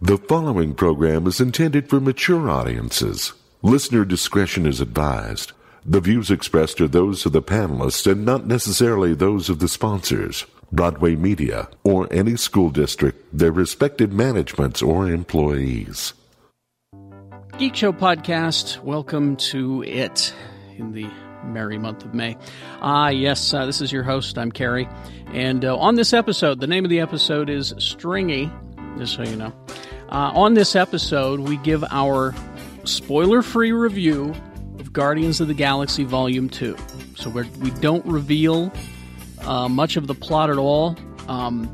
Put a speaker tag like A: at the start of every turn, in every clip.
A: The following program is intended for mature audiences. Listener discretion is advised. The views expressed are those of the panelists and not necessarily those of the sponsors, Broadway Media, or any school district, their respective managements, or employees.
B: Geek Show Podcast, welcome to it in the merry month of May. Ah, yes, uh, this is your host. I'm Carrie. And uh, on this episode, the name of the episode is Stringy, just so you know. Uh, on this episode, we give our spoiler free review of Guardians of the Galaxy Volume 2. So we're, we don't reveal uh, much of the plot at all. Um,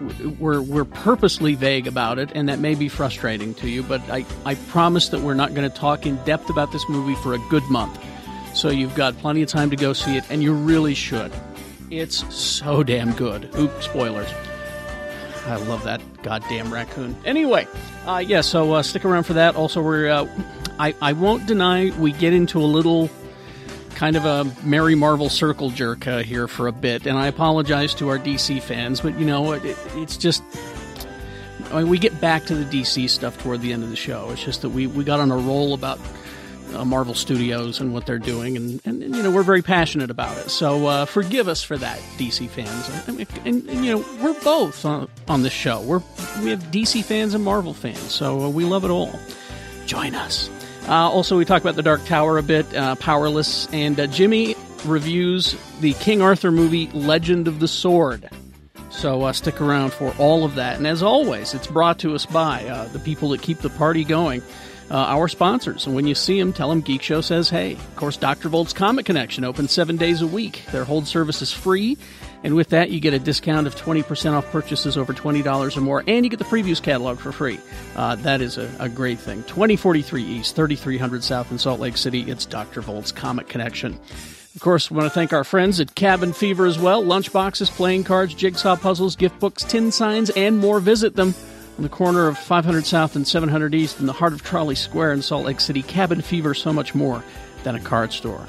B: w- we're, we're purposely vague about it, and that may be frustrating to you, but I, I promise that we're not going to talk in depth about this movie for a good month. So you've got plenty of time to go see it, and you really should. It's so damn good. Oop, spoilers. I love that goddamn raccoon. Anyway, uh, yeah, so uh, stick around for that. Also, we're, uh, I, I won't deny we get into a little kind of a Mary Marvel circle jerk uh, here for a bit, and I apologize to our DC fans, but you know, it, it, it's just. I mean, we get back to the DC stuff toward the end of the show. It's just that we, we got on a roll about uh, Marvel Studios and what they're doing, and, and, and, you know we're very passionate about it. So uh, forgive us for that, DC fans. I mean, and, and, you know we're both on, on this show. We're we have DC fans and Marvel fans, so uh, we love it all. Join us. Uh, also, we talk about the Dark Tower a bit, uh, Powerless, and uh, Jimmy reviews the King Arthur movie Legend of the Sword. So uh, stick around for all of that. And as always, it's brought to us by uh, the people that keep the party going, uh, our sponsors. And when you see them, tell them Geek Show says hey. Of course, Dr. Volt's Comic Connection open seven days a week. Their hold service is free. And with that, you get a discount of 20% off purchases over $20 or more. And you get the previews catalog for free. Uh, that is a, a great thing. 2043 East, 3300 South in Salt Lake City. It's Dr. Volt's Comic Connection. Of course, we want to thank our friends at Cabin Fever as well. Lunch boxes, playing cards, jigsaw puzzles, gift books, tin signs, and more. Visit them on the corner of 500 South and 700 East in the heart of Trolley Square in Salt Lake City. Cabin Fever, so much more than a card store.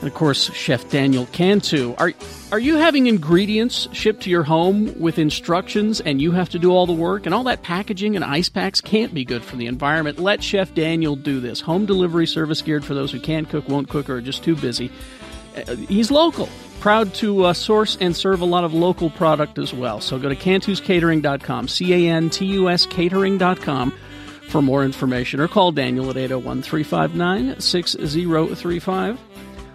B: And of course, Chef Daniel Cantu. Are, are you having ingredients shipped to your home with instructions and you have to do all the work? And all that packaging and ice packs can't be good for the environment. Let Chef Daniel do this. Home delivery service geared for those who can't cook, won't cook, or are just too busy Uh, he's local. Proud to uh, source and serve a lot of local product as well. So go to cantuscatering.com, C A N T U S catering.com for more information or call Daniel at 801 359 6035.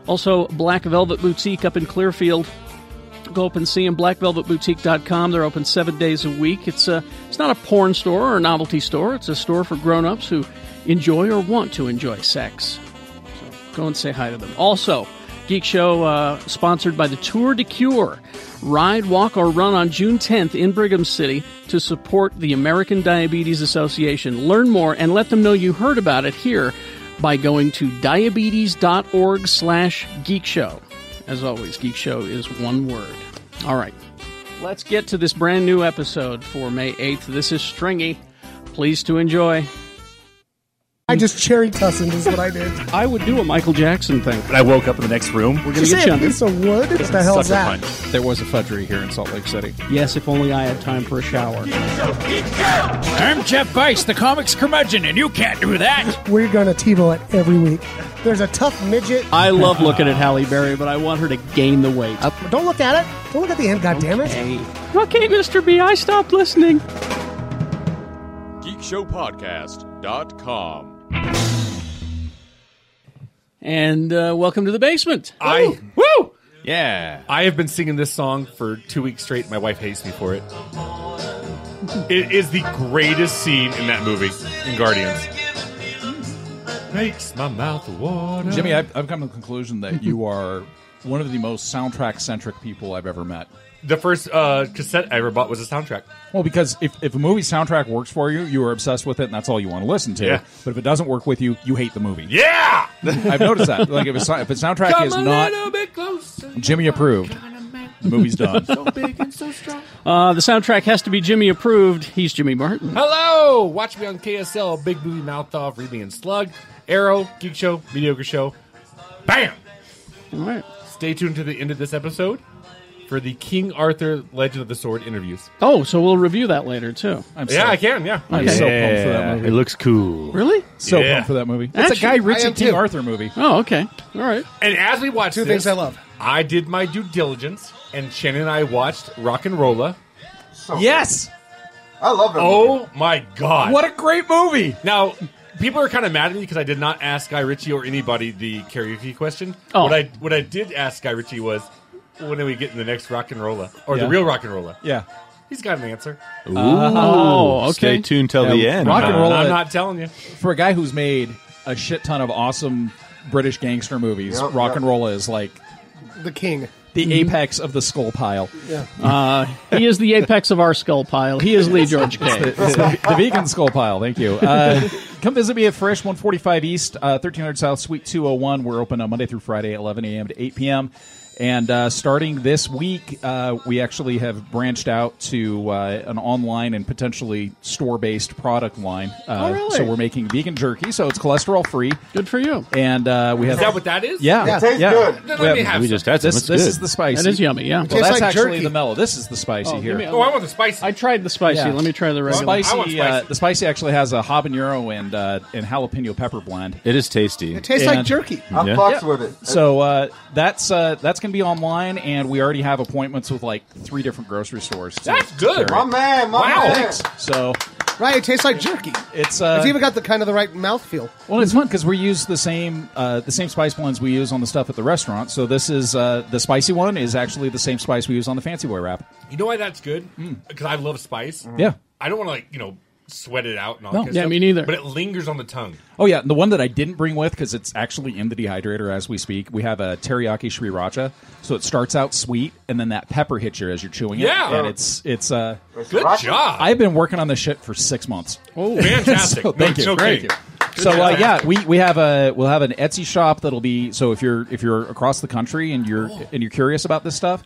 B: Also, Black Velvet Boutique up in Clearfield. Go up and see them, blackvelvetboutique.com. They're open seven days a week. It's, a, it's not a porn store or a novelty store, it's a store for grown ups who enjoy or want to enjoy sex. So go and say hi to them. Also, Geek Show uh, sponsored by the Tour de Cure. Ride, walk, or run on June 10th in Brigham City to support the American Diabetes Association. Learn more and let them know you heard about it here by going to diabetes.org slash geekshow. As always, Geek Show is one word. All right, let's get to this brand new episode for May 8th. This is Stringy. Please to enjoy.
C: I just cherry cussined is what I did.
B: I would do a Michael Jackson thing.
D: But I woke up in the next room.
B: We're
C: You
B: going to
C: say
B: get
C: a
B: you under.
C: piece of wood? What the hell's that?
E: There was a fudgery here in Salt Lake City.
B: Yes, if only I had time for a shower.
D: I'm Jeff Weiss, the comics curmudgeon, and you can't do that.
C: We're gonna Tebow it every week. There's a tough midget.
B: I love looking at Halle Berry, but I want her to gain the weight.
C: Don't look at it. Don't look at the end. God damn it.
B: Okay. Okay, Mr. B, I stopped listening.
F: geekshowpodcast.com.
B: And uh, welcome to the basement.
E: I
B: Woo!
D: Yeah.
E: I have been singing this song for two weeks straight. My wife hates me for it. It is the greatest scene in that movie, in Guardians. Makes my mouth water.
G: Jimmy, I've, I've come to the conclusion that you are one of the most soundtrack centric people I've ever met.
E: the first uh, cassette I ever bought was a soundtrack.
G: Well, because if, if a movie soundtrack works for you, you are obsessed with it, and that's all you want to listen to.
E: Yeah.
G: But if it doesn't work with you, you hate the movie.
E: Yeah,
G: I've noticed that. Like if a, sou- if a soundtrack is not Jimmy approved, the movie's done.
B: Uh, the soundtrack has to be Jimmy approved. He's Jimmy Martin.
E: Hello! Watch me on KSL, Big Booty Mouth Off, Read Me and Slug, Arrow, Geek Show, Mediocre Show. Bam!
B: All right.
E: Stay tuned to the end of this episode for the King Arthur Legend of the Sword interviews.
B: Oh, so we'll review that later too.
G: I'm
E: Yeah,
G: so,
E: I can. Yeah.
G: I'm so pumped for that movie.
F: It looks cool.
B: Really?
G: so
E: Yeah.
G: pumped for that movie. That's a Guy
B: Actually,
G: Ritchie
C: am
G: King
C: too.
G: Arthur movie.
B: Oh, okay. All right.
E: And as we watched
C: Two
E: this,
C: things I love.
E: I did my due diligence, and Shannon and I watched Rock and Rolla.
G: Yes,
H: I love that movie.
E: Oh my god!
G: what a great movie!
E: Now, people are kind of mad at me because I did not ask Guy Ritchie or anybody the karaoke question.
B: Oh.
E: What I what I did ask Guy Ritchie was, when are we getting the next Rock and Rolla or
G: Yeah.
E: the real Rock and Rolla?
G: Yeah,
E: He's got an answer.
B: Oh, okay.
F: Stay tuned till the end.
G: Uh-huh. Rock and
E: Uh,
G: roll.
E: I'm not telling you.
G: for a guy who's made a shit ton of awesome British gangster movies,
H: Yep,
G: rock
H: yep.
G: and roll is like
C: The king.
G: the apex of the skull pile.
B: Uh, He is the apex of our skull pile. He is Lee George K.
G: the, the vegan skull pile. Thank you. Uh, come visit me at Fresh 145 East, uh, 1300 South, Suite 201. We're open on Monday through Friday, 11 a.m. to 8 p.m. And uh, starting this week, uh, we actually have branched out to uh, an online and potentially store based product line. Uh,
B: Oh, really?
G: So we're making vegan jerky, so it's cholesterol free.
B: Good for you.
G: And uh, we have.
E: Is that what that is?
G: yeah.
H: It tastes
G: yeah.
H: good.
E: Then
G: Yeah,
E: let me have
F: We
E: some.
F: just had some.
G: This,
F: It's
G: this
F: good.
G: is the spicy.
B: That is yummy. Yeah.
G: Well,
C: Tastes
G: that's
C: like
G: actually
C: jerky.
G: the mellow. This is the spicy
B: Oh,
G: here.
B: give me a-
E: Oh, I want the spicy.
B: I tried the spicy.
G: Yeah.
B: Let me try the regular. one.
E: I want
G: spicy, uh,
E: spicy.
G: the spicy actually has a habanero and uh, and jalapeno pepper blend.
F: It is tasty.
C: It tastes
G: And-
C: like jerky.
H: I'm
F: Yeah.
H: fucks with it.
G: So uh, that's uh, that's gonna be online, and we already have appointments with like three different grocery stores. to-
E: That's
G: to
E: good.
G: carry
H: my man, my
E: Wow.
H: man.
G: it. So
C: Right, it tastes like jerky.
G: it's uh,
C: it's even got the kind of the right mouthfeel.
G: well, it's fun because we use the same uh, the same spice blends we use on the stuff at the restaurant. So this is uh, the spicy one is actually the same spice we use on the fancy boy wrap.
E: You know why that's good?
G: Mm.
E: Because I love spice.
G: Yeah.
E: I don't want to like you know sweat it out and all.
G: No.
E: that kind of
B: Yeah,
E: stuff,
B: me neither.
E: But it lingers on the tongue.
G: Oh yeah, and the one that I didn't bring with because it's actually in the dehydrator as we speak. We have a teriyaki sriracha, so it starts out sweet, and then that pepper hits you as you're chewing it.
E: Yeah.
G: and it's it's. Uh,
E: Good
H: Rock-
E: job.
G: I've been working on this shit for six months.
E: oh, fantastic.
G: So, thank
E: no,
G: you.
E: No
G: Thank
E: kidding.
G: you. So uh,
E: job.
G: yeah, we, we have a we'll have an Etsy shop that'll be so if you're if you're across the country and you're and you're curious about this stuff,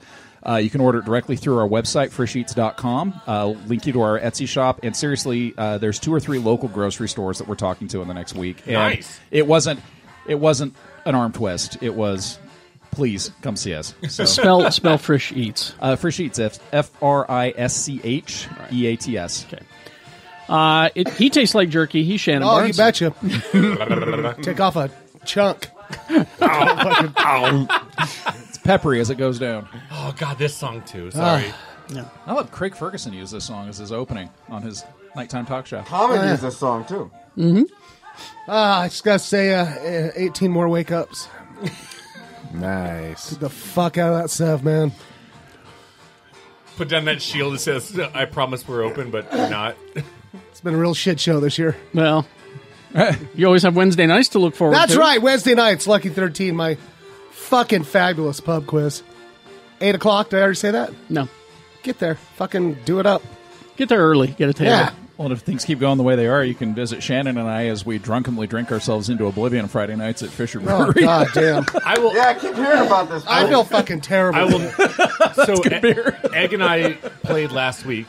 G: uh, you can order it directly through our website frisheats.com. Uh, link you to our Etsy shop, and seriously, uh, there's two or three local grocery stores that we're talking to in the next week. And
E: Nice.
G: It wasn't it wasn't an arm twist. It was please come see us. So
B: Spell spell fresh eats.
G: uh, Frisch Eats, F F R I S C H E A T S.
B: Uh, it, he tastes like jerky. He's Shannon
C: Oh, you
B: Barnes.
C: betcha. Take off a chunk.
G: It's peppery as it goes down.
E: Oh god, this song too. Sorry.
B: Ah.
G: I love Craig Ferguson use this song as his opening on his nighttime talk show.
H: Common used this song too.
B: Mm-hmm.
C: Ah, I just gotta say, uh, eh, 18 more wake ups.
F: nice.
C: Get the fuck out of that stuff, man.
E: Put down that shield that says "I promise we're open, but we're not."
C: It's been a real shit show this year.
B: Well, you always have Wednesday nights to look forward
C: That's
B: to.
C: right. Wednesday nights, Lucky 13, my fucking fabulous pub quiz. Eight o'clock. Did I already say that?
B: No.
C: Get there. Fucking do it up.
B: Get there early. Get a table.
C: Yeah.
G: Well, and if things keep going the way they are, you can visit Shannon and I as we drunkenly drink ourselves into oblivion Friday nights at Fisher
C: Oh,
G: Brewery.
C: God damn.
E: I will.
H: Yeah, I keep hearing about this.
C: I feel fucking terrible.
E: I will. so E- Egg and I played last week.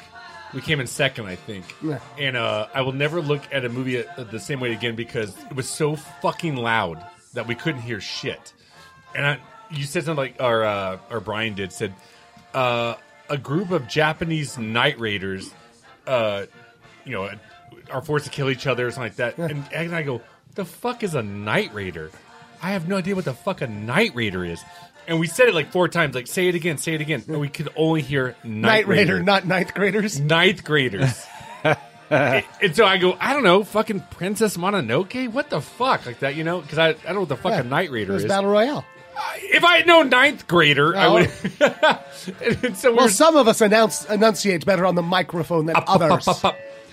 E: We came in second, I think.
C: Yeah.
E: And uh, I will never look at a movie uh, the same way again because it was so fucking loud that we couldn't hear shit. And I, you said something like, or uh, or Brian did said, uh, a group of Japanese night raiders, uh, you know, are forced to kill each other or something like that. And Egg and I go, the fuck is a night raider? I have no idea what the fuck a night raider is. And we said it like four times, like say it again, say it again, and we could only hear night,
C: Night Raider, not ninth graders.
E: ninth graders. and, and so I go, I don't know, fucking Princess Mononoke? What the fuck? Like that, you know? Because I, I don't know what the fuck a Night Raider
C: It's
E: is.
C: Battle Royale.
E: If I had known ninth grader, I
C: Oh.
E: would. And- and so we
C: Well,
E: were,
C: some of us announce, enunciate better on the microphone than others.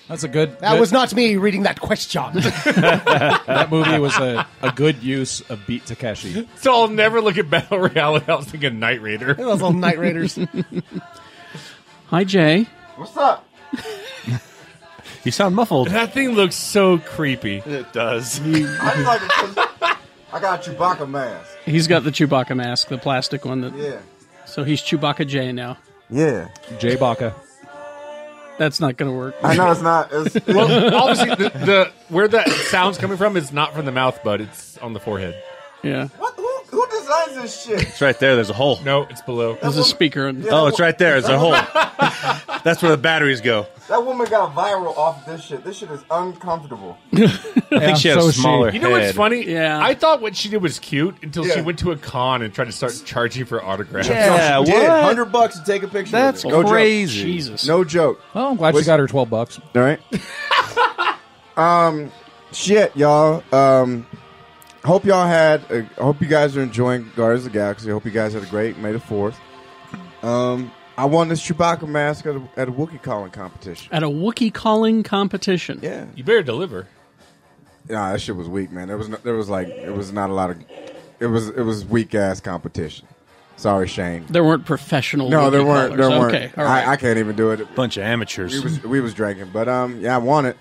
G: That's a good.
C: That was not me reading that question.
G: that movie was a, a good use of Beat Takeshi.
E: so I'll never look at Battle Royale without thinking Night Raider.
C: Those little Night Raiders.
B: Hi, Jay.
H: What's up?
F: You sound muffled.
E: That thing looks so creepy.
F: It does.
H: I just like to I got a Chewbacca mask.
B: He's got the Chewbacca mask, the plastic one. That,
H: Yeah.
B: So he's Chewbacca Jay now.
H: Yeah.
G: Jay Baca.
B: That's not going to work.
H: I know it's not. It's,
E: Well, obviously, the, the where that sound's coming from is not from the mouth, but it's on the forehead.
B: Yeah.
H: what, who, who designs this shit?
F: It's right there. There's a hole.
E: No, it's below.
B: There's a speaker.
F: Oh, it's right there. There's a hole. That's where the batteries go.
H: That woman got viral off this shit. This shit is uncomfortable.
F: I think she has
G: so
F: a
G: she-
F: smaller
E: You know what's
F: head.
E: funny?
B: Yeah.
E: I thought what she did was cute until she
H: Yeah.
E: went to a con and tried to start charging for autographs.
F: Yeah,
H: She did.
F: what?
H: Hundred bucks to take a picture.
F: That's
H: with it. no
F: crazy.
B: Jesus.
H: Joke. No joke.
G: Well, I'm glad she
H: Was-
G: got her twelve bucks.
H: All right. um, shit, y'all. Um, hope y'all had. A, hope you guys are enjoying Guardians of the Galaxy. Hope you guys had a great May the Fourth. Um, I won this Chewbacca mask at a, at a Wookiee calling competition.
B: At a Wookiee calling competition.
H: Yeah.
E: You better deliver.
H: Nah, that shit was weak, man. There was no, there was like it was not a lot of. It was it was weak ass competition. Sorry, Shane.
B: There weren't professional.
H: No, there
B: Wookiee
H: weren't. There
B: callers.
H: weren't.
B: Okay, all right.
H: I, I can't even do it.
F: Bunch of amateurs.
H: We was we was drinking, but um, yeah, I won it,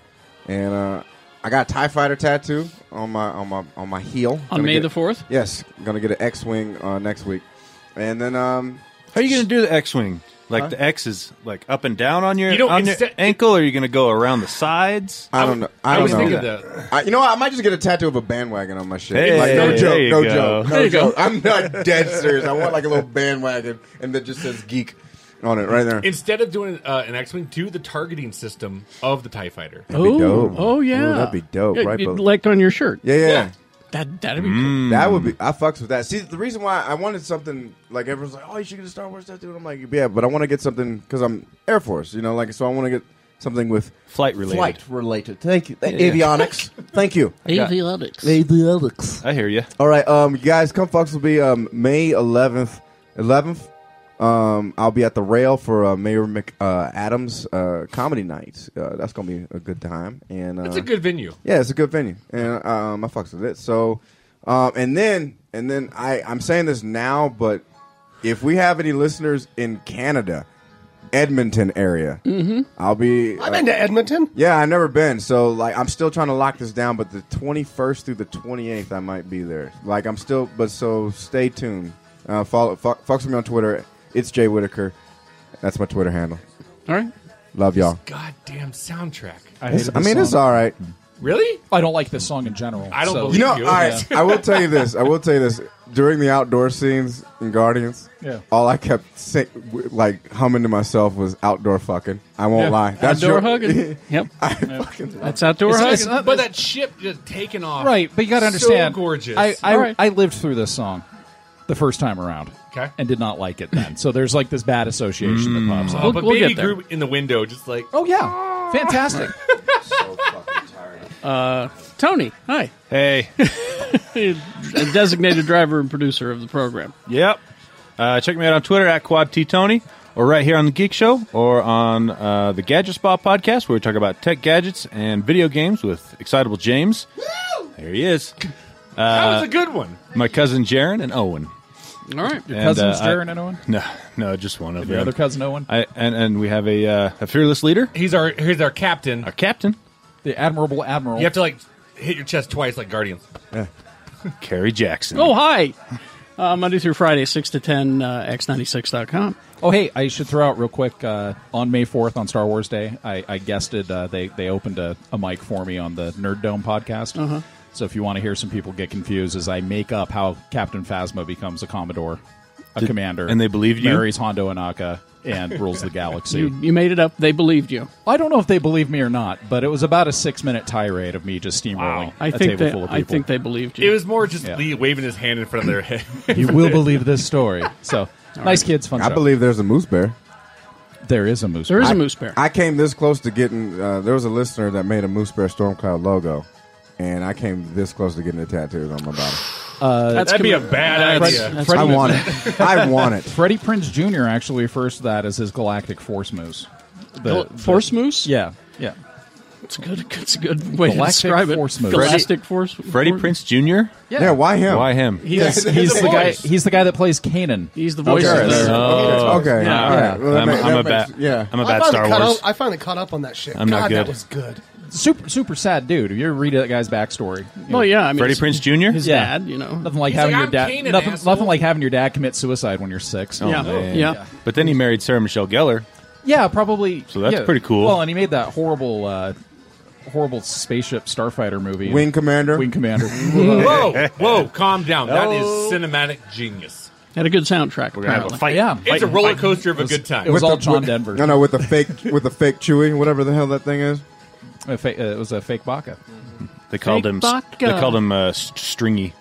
H: and uh, I got a Tie Fighter tattoo on my on my on my heel Gonna
B: May
H: get-
B: the 4th?
H: Yes, gonna get an X wing uh, next week, and then um,
F: How are you going to do the X-wing? Like the X is like up and down on your,
E: You know,
F: on your
E: instead-
F: ankle, or are you going to go around the sides?
H: I don't know. I don't
E: was
H: know.
E: thinking that.
H: I, you know, what? I might just get a tattoo of a bandwagon on my shit.
F: Hey,
H: like, no
F: there
H: joke,
F: you
H: no
F: go.
H: joke, no
B: There you go.
H: joke. I'm not dead serious. I want like a little bandwagon, and that just says geek on it right there.
E: Instead of doing uh, an X-wing, do the targeting system of the Tie Fighter.
B: Ooh,
H: dope.
B: Oh
H: Ooh,
B: yeah,
H: that'd be dope,
B: Yeah,
H: right,
B: you'd
H: Bo?
B: Like on your shirt.
H: yeah, yeah.
E: Yeah.
B: That that'd be
H: That would be. I fucks with that. See, the reason why I wanted something like everyone's like, "Oh, you should get a Star Wars tattoo." And I'm like, "Yeah," but I want to get something because I'm Air Force, you know. Like, so I want to get something with
F: Flight related.
H: Flight related. Thank you. Thank- Avionics. Thank you.
B: cool.
F: Yeah.
B: Avionics.
H: Avionics.
F: I hear you.
H: All right, um, you guys, come fucks will be um May 11th. 11th. Um, I'll be at the rail for uh, Mayor Mc, uh, Adams uh, comedy night. Uh, that's gonna be a good time. And uh,
E: That's a good venue.
H: yeah, it's a good venue, and um, I fucks with it. So, um, and then and then I I'm saying this now, but if we have any listeners in Canada, Edmonton area, mm-hmm. I'll be.
C: I've
H: uh,
C: been to Edmonton.
H: yeah, I've never been, so like I'm still trying to lock this down. But the 21st through the 28th, I might be there. Like I'm still, but so stay tuned. Uh, follow fuck, fucks with me on Twitter. It's Jay Whitaker. That's my Twitter handle.
B: All right.
H: Love y'all.
E: Goddamn soundtrack.
G: I,
H: It's-
G: hated
H: I
G: this
H: mean,
G: song.
H: it's all right.
E: Really?
G: I don't like this song in general.
E: I don't
G: so-
E: believe-
H: You know,
E: you.
H: all right. I will tell you this. I will tell you this. During the outdoor scenes in Guardians,
G: Yeah.
H: all I kept sing, w- like humming to myself was outdoor fucking. I won't
G: Yeah.
H: lie.
B: Outdoor
H: your-
B: hugging. yep.
H: I fucking
B: That's outdoor
G: It's-
B: hugging.
G: it's not-
E: But that ship just taking off.
G: Right, but you got to
E: Oh, So
G: understand.
E: gorgeous.
G: I I,
B: All right.
G: I lived through this song the first time around.
E: Okay.
G: And did not like it then. So there's like this bad association that pops up.
E: Uh,
B: We'll-
E: but
B: we'll
E: baby
B: get there.
E: grew in the window, just like "Ah."
G: Oh yeah, fantastic.
B: Uh, Tony, hi.
F: Hey.
B: A designated driver and producer of the program.
F: Yep. Uh, check me out on Twitter at Quad T Tony, or right here on the Geek Show, or on uh, the Gadget Spot podcast, where we talk about tech gadgets and video games with Excitable James. There he is. Uh,
E: that was a good one.
F: My cousin Jaron and Owen.
B: All right.
F: Your
G: Cousins, Jaron and Owen.
F: uh, No, no, just one of
G: Your
F: them.
G: other cousin Owen,
F: I, and and we have a uh, a fearless leader,
E: He's our here's our captain.
F: our captain,
G: the admirable admiral.
E: You have to like hit your chest twice, like Guardians.
F: Carrie Jackson.
B: Oh, hi. Uh, Monday through Friday, 6 to 10, uh, x96.com.
G: Oh, hey, I should throw out real quick. Uh, on May 4th, on Star Wars Day, I, I guested. Uh, they they opened a, a mic for me on the Nerd Dome podcast.
B: Uh-huh.
G: So if you want to hear some people get confused as I make up how Captain Phasma becomes a Commodore, a commander,
F: and they believed you?
G: marries Hondo Anaka and rules the
B: You,
G: galaxy.
B: you made it up. They believed you.
G: I don't know if they believe me or not, but it was about a six minute tirade of me just steamrolling
B: I
G: a
B: think,
G: table
B: they,
G: full of
B: I
G: people.
B: think they believed you.
E: It was more just
G: Yeah.
E: Lee waving his hand in front of their head.
G: you will believe this story. So nice kids, fun.
H: I
G: show.
H: believe there's a moose bear.
G: there is a moose.
B: there is
G: I-
B: a moose bear.
H: I came this close to getting. Uh, there was a listener that made a moose bear stormcloud logo, and I came this close to getting the tattoos on my body.
G: Uh,
B: That's
E: That'd be a
B: commi-
E: bad
B: that's-
E: idea.
B: that's
H: I
B: commitment.
H: want it. I want it.
G: Freddie Prince Jr. actually refers to that as his galactic force moose. The,
B: Gal- Force moose?
G: yeah, yeah.
B: It's a good, it's a good way to
G: Galactic
B: describe it.
G: force moose.
B: Galactic force.
F: Freddie
B: force-
F: Prince Jr.
H: Yeah. why him?
F: Why him?
B: He's,
G: He's the
E: voice.
G: guy. He's the guy that plays Kanan.
B: he's the voice
H: Okay.
B: of
H: Yes.
B: the.
H: Okay. All
B: Yeah.
H: right. Well, that
F: Oh. I'm,
H: ma-
F: I'm
H: that
F: a bad.
H: makes- Yeah.
F: I'm a
C: I
F: bad
C: finally,
F: Star
C: caught
F: Wars.
C: Up, I finally caught up on that shit.
F: I'm
C: God,
F: not
C: that
F: good.
C: was good.
G: Super, super sad dude. If you ever read that guy's backstory, you know,
B: Well, yeah. I mean,
F: Freddie
B: it's-
F: Prince Jr.
B: His
G: Yeah.
B: dad, you know.
G: nothing like
E: He's
G: having
E: like,
G: your
E: "I'm
G: dad.
E: Kanan,
G: nothing,
E: asshole."
G: nothing like having your dad commit suicide when you're six.
B: Yeah.
F: Oh, man.
B: Yeah.
F: But then he married Sarah Michelle Gellar.
G: yeah, probably. So
F: that's pretty cool.
G: Well, and he made that horrible. Uh, horrible spaceship starfighter movie.
H: Wing Commander.
G: Wing Commander.
E: Whoa, whoa, calm down. That is cinematic genius.
B: Had a good soundtrack.
F: We're gonna have a
B: apparently.
F: fight.
G: yeah.
E: It's a roller coaster of a good
G: It
E: time.
G: was
H: With
G: all
H: the-
G: John
H: with-
G: Denver.
H: No, no, with the fake with the fake Chewy, whatever the hell that thing is.
G: A fa- uh, it was a fake Baca.
F: They called
B: Big
F: him.
B: vodka.
F: They called him uh, st- stringy,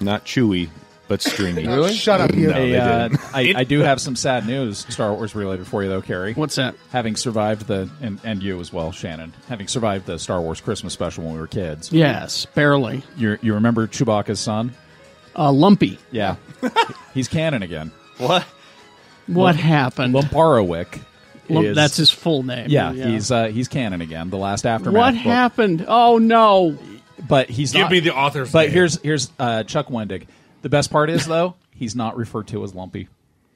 F: not chewy, but stringy.
C: Shut up, you.
F: No, they
G: Hey, uh,
F: didn't.
G: I, I do have some sad news, Star Wars related for you though, Carrie.
B: What's that?
G: Having survived the and, and you as well, Shannon. Having survived the Star Wars Christmas special when we were kids.
B: Yes, barely.
G: You you remember Chewbacca's son?
B: Uh, lumpy.
G: Yeah, he's canon again.
F: What?
B: What happened?
G: Lamparowick.
B: Lump-
G: is-
B: that's his full name.
G: Yeah, he's uh, he's canon again. The last aftermath.
B: What
G: book.
B: happened? Oh no!
G: But he's
E: Give
G: not-
E: me the author's
G: But
E: name.
G: here's here's uh, Chuck Wendig. The best part is though he's not referred to as Lumpy.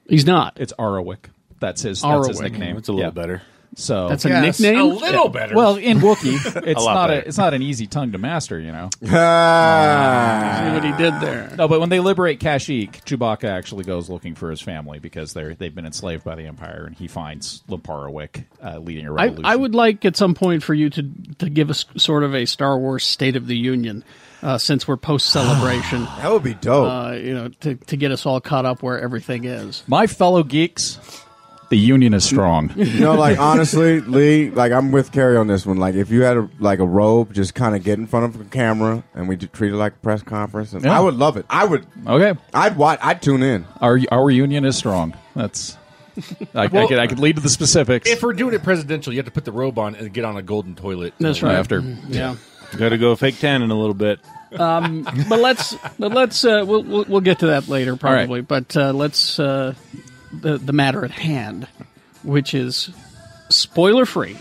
B: He's not.
G: It's Arawick. That's his. That's his
B: Arawick.
G: nickname.
F: It's a little
G: Yeah.
F: better.
G: So
B: That's a
C: Yes.
E: a
B: nickname.
E: little better.
G: well in Wookiee. It's
F: lot
G: not a,
F: better.
G: it's not an easy tongue to master, you know.
H: Ah.
B: See what he did there.
G: No, but when they liberate Kashyyyk, Chewbacca actually goes looking for his family because they're they've been enslaved by the Empire, and he finds Lamparowick uh, leading a
B: I,
G: revolution.
B: I would like at some point for you to to give us sort of a Star Wars State of the Union, uh, since we're post celebration.
H: that would be dope.
B: uh, you know, to to get us all caught up where everything is.
G: My fellow geeks, the Union is strong.
H: you know, like honestly, Lee, like I'm with Carrie on this one. Like if you had a, like a robe, just kind of get in front of a camera, and we just treat it like a press conference, and
G: Yeah.
H: I would love it. I would.
G: okay,
H: I'd watch. I'd tune in.
G: our our Union is strong. That's I, I could I could lead to the specifics.
E: if we're doing it presidential, you have to put the robe on and get on a golden toilet.
B: That's right.
G: after
B: Yeah.
F: Got to go fake tan in a little bit.
B: Um, but let's but let's uh, we'll, we'll we'll get to that later probably. But uh, let's uh, the the matter at hand, which is spoiler free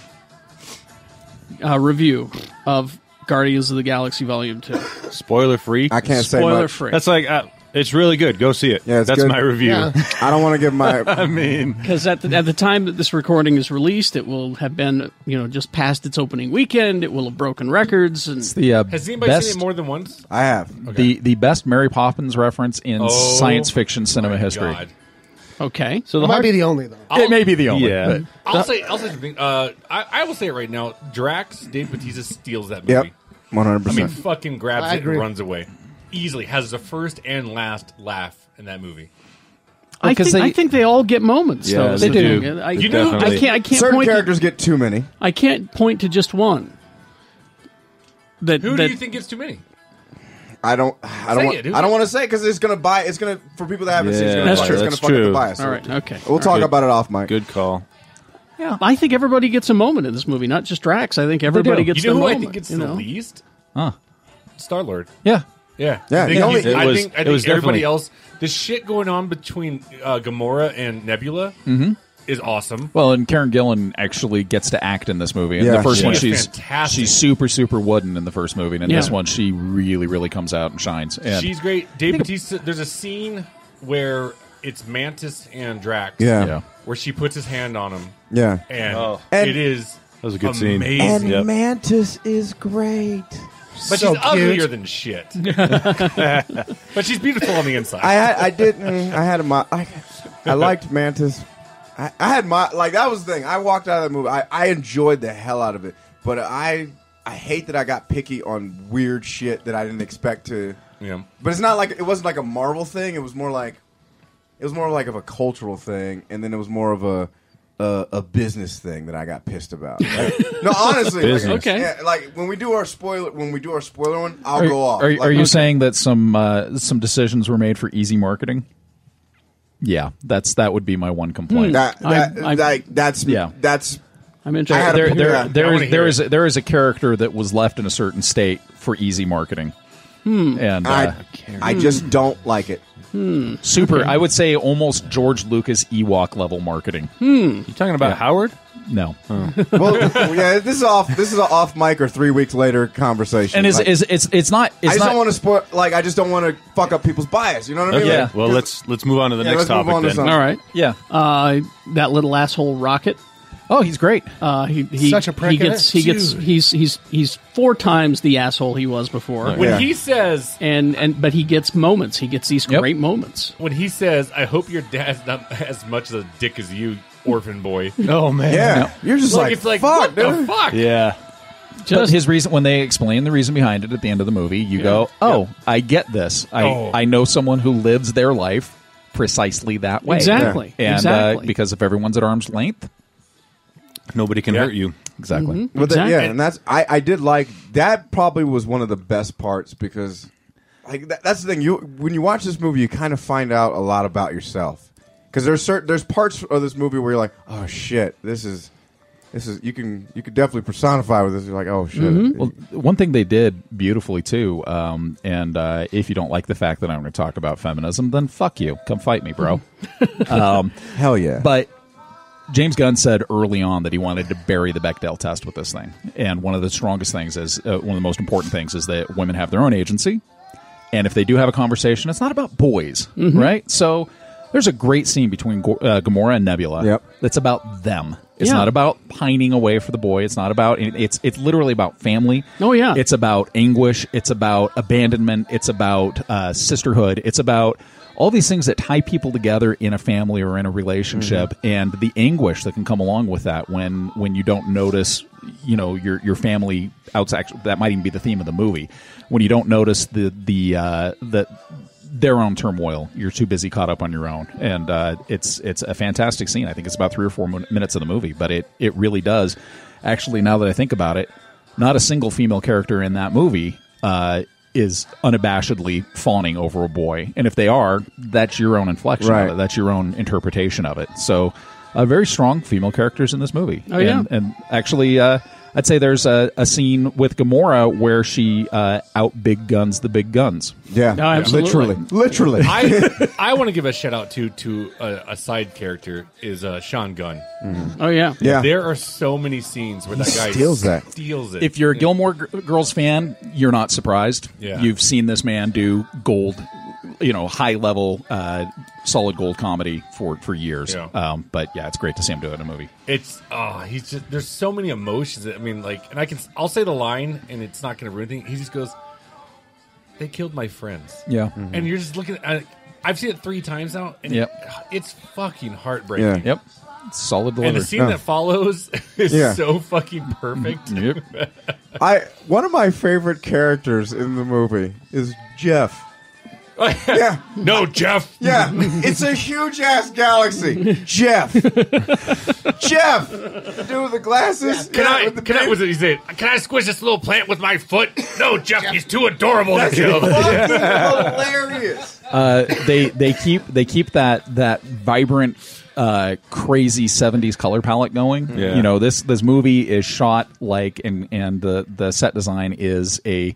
B: uh, review of Guardians of the Galaxy Volume Two.
F: Spoiler free.
H: I can't say
B: Spoiler
H: much.
B: free,
F: That's like uh, it's really good. Go see it.
H: Yeah, it's
F: that's
H: good.
F: my review.
C: Yeah.
H: I don't want to give my.
F: I mean,
B: because at the, at the time that this recording is released, it will have been you know just past its opening weekend. It will have broken records, and
G: it's the uh,
E: Has anybody
G: best,
E: seen it more than once?
H: I have.
G: the the best Mary Poppins reference in
E: Oh,
G: science fiction cinema
E: my
G: history.
E: God.
B: okay,
F: so the
C: Might
F: hard,
C: be the only though.
G: It may be the only.
F: yeah.
G: but-
E: I'll say, I'll say something. Uh, I, I will say it right now. Drax, Dave Bautista steals that movie.
H: Yep. One hundred
E: I mean,
H: percent.
E: fucking grabs
C: I
E: it
C: agree.
E: and runs away easily. Has the first and last laugh in that movie.
B: I think,
G: Because they-
B: I think they all get moments.
F: Yeah,
B: though.
F: they
B: That's the
F: do.
B: thing. I,
F: You
B: know,
F: know-
B: I can't. I can't
H: Certain
B: point. to-
H: characters get too many.
B: I can't point to just one. That
E: Who
B: that,
E: do you think gets too many?
H: I don't. I don't.
E: Say
H: Want,
E: it, dude.
H: I don't want to say because it's gonna buy. It's gonna for people that haven't seen. It's
F: Yeah,
H: gonna,
B: That's
H: buy-
B: true.
H: It's gonna
F: That's
H: fuck up
F: true.
H: the bias.
B: All right. Okay.
H: We'll talk
F: Good.
H: about it off, Mike.
F: Good call.
B: Yeah. I think everybody gets a moment in this movie, not just Drax. I think everybody
G: do.
B: gets
E: you know
B: a
E: who
B: moment.
E: I think gets
B: you know?
E: the least?
G: Huh.
E: Star Lord.
G: Yeah.
E: Yeah,
H: Yeah,
E: I think,
H: the only-
E: he's- I
F: It was-
E: think, I
F: it
E: think
F: was definitely-
E: everybody else. The shit going on between uh, Gamora and Nebula is awesome.
G: Well, and Karen Gillan actually gets to act in this movie. In
H: Yeah,
G: the first
H: she
G: one,
E: is
G: she's
E: fantastic.
G: she's super super wooden in the first movie, and in
B: Yeah.
G: this one, she really really comes out and shines. And
E: She's great. Dave Bautista. There's a scene where it's Mantis and Drax.
H: Yeah.
G: yeah,
E: where she puts his hand on him,
H: Yeah.
E: and
H: And-
E: it is. That
F: was a good scene.
E: amazing.
F: And Yep.
H: Mantis is great.
E: But
C: So
E: she's uglier than shit. but she's beautiful on the inside.
H: I had, I did. mm, I had my. I, I liked Mantis. I, I had my like that was the thing. I walked out of that movie. I, I enjoyed the hell out of it, but I I hate that I got picky on weird shit that I didn't expect to.
E: yeah.
H: But it's not like it wasn't like a Marvel thing. It was more like it was more like of a cultural thing, and then it was more of a a, a business thing that I got pissed about. Like, no, honestly,
F: Business.
H: like,
B: Okay.
H: yeah, like when we do our spoiler when we do our spoiler one, I'll
G: Are,
H: go off.
G: are-
H: Like,
G: are you saying that some uh, some decisions were made for easy marketing? Yeah, that's that would be my one complaint.
H: Hmm. that, that,
B: Hmm. I- I-
H: like that's
G: Yeah.
H: that's
B: I'm
H: I had
B: interested.
H: a-
G: There, there,
H: Yeah.
E: I
G: there
E: wanna
G: is there
E: hear
G: is a, there is a character that was left in a certain state for easy marketing,
B: Hmm.
G: and uh,
H: Hmm. I I just don't like it. Hmm.
G: super. I would say almost George Lucas Ewok level marketing.
H: Hmm.
F: You talking about Howard?
G: No,
B: Hmm.
H: Well, yeah, this is off. This is an off mic or three weeks later conversation.
G: and is,
H: Like,
G: is it's it's not. It's
H: I just
G: not,
H: don't want to spoil. Like I just don't want to fuck up people's bias. You know what I mean?
G: Okay. Yeah.
H: Like,
F: Well,
H: just-
F: let's let's move on to the
H: Yeah, let's
F: next
H: move
F: topic
H: on to
F: then.
H: something.
B: All right.
G: Yeah.
B: Uh, that little asshole Rocket.
G: Oh, he's great.
B: Uh, he, he
C: Such a prick,
B: He gets.
C: isn't
B: He gets. He's he's he's four times the asshole he was before.
E: When
H: Yeah.
E: he says,
B: And and but he gets moments. He gets these
G: Yep.
B: great moments.
E: when he says, I hope your dad's not as much of a dick as you, orphan boy.
F: Oh man.
H: Yeah, you're just
E: Like,
H: like,
E: it's like,
H: fuck,
E: what the
H: dude.
E: fuck?
F: Yeah.
G: But
B: Just-
G: his reason, when they explain the reason behind it at the end of the movie, you go, "Oh, I get this. I
E: Oh.
G: I know someone who lives their life precisely that way."
B: Exactly.
G: And
B: Exactly.
G: Uh, because if everyone's at arm's length,
F: Nobody can
E: Yeah.
F: hurt you.
G: exactly.
H: But that-
B: Exactly.
H: yeah, and that's I, I did like that. Probably was one of the best parts because, like, that, that's the thing. You when you watch this movie, you kind of find out a lot about yourself because there's certain there's parts of this movie where you're like, oh shit, this is this is you can you could definitely personify with this. You're like, oh shit,
G: Well, one thing they did beautifully too, um, and uh, if you don't like the fact that I'm going to talk about feminism, then fuck you. Come fight me, bro. Um,
H: hell yeah.
G: But James Gunn said early on that he wanted to bury the Bechdel test with this thing. And one of the strongest things is, uh, one of the most important things is that women have their own agency. And if they do have a conversation, it's not about boys, right? So there's a great scene between Go- uh, Gamora and Nebula
H: Yep.
G: that's about them. It's
B: Yeah.
G: not about pining away for the boy. It's not about it- it's it's literally about family.
B: Oh, yeah.
G: It's about anguish. It's about abandonment. It's about uh, sisterhood. It's about all these things that tie people together in a family or in a relationship,
B: Mm-hmm.
G: and the anguish that can come along with that when when you don't notice, you know, your your family outside. That might even be the theme of the movie when you don't notice the the uh, the their own turmoil. You're too busy caught up on your own, and uh, it's it's a fantastic scene. I think it's about three or four min- minutes of the movie, but it it really does. Actually, now that I think about it, not a single female character in that movie uh, is unabashedly fawning over a boy, and if they are, that's your own inflection.
H: Right.
G: Of it. That's your own interpretation of it. So, uh, very strong female characters in this movie.
B: Oh, yeah.
G: And- and actually, uh, I'd say there's a, a scene with Gamora where she uh, out big guns the big guns.
H: yeah,
B: No,
H: literally,
B: absolutely.
H: literally.
E: I I want to give a shout out to to a, a side character is uh, Sean Gunn.
G: Mm-hmm.
B: Oh yeah.
H: yeah,
E: There are so many scenes where that guy
H: steals that.
E: steals it.
G: If you're a Gilmore Gr- Girls fan, you're not surprised.
E: Yeah.
G: You've seen this man do gold, you know, high level, uh, solid gold comedy for for years.
E: Yeah.
G: Um, but yeah, it's great to see him do it in a movie.
E: It's oh, he's just there's so many emotions. that- I mean, like, and I can I'll say the line, and it's not going to ruin anything. He just goes, "They killed my friends,"
G: Yeah.
E: and you're just looking. at I've seen it three times now, and
G: Yep.
E: it, it's fucking heartbreaking.
H: Yeah.
G: Yep. Solid
E: And
G: delivery.
E: the scene that follows is
H: Yeah.
E: so fucking perfect.
G: Mm-hmm. Yep.
H: I one of my favorite characters in the movie is Jeff. yeah,
E: no, Jeff.
H: Yeah, it's a huge ass galaxy. Jeff, Jeff, the dude with the glasses.
E: Can
H: yeah,
E: I?
H: with the
E: Can I?
H: big-
E: Was it, he said, "Can I squish this little plant with my foot?" No, Jeff. He's too adorable to kill.
H: Fucking hilarious.
G: uh, they they keep they keep that that vibrant uh, crazy 70s color palette going
F: Yeah.
G: you know this this movie is shot like and and the the set design is a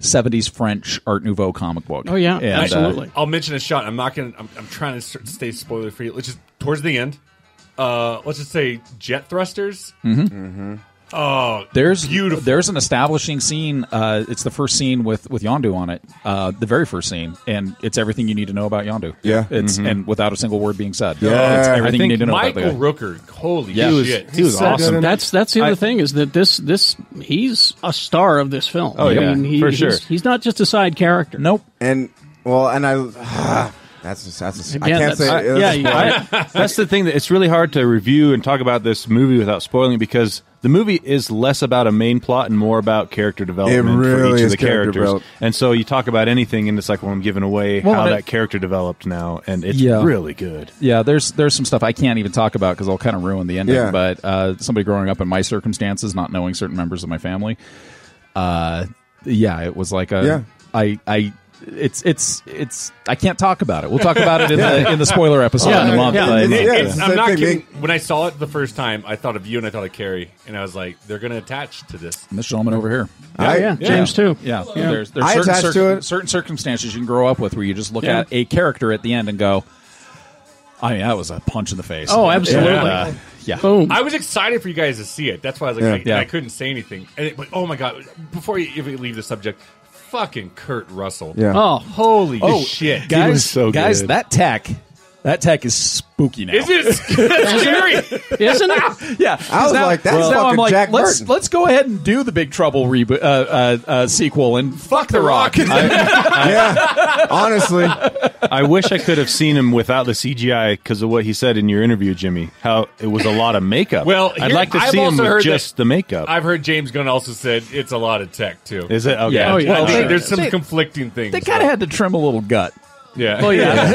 G: 70s french art nouveau comic book
B: Oh, yeah.
G: uh,
B: Absolutely.
E: I'll mention a shot. I'm not gonna. I'm, I'm trying to s- stay spoiler free. Let's just towards the end. Uh, let's just say jet thrusters. Mm-hmm. Oh,
G: There's
E: Beautiful.
G: There's an establishing scene. Uh, it's the first scene with with Yondu on it, uh, the very first scene, and it's everything you need to know about Yondu.
H: Yeah. Mm-hmm.
G: it's and without a single word being said.
H: Yeah.
G: it's
F: I
G: everything you need
F: think
G: to know
E: Michael
G: about the guy.
E: Rooker. Holy
G: Yeah. He was-
E: shit!
F: He was
C: So good
F: awesome.
C: in it.
B: That's that's the other
F: I-
B: thing is that this this he's a star of this film.
F: Oh, yeah,
B: he-
F: for
B: he's,
F: sure.
B: He's not just a side character.
G: Nope.
H: And well, and I. ah, that's that's. I
B: Again,
H: can't say.
B: that's-
H: that's-
B: yeah, you-
F: I- that's the thing that it's really hard to review and talk about this movie without spoiling because the movie is less about a main plot and more about character development for
H: really
F: each of
H: is
F: the
H: character
F: characters.
H: develop-
F: And so you talk about anything and it's like, well, I'm giving away
G: Well,
F: how
G: and
F: that
G: it-
F: character developed now, and it's
G: Yeah.
F: really good.
G: Yeah, there's there's some stuff I can't even talk about because I'll kind of ruin the ending.
H: Yeah.
G: But uh, somebody growing up in my circumstances, not knowing certain members of my family, uh, yeah, it was like a
H: Yeah.
G: I I it's it's it's I can't talk about it. We'll talk about it in the in the spoiler episode
B: Yeah,
G: in a month.
B: yeah,
G: but-
H: it's- yeah,
E: It's-
H: it's the
E: I'm
H: same
E: not
H: thing,
E: kidding. When I saw it the first time, I thought of you and I thought of Carrie, and I was like, "They're gonna attach to this."
G: This gentleman over here.
H: I-
B: yeah, James too.
G: Yeah, there's, there's
H: I
G: certain,
H: attach
G: cir-
H: to it.
G: certain circumstances you can grow up with where you just look
B: Yeah.
G: at a character at the end and go, I mean, that was a punch in the face.
B: Oh, absolutely.
G: And, uh, yeah.
B: Boom.
E: I was excited for you guys to see it. That's why I was like,
H: Yeah.
E: I,
G: Yeah.
E: I couldn't say anything. And it, but oh my god! Before you if we leave the subject, fucking Kurt Russell.
H: Yeah.
B: oh,
E: Holy shit!
G: guys,
F: was so
G: guys,
F: good.
G: that tech That tech is spooky now.
E: Is it scary?
B: Isn't it?
G: Yeah,
H: I was
G: now-
H: like, that's
G: now
H: fucking
G: I'm like,
H: Jack
G: let's
H: Burton.
G: let's go ahead and do the Big Trouble reboot uh, uh, uh, sequel and fuck, the Rock.
H: yeah, honestly,
F: I wish I could have seen him without the CGI because of what he said in your interview, Jimmy. How it was a lot of makeup.
E: Well,
F: I'd
E: here-
F: like to
E: I've
F: see him
E: also
F: with
E: heard
F: just
E: that-
F: the makeup.
E: I've heard James Gunn also said it's a lot of tech too.
F: Is it? Okay.
G: Yeah. Oh, yeah.
E: I
G: Well,
E: think
G: they-
E: there's some
G: they-
E: conflicting things.
G: they kind of had to trim a little gut.
E: yeah.
B: Oh yeah.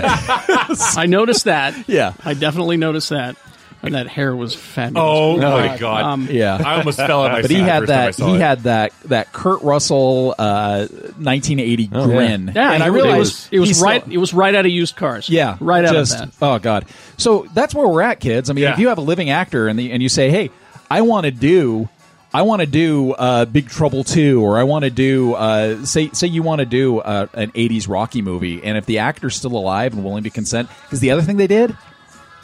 B: I noticed that.
G: Yeah.
B: I definitely noticed that. And that hair was fabulous. Um,
E: Oh my god.
G: Um, Yeah.
E: I almost fell out of my
G: But
E: seat
G: he
E: the
G: had
E: first time I
G: that.
E: saw
G: He
E: it.
G: had that that Kurt Russell uh, 1980
F: Oh, yeah.
G: grin.
B: Yeah,
G: and I
B: it
G: realized
B: was, it was
G: he's
B: right.
G: still-
B: it was right out of used cars.
G: Yeah,
B: right out
G: just,
B: of that.
G: Oh god. So that's where we're at, kids. I mean,
E: Yeah.
G: if you have a living actor and the, and you say, "Hey, I want to do, I want to do uh, Big Trouble 2, or I want to do, uh, say, say you want to do uh, an '80s Rocky movie," and if the actor's still alive and willing to consent, because the other thing they did,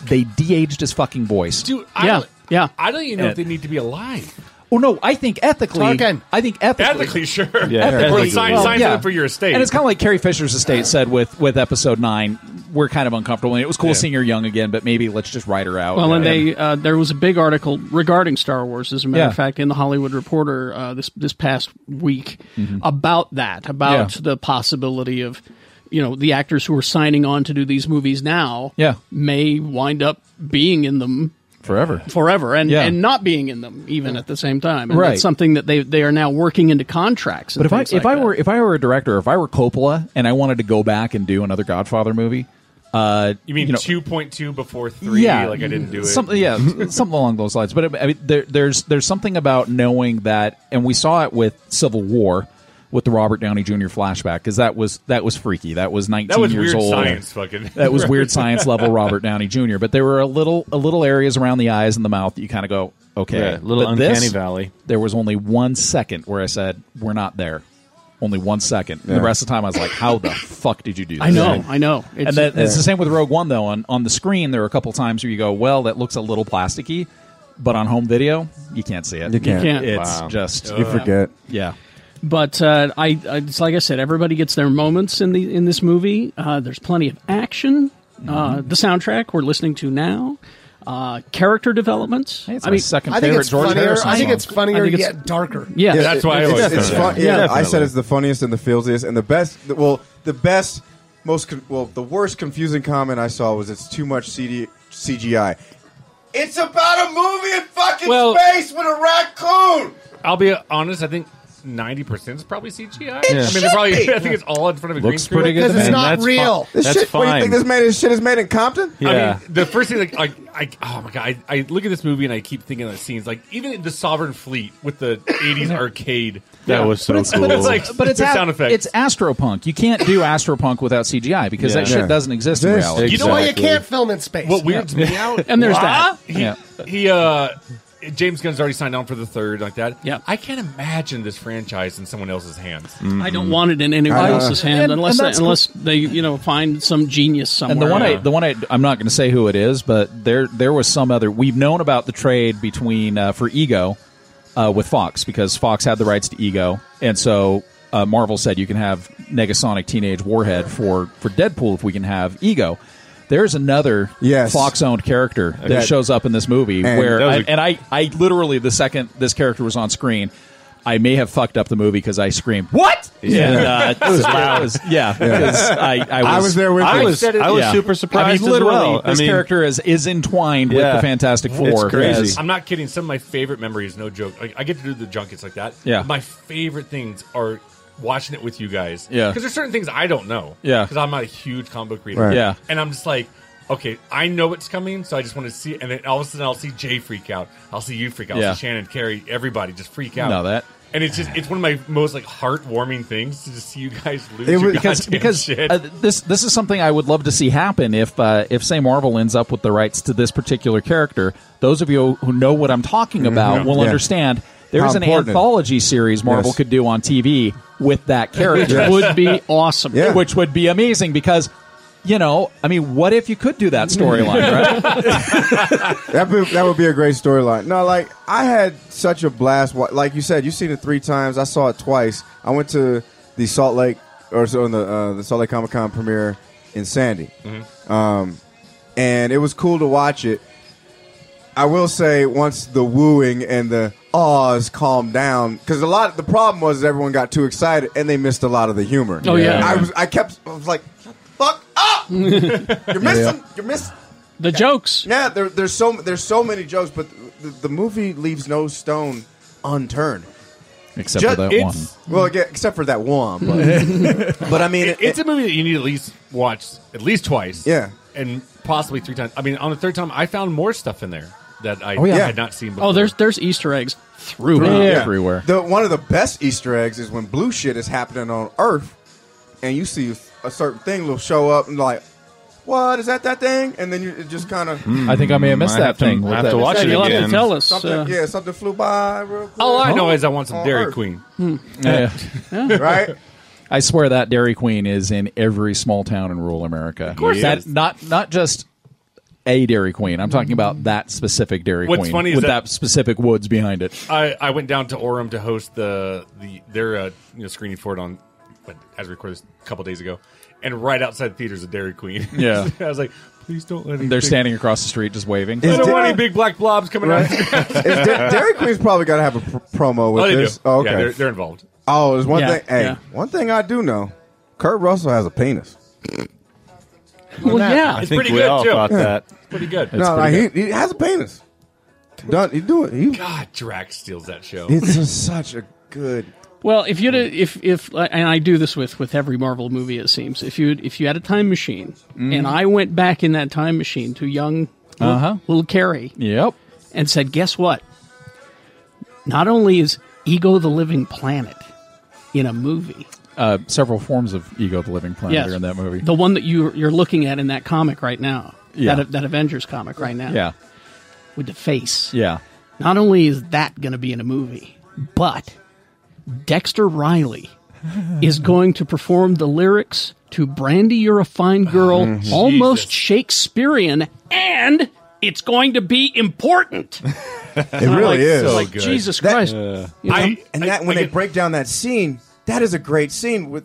G: they de-aged his fucking voice.
E: Dude, I
B: Yeah,
E: don't,
B: yeah.
E: I don't even know if they need to be alive.
G: oh no, I think ethically,
C: Talking.
G: I think ethically,
E: Ethically, sure.
F: Yeah.
E: Or
F: Ethically.
E: sign,
G: Well,
E: sign
G: yeah.
E: them for your estate.
G: And it's kind of like Carrie Fisher's estate said with with episode nine. We're kind of uncomfortable, and it was cool
E: Yeah.
G: seeing her young again, but maybe let's just write her out.
B: Well, and
G: Yeah.
B: they uh, there was a big article regarding Star Wars, as a matter of
G: Yeah.
B: fact, in the Hollywood Reporter uh, this this past week about that, about
G: Yeah.
B: the possibility of you know the actors who are signing on to do these movies now,
G: Yeah.
B: may wind up being in them
G: forever.
B: forever and,
G: Yeah.
B: and not being in them even at the same time. And
G: Right.
B: that's something that they they are now working into contracts. and
G: But if I
B: things
G: if
B: like
G: I
B: that.
G: were if I were a director, if I were Coppola and I wanted to go back and do another Godfather movie, uh,
E: you mean
G: know,
E: 2.2 before 3?
G: yeah,
E: Like I didn't do it.
G: Something, yeah, something along those lines. But I mean, there, there's there's something about knowing that, and we saw it with Civil War, with the Robert Downey Jr. flashback, because that was that was freaky. That was 19
E: That was
G: years
E: weird
G: old.
E: science, fucking.
G: That was weird science level Robert Downey Jr. But there were a little a little areas around the eyes and the mouth that you kind of go, okay,
F: Yeah, little
G: But this,
F: uncanny valley.
G: There was only one second where I said, "We're not there." Only one second. And the rest of the time, I was like, "How the fuck did you do?" This?
B: I know, I know. It's,
G: and then it's the same with Rogue One though. On on the screen, there are a couple times where you go, "Well, that looks a little plasticky," but on home video, you can't see it.
H: You can't.
B: can't.
G: It's just
H: you forget.
G: yeah.
B: But uh, I, I, it's like I said, everybody gets their moments in the in this movie. Uh, there's plenty of action. Uh,
G: Mm-hmm.
B: the soundtrack we're listening to now, uh, character developments.
G: Hey, it's
B: I
G: my
B: mean,
G: second
C: I think
G: favorite
C: it's
G: George
C: funnier.
G: Harrison
C: I think
G: song.
C: it's funnier
B: I think it's-
C: yet darker.
B: yeah,
H: Yeah,
E: That's why I
H: it's,
E: always
H: it's
E: said
H: fun-
F: that.
H: yeah, I
F: Definitely.
H: said it's the funniest and the filthiest and the best. the- Well, the best, most con- well, the worst confusing comment I saw was it's too much CD, CGI. It's about a movie in fucking
E: Well-
H: space with a raccoon.
E: I'll be honest. I think 90% is probably CGI. I mean,
H: should
E: they're probably,
H: be.
E: I think it's all in front of a green
F: Looks
E: screen.
F: pretty good.
C: Because
F: to
C: it's
F: me.
C: not
F: That's
C: real.
F: Fi-
H: This
F: that's
H: shit,
F: fine.
H: What do you think this made? This shit is made in Compton.
F: Yeah.
E: I mean, the first thing like I, I oh my god, I, I look at this movie and I keep thinking of the scenes like even the Sovereign Fleet with the '80s arcade.
F: that was so
G: but it's,
F: cool.
G: but it's
E: Like,
G: but it's
E: the
G: a-
E: sound effects.
G: It's Astropunk. You can't do Astropunk without CGI because that
F: Yeah.
G: shit
H: Yeah.
G: doesn't exist in
H: This-
G: reality.
E: You
C: You know why you
F: Exactly.
C: can't film in space?
E: What weirds me out,
B: And there's that.
E: He,
G: Yeah.
E: he, uh, James Gunn's already signed on for the third, like that.
B: Yeah.
E: I can't imagine this franchise in someone else's hands.
F: Mm-hmm.
B: I don't want it in anybody
H: Uh,
B: else's hand
G: and-
B: unless
G: and
B: they,
G: that's cool.
B: unless they you know find some genius somewhere.
G: And the one I
E: Yeah.
G: the one I I'm not going to say who it is, but there there was some other we've known about the trade between uh, for Ego uh, with Fox because Fox had the rights to Ego, and so uh, Marvel said you can have Negasonic Teenage Warhead for for Deadpool if we can have Ego. There's another
H: Yes.
G: Fox owned character that, shows up in this movie
H: And
G: where
F: that was
G: I,
F: a-
G: and I I literally the second this character was on screen. I may have fucked up the movie because I screamed "What?"
F: Yeah.
G: and, uh, it was loud. yeah, because I,
H: I was there with.
F: I
H: you.
F: was I was super surprised.
G: I mean, literally,
F: as well.
G: this
F: I mean,
G: character is is entwined
F: Yeah.
G: with the Fantastic Four.
F: It's crazy.
E: I'm not kidding. Some of my favorite memories, no joke. Like, I get to do the junkets like that.
G: Yeah.
E: My favorite things are watching it with you guys.
G: Yeah.
E: Because there's certain things I don't know.
G: Yeah.
E: Because I'm not a huge comic book reader.
H: Right.
G: Yeah.
E: And I'm just like, okay, I know it's coming, so I just want to see it. And then all of a sudden, I'll see Jay freak out. I'll see you freak out.
G: Yeah.
E: I'll see Shannon, Carrie, everybody just freak out.
G: Know that.
E: And it's just it's one of my most like heartwarming things to just see you guys lose
H: It
E: your
H: was-
G: because
E: goddamn
G: because
E: shit.
G: uh, this this is something I would love to see happen if uh, if say Marvel ends up with the rights to this particular character. Those of you who know what I'm
F: Mm-hmm.
G: talking about will
H: Yeah.
G: understand. There
H: How
G: is an
H: important.
G: anthology series Marvel
H: Yes.
G: could do on TV with that character.
H: Yes.
B: would be awesome.
H: Yeah.
G: which would be amazing because you know i mean what if you could do that storyline right
H: That be, that would be a great storyline. No, like I had such a blast. wa- Like you said, you've seen it three times. I saw it twice. I went to the Salt Lake or so in the uh, the Salt Lake Comic Con premiere in Sandy. Um, and it was cool to watch it. I will say once the wooing and the awes calmed down, because a lot the problem was everyone got too excited and they missed a lot of the humor.
B: Oh, yeah.
H: I was I kept I was like, Shut the fuck up! you're missing, you're missing.
B: The jokes.
H: Yeah, there, there's so there's so many jokes, but the, the movie leaves no stone unturned.
G: except
H: Ju-
G: for that one.
H: it's- Well, yeah, except for that one, but, but I mean,
E: It- it's a movie that you need to at least watch at least twice.
H: Yeah.
E: and possibly three times. I mean, on the third time, I found more stuff in there that I
H: yeah.
E: had not seen. before.
B: Oh, there's there's Easter eggs through
G: Throughout.
B: it.
H: Yeah.
G: everywhere.
H: The, one of the best Easter eggs is when blue shit is happening on Earth, and you see a certain thing will show up and like, what is that? That thing? And then you it just kind of
G: I think I may have
E: Hmm,
G: missed
F: I
G: that
F: have to-
G: thing.
F: I
G: What
F: have
G: the-
F: to watch
B: Yeah,
F: it
B: you'll have to
F: again. Oh.
B: tell us.
H: something.
B: uh,
H: yeah, something flew by. Real quick.
E: All I know is I want some
H: On
E: Dairy
H: Earth.
E: Queen.
B: Hmm.
G: Yeah.
H: right?
G: I swear that Dairy Queen is in every small town in rural America. Of
E: course it
G: that,
E: is.
G: not not just a Dairy Queen. I'm talking about that specific Dairy
E: What's
G: Queen
E: funny is
G: with
E: that-
G: that, specific woods behind it.
E: I, I went down to Orem to host the the their uh, you know screening for it on but as recorded a couple days ago, and right outside the theaters of Dairy Queen.
G: Yeah.
E: I was like, please don't let. any
G: They're
E: big-
G: standing across the street just waving.
E: I don't
H: Is
E: want
H: Dairy-
E: any big black blobs coming out.
H: Is Da- Dairy Queen's probably got to have a pr- promo with
E: oh, they do.
H: this. Oh, okay.
E: Yeah, they're, they're involved.
H: oh, there's one
B: Yeah,
H: thing. Hey,
B: yeah.
H: one thing I do know: Kurt Russell has a penis.
B: well, yeah.
F: I think
E: pretty
F: we
E: good,
F: all
E: too.
F: thought that.
E: Pretty good.
H: no, like, he, he has a penis. Done. He do it. He,
E: God, Ah, Drax steals that show.
H: it's just such a good.
B: Well, if you'd if if and I do this with with every Marvel movie, it seems if you if you had a time machine
G: Mm-hmm.
B: and I went back in that time machine to young little,
G: Uh-huh.
B: little Carrie
G: Yep.
B: and said, guess what? Not only is Ego the Living Planet in a movie,
G: Uh, several forms of Ego the Living Planet
B: Yes.
G: are in that movie.
B: the one that you you're looking at in that comic right now,
G: Yeah.
B: that that Avengers comic right now,
G: yeah.
B: with the face.
G: Yeah.
B: Not only is that going to be in a movie, but Dexter Riley is going to perform the lyrics to Brandy You're a Fine
G: Oh,
B: Girl, almost Shakespearean, and it's going to be important.
H: It really is.
E: so
B: like,
E: good.
B: Jesus
H: That-
B: Christ. You know?
E: I-
H: and that when
E: I
H: they
E: get-
H: break down that scene, that is a great scene with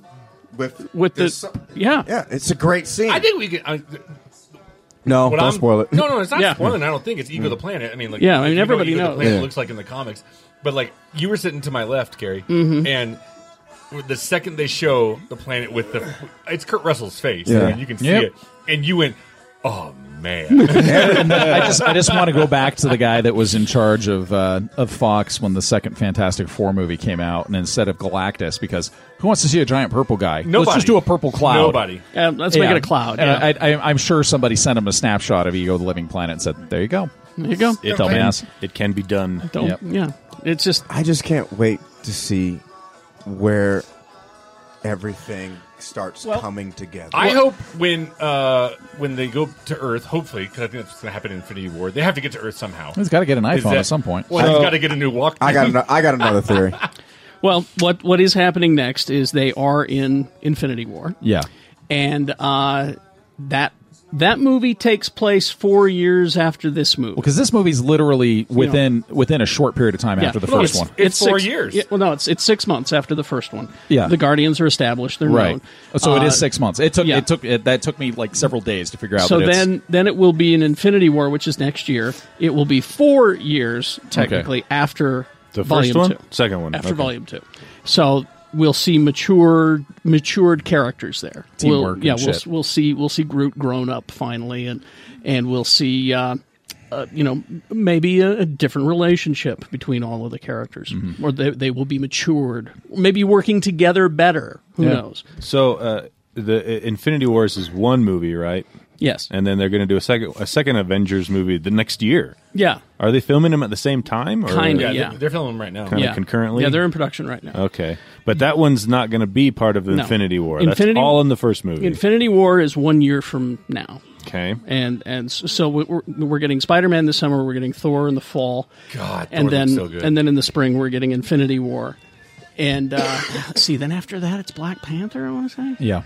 H: with
B: with the.
H: there's so-
B: yeah.
H: yeah, it's a great scene.
E: I think we could. I,
H: no,
E: what
H: don't
E: I'm-
H: spoil it.
E: No, no, it's not
B: Yeah.
E: spoiling. I don't think it's Ego the Planet. I mean, like,
B: Yeah, I mean,
E: you know what
B: everybody
E: Ego
B: knows.
E: the Planet
H: Yeah.
E: looks like in the comics. But like, you were sitting to my left, Gary,
B: Mm-hmm.
E: and with the second they show the planet with the, it's Kurt Russell's face.
H: Yeah.
E: I mean, you can see
G: Yep.
E: it, and you went, "Oh man!"
G: I just I just want to go back to the guy that was in charge of uh, of Fox when the second Fantastic Four movie came out, and instead of Galactus, because who wants to see a giant purple guy?
E: Nobody.
G: Let's just do a purple cloud.
E: Nobody.
B: Um, let's make
G: Yeah.
B: it a cloud.
G: And
B: Yeah.
G: I, I, I'm sure somebody sent him a snapshot of Ego the Living Planet and said, "There you go,
B: there you go.
F: It
G: dumbass."
F: can, it can be done.
B: Don't,
G: Yep.
B: Yeah. It's just.
H: I just can't wait to see where everything starts coming together.
E: I hope when uh, when they go to Earth, hopefully, because I think that's what's going to happen in Infinity War. They have to get to Earth somehow.
G: He's got to get an
E: Is
G: iPhone
E: that-
G: at some point.
E: Well, he's got to get a new walk.
H: I got an, uh, I got another theory.
B: Well, what, what is happening next is they are in Infinity War.
G: yeah,
B: and uh, that that movie takes place four years after this movie.
G: because this movie's literally within within a short period of time
B: Yeah.
G: after the
B: Well,
G: first
B: it's-
G: one.
E: It's four
B: six-
E: years.
B: yeah, well, no, it's it's six months after the first one.
G: Yeah.
B: the Guardians are established. They're
G: Right,
B: known.
G: so it
B: Uh,
G: is six months. It took
B: yeah.
G: it took it, that took me like several days to figure out.
B: So
G: that it's-
B: then, then it will be an Infinity War, which is next year. It will be four years technically after
F: The first
B: Volume
F: one?
B: Two,
F: Second one,
B: after
F: okay.
B: Volume Two. So we'll see mature matured characters there.
G: Teamwork
B: We'll,
G: and
B: yeah, we'll
G: shit.
B: we'll see we'll see Groot grown up finally, and and we'll see. Uh, uh, you know, maybe a, a different relationship between all of the characters,
G: Mm-hmm.
B: or they, they will be matured, maybe working together better. Who
G: Yeah.
B: knows?
F: So uh, the uh, Infinity Wars is one movie, right?
B: Yes.
F: And then they're going to do a second a second Avengers movie the next year.
B: yeah.
F: Are they filming them at the same time? Or?
B: Kinda.
E: Yeah,
B: Yeah.
E: They're, they're filming right now.
F: Kinda
B: yeah.
F: concurrently?
B: Yeah, they're in production right now.
F: Okay, but that one's not going to be part of the
B: No.
F: Infinity War.
B: Infinity-
F: That's all in the first movie.
B: Infinity War is one year from now,
F: okay,
B: and and so we- we're, we're getting Spider Man this summer. We're getting Thor in the fall.
E: God,
B: and
E: Thor
B: then
E: looks so good.
B: and then in the spring we're getting Infinity War, and uh, let's see. Then after that it's Black Panther. I want to say,
G: yeah.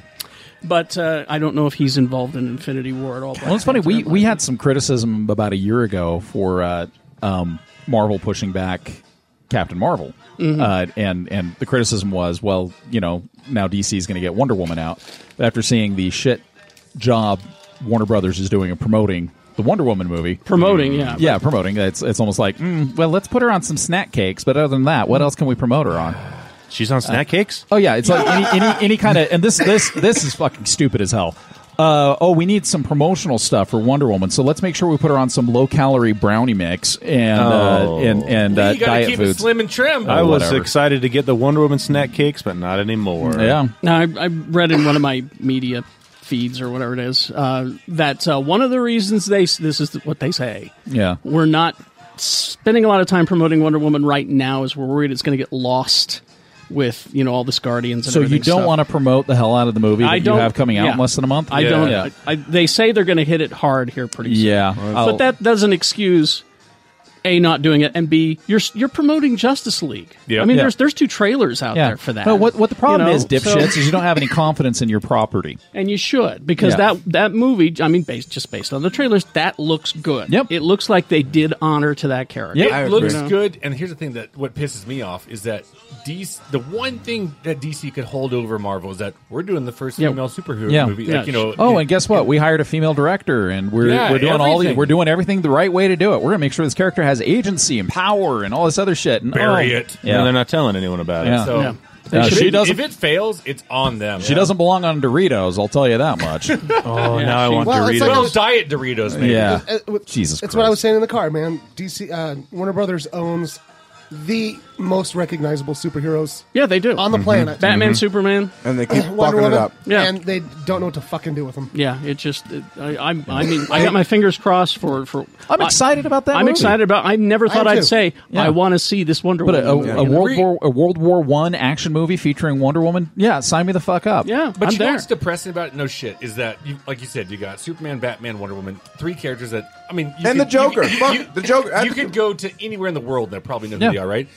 B: but uh, I don't know if he's involved in Infinity War at all.
G: Well, it's funny. We we had some criticism about a year ago for uh, um, Marvel pushing back Captain Marvel,
B: Mm-hmm.
G: uh, and and the criticism was, well, you know, now DC is going to get Wonder Woman out. But after seeing the shit job Warner Brothers is doing and promoting the Wonder Woman movie.
B: Promoting, yeah.
G: Yeah, promoting. It's it's almost like, mm, well, let's put her on some snack cakes. But other than that, what else can we promote her on?
F: She's on snack cakes.
G: Oh yeah, it's like any any, any kind of and this this this is fucking stupid as hell. Uh, oh, we need some promotional stuff for Wonder Woman, so let's make sure we put her on some low calorie brownie mix and
F: Oh.
G: uh, and and
E: You
G: uh,
E: gotta
G: diet
E: keep
G: foods.
E: it slim and trim.
F: I was
G: whatever.
F: excited to get the Wonder Woman snack cakes, but not anymore.
G: Yeah,
B: Now, I, I read in one of my media feeds or whatever it is uh, that uh, one of the reasons they this is what they say
G: yeah.
B: we're not spending a lot of time promoting Wonder Woman right now is we're worried it's going to get lost with you know all this Guardians. And
G: So you don't want to promote the hell out of the movie that
B: I don't
G: you have coming out
B: yeah.
G: in less than a month.
B: I
E: Yeah.
B: don't.
G: Yeah.
B: I, I, they say they're going to hit it hard here pretty soon.
G: Yeah, Oh. I'll-
B: but that doesn't excuse a not doing it and b you're you're promoting Justice League.
E: Yeah.
B: I mean,
G: Yeah.
B: there's there's two trailers out there for that.
G: No, what what the problem
B: You know,
G: is, dipshits,
B: so-
G: is you don't have any confidence in your property.
B: and you should because
G: Yeah.
B: that that movie. I mean, based just based on the trailers, that looks good.
G: Yep.
B: it looks like they did honor to that character.
G: Yep.
E: It looks good, and here's the thing that what pisses me off is that DC. The one thing that DC could hold over Marvel is that we're doing the first
B: Yeah.
E: female superhero
G: Yeah.
E: movie.
B: Yeah.
E: Like you know,
G: Oh,
E: it-
G: and guess what? We hired a female director, and we're
E: Yeah,
G: we're doing all the,
E: everything.
G: we're doing everything the right way to do it. We're gonna make sure this character has agency and power and all this other shit. And,
E: Bury
G: oh,
E: it.
F: Yeah.
G: Yeah.
F: And they're not telling anyone about
G: Yeah.
F: it.
E: so
B: Yeah.
G: Uh,
E: if
G: she
E: it-
G: doesn't-
E: If it fails, it's on them.
G: She doesn't belong on Doritos. I'll tell you that much.
F: Oh, now I
B: she-
F: want
C: Well,
F: Doritos.
C: it's like
E: Well, diet Doritos, maybe.
G: yeah.
C: Uh, with-
G: Jesus
C: That's what I
G: Christ.
C: was saying in the car, man. DC uh, Warner Brothers owns the most recognizable superheroes
B: Yeah, they do. Mm-hmm.
C: on the planet. Mm-hmm.
B: Batman, Superman.
H: and they keep fucking
C: Wonder
H: it
C: Woman,
H: up.
B: Yeah.
C: and they don't know what to fucking do with them.
B: Yeah, it just it, I, I'm. I mean, I got my fingers crossed for for.
G: I'm
B: I-
G: excited about that
B: I'm
G: movie.
B: excited about. I never thought
C: am
B: I'd
C: too.
B: say
G: Yeah.
B: I want to see this Wonder
G: But
B: Woman.
G: a, a,
B: movie.
G: a World War a World War One action movie featuring Wonder Woman, yeah, sign me the fuck up.
B: yeah,
E: But
B: I'm
E: you know
B: there.
E: what's depressing about it? no shit is that you, like you said you got Superman, Batman, Wonder Woman, three characters that I mean, you
H: And the Joker. Fuck, the Joker. I-
E: You could go to anywhere in the world and they probably know who
G: Yeah.
E: they are, right?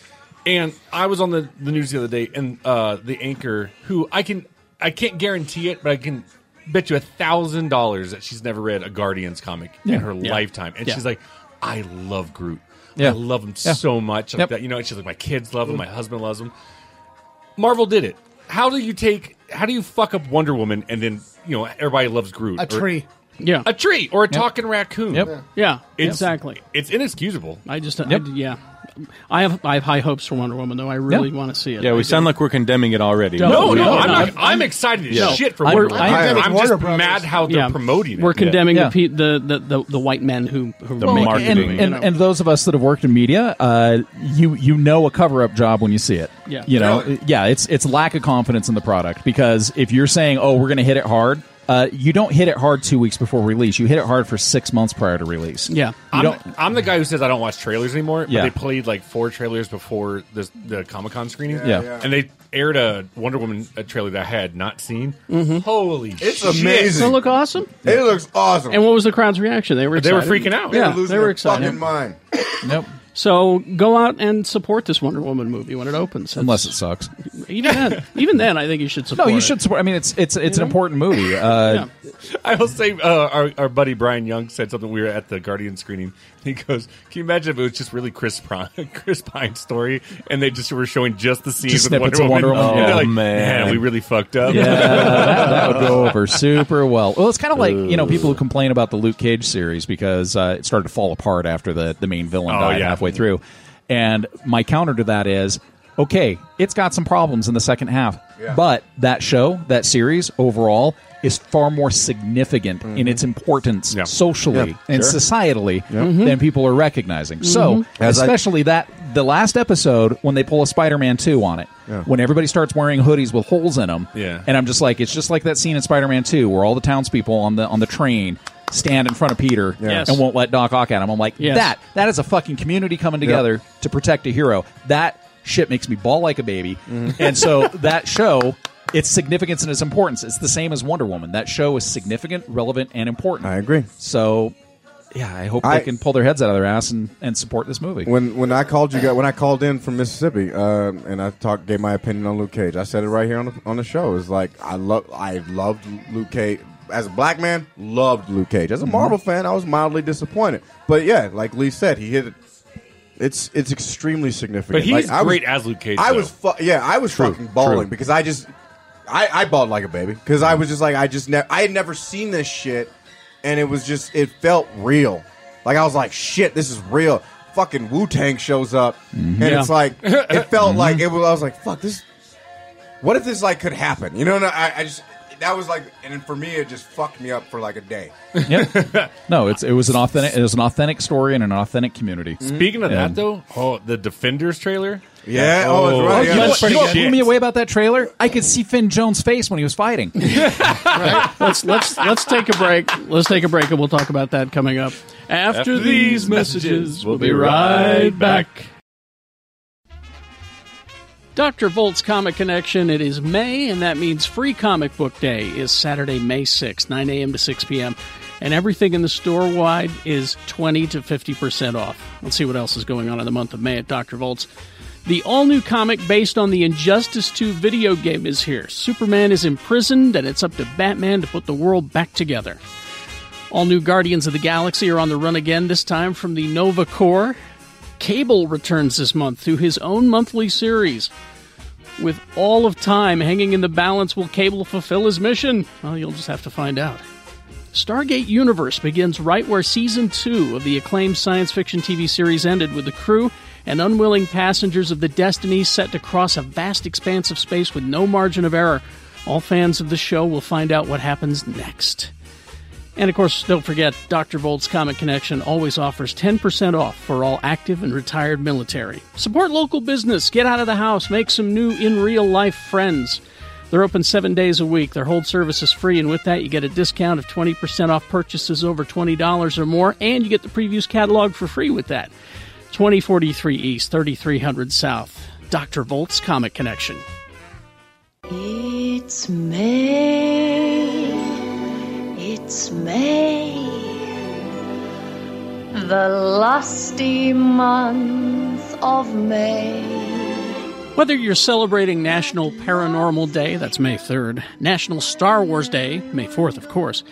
E: And I was on the, the news the other day, and uh, the anchor who I can I can't guarantee it, but I can bet you a thousand dollars that she's never read a Guardians comic in her lifetime, and
B: Yeah.
E: she's like, I love Groot.
G: Yeah.
E: I love him
G: Yeah.
E: so much. Like
G: Yep.
E: that, you know, and she's like, my kids love
B: Mm-hmm.
E: him, my husband loves him. Marvel did it. How do you take? How do you fuck up Wonder Woman and then you know everybody loves Groot?
C: A
E: or-
C: tree.
B: yeah,
E: a tree, or a talking raccoon.
G: Yep.
B: yeah,
E: It's-
B: exactly.
E: It's inexcusable.
B: I just, I-
G: Yep.
B: yeah, I have I have high hopes for Wonder Woman though. I really
G: Yeah.
B: want to see it.
F: yeah,
B: I
F: we
B: do.
F: sound like we're condemning it already.
E: No,
B: No,
E: no,
B: no,
E: I'm
B: no.
E: not. I'm excited as
F: Yeah.
E: shit for
B: I'm-
E: Wonder Woman.
B: I'm-
E: I'm,
C: I'm
E: just
C: Warner Brothers.
E: mad how they're
B: yeah.
E: promoting it.
B: We're condemning
G: Yeah.
B: The, pe- the, the the the white men who who
F: The
B: make it.
F: marketing.
G: And,
F: Doing,
G: and,
B: you know.
G: and those of us that have worked in media, uh, you you know a cover up job when you see it.
B: Yeah.
G: you know, yeah, it's it's lack of confidence in the product because if you're saying, oh, we're going to hit it hard, uh, you don't hit it hard two weeks before release. You hit it hard for six months prior to release.
B: Yeah.
G: you
E: I'm,
G: don't.
E: I'm the guy who says I don't watch trailers anymore,
G: Yeah.
E: but they played like four trailers before the, the Comic Con screening.
G: Yeah. Yeah.
E: And they aired a Wonder Woman a trailer that I had not seen.
B: mm-hmm.
E: Holy
H: It's
E: shit.
H: amazing.
B: Doesn't it look awesome?
H: It looks awesome.
B: And what was the crowd's reaction? They were
E: They were
B: excited.
E: freaking out.
B: Yeah,
H: They're losing
B: they were
H: their
B: excited.
H: fucking mind.
G: Nope.
B: So go out and support this Wonder Woman movie when it opens. That's-
G: Unless it sucks.
B: even then, even then, I think you should
G: No,
B: support.
G: you
B: it.
G: should support. I mean, it's it's it's
F: Mm-hmm.
G: an important movie. Uh,
E: I will say, uh, our, our buddy Brian Young said something. We were at the Guardian screening. He goes, "Can you imagine if it was just really Chris Pine, Chris Pine's story, and they just were showing just the scenes
G: Just
E: with Wonder
G: snippets of
E: Woman?
G: Wonder Woman.
E: And they're
F: Oh,
E: like,
F: man.
E: we really fucked up."
G: Yeah, that, that would go over super well. Well, it's kind of like you know people who complain about the Luke Cage series because uh, it started to fall apart after the the main villain
E: Oh,
G: died
E: yeah.
G: halfway through. And my counter to that is, okay, it's got some problems in the second half, but that show, that series overall, is far more significant in its importance
E: Mm-hmm. Yeah. Mm-hmm.
G: socially
H: Yeah.
G: and
H: Sure.
G: societally than people are recognizing. So,
H: Mm-hmm. As I-
G: especially that the last episode when they pull a Spider-Man two on it, when everybody starts wearing hoodies with holes in them,
E: Yeah.
G: and I'm just like, it's just like that scene in Spider-Man 2 where all the townspeople on the on the train stand in front of Peter
B: Yes.
G: and won't let Doc Ock at him. I'm like,
B: Yes.
G: that that is a fucking community coming together to protect a hero. That shit makes me ball like a baby.
H: Mm-hmm.
G: And so that show its significance and its importance. It's the same as Wonder Woman. That show is significant, relevant, and important.
H: I agree.
G: So, yeah, I hope
H: I-
G: they can pull their heads out of their ass and, and support this movie.
H: When when I called you guys, when I called in from Mississippi, um, and I talked, gave my opinion on Luke Cage. I said it right here on the on the show. It's like I love, I loved Luke Cage as a black man. Loved Luke Cage
E: Mm-hmm.
H: as a Marvel fan. I was mildly disappointed, but yeah, like Lee said, he hit it. It's it's extremely significant.
E: But he's
H: Like, I was-
E: great as Luke Cage.
H: I
E: though.
H: was fu- yeah, I was fucking bawling because I just I I bawled like a baby because I was just like I just ne- I had never seen this shit and it was just it felt real. Like I was like, shit, this is real. Fucking Wu Tang shows up, and it's like it felt like it was. I was like, fuck this. What if this like could happen? You know, and I, I just that was like, and for me, it just fucked me up for like a day.
G: Yep. no, it's it was an authentic it was an authentic story and an authentic community.
E: Speaking of
G: Yeah.
E: that, though, oh, the Defenders trailer.
H: Yeah, oh, it's right.
E: you
H: yeah.
E: know what-
G: You know what
E: Shit.
G: blew me away about that trailer? I could see Finn Jones' face when he was fighting.
B: let's let's let's take a break. Let's take a break, and we'll talk about that coming up after, these messages. We'll be right back. Dr. Volt's Comic Connection. It is May, and that means Free Comic Book Day is Saturday, May 6th, 9 a.m. to 6 p.m. And everything in the store wide is 20 to 50% off. Let's see what else is going on in the month of May at Dr. Volt's. The all new comic based on the Injustice 2 video game is here. Superman is imprisoned, and it's up to Batman to put the world back together. All new Guardians of the Galaxy are on the run again, this time from the Nova Corps. Cable returns this month through his own monthly series. With all of time hanging in the balance, will Cable fulfill his mission? Well, you'll just have to find out. Stargate Universe begins right where season two of the acclaimed science fiction TV series ended, with the crew and unwilling passengers of the Destiny set to cross a vast expanse of space with no margin of error. All fans of the show will find out what happens next. And of course, don't forget, Dr. Volt's Comic Connection always offers 10% off for all active and retired military. Support local business, get out of the house, make some new in real life friends. They're open seven days a week. Their whole service is free, and with that, you get a discount of 20% off purchases over $20 or more, and you get the previews catalog for free with that. 2043 East, 3300 South. Dr. Volt's Comic Connection.
I: It's May. It's May. The lusty month of May.
B: Whether you're celebrating National Paranormal Day, that's May 3rd, National Star Wars Day, May 4th, of course,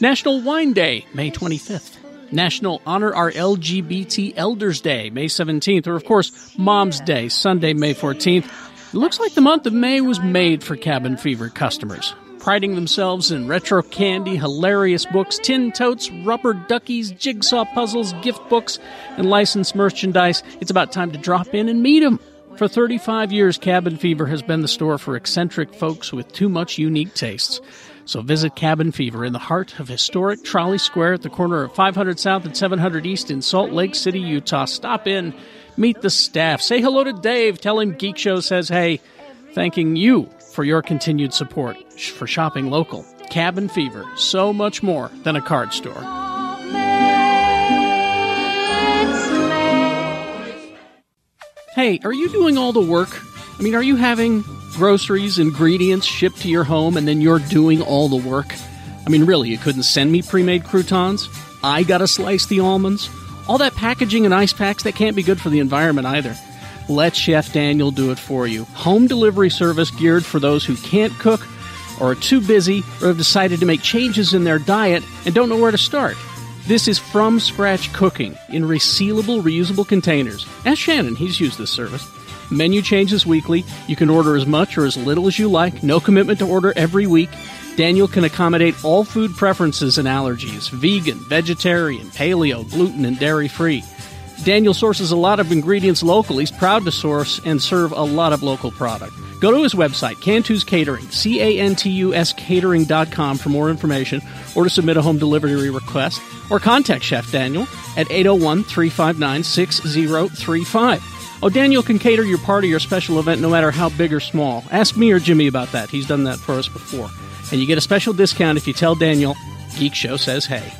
B: National Wine Day, May 25th, National Honor Our LGBT Elders Day, May 17th, or of course, Mom's Day, Sunday, May 14th, it looks like the month of May was made for Cabin Fever customers. Priding themselves in retro candy, hilarious books, tin totes, rubber duckies, jigsaw puzzles, gift books, and licensed merchandise, it's about time to drop in and meet them. For 35 years, Cabin Fever has been the store for eccentric folks with too much unique tastes. So visit Cabin Fever in the heart of historic Trolley Square at the corner of 500 South and 700 East in Salt Lake City, Utah. Stop in, meet the staff, say hello to Dave, tell him Geek Show says hey, thanking you for your continued support sh- for shopping local. Cabin Fever, so much more than a card store.
I: It's May.
B: Hey, are you doing all the work? I mean, are you having groceries, ingredients shipped to your home, and then you're doing all the work? I mean, really, you couldn't send me pre made croutons? I gotta slice the almonds? All that packaging and ice packs, that can't be good for the environment either. Let Chef Daniel do it for you. Home delivery service geared for those who can't cook, or are too busy, or have decided to make changes in their diet and don't know where to start. This is from scratch cooking in resealable, reusable containers. Ask Shannon, he's used this service. Menu changes weekly. You can order as much or as little as you like. No commitment to order every week. Daniel can accommodate all food preferences and allergies vegan, vegetarian, paleo, gluten, and dairy free. Daniel sources a lot of ingredients local. He's proud to source and serve a lot of local product. Go to his website, Cantus Catering, C A N T U S catering.com for more information or to submit a home delivery request or contact Chef Daniel at 801 359 6035. Oh, Daniel can cater your party or special event no matter how big or small. Ask me or Jimmy about that. He's done that for us before. And you get a special discount if you tell Daniel Geek Show says hey.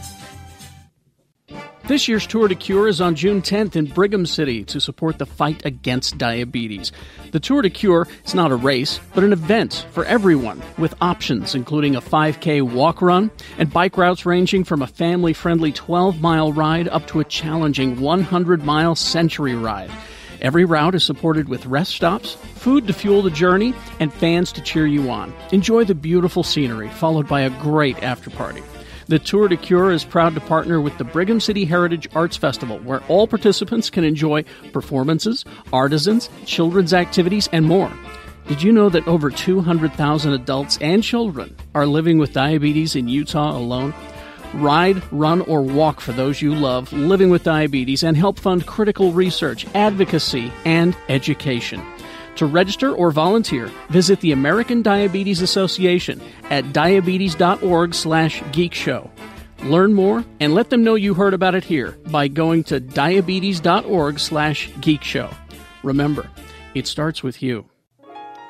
B: This year's Tour to Cure is on June 10th in Brigham City to support the fight against diabetes. The Tour to Cure is not a race, but an event for everyone with options including a 5K walk run and bike routes ranging from a family friendly 12 mile ride up to a challenging 100 mile century ride. Every route is supported with rest stops, food to fuel the journey, and fans to cheer you on. Enjoy the beautiful scenery, followed by a great after party. The Tour de Cure is proud to partner with the Brigham City Heritage Arts Festival, where all participants can enjoy performances, artisans, children's activities, and more. Did you know that over 200,000 adults and children are living with diabetes in Utah alone? Ride, run, or walk for those you love living with diabetes and help fund critical research, advocacy, and education. To register or volunteer, visit the American Diabetes Association at diabetes.org slash geekshow. Learn more and let them know you heard about it here by going to diabetes.org slash geekshow. Remember, it starts with you.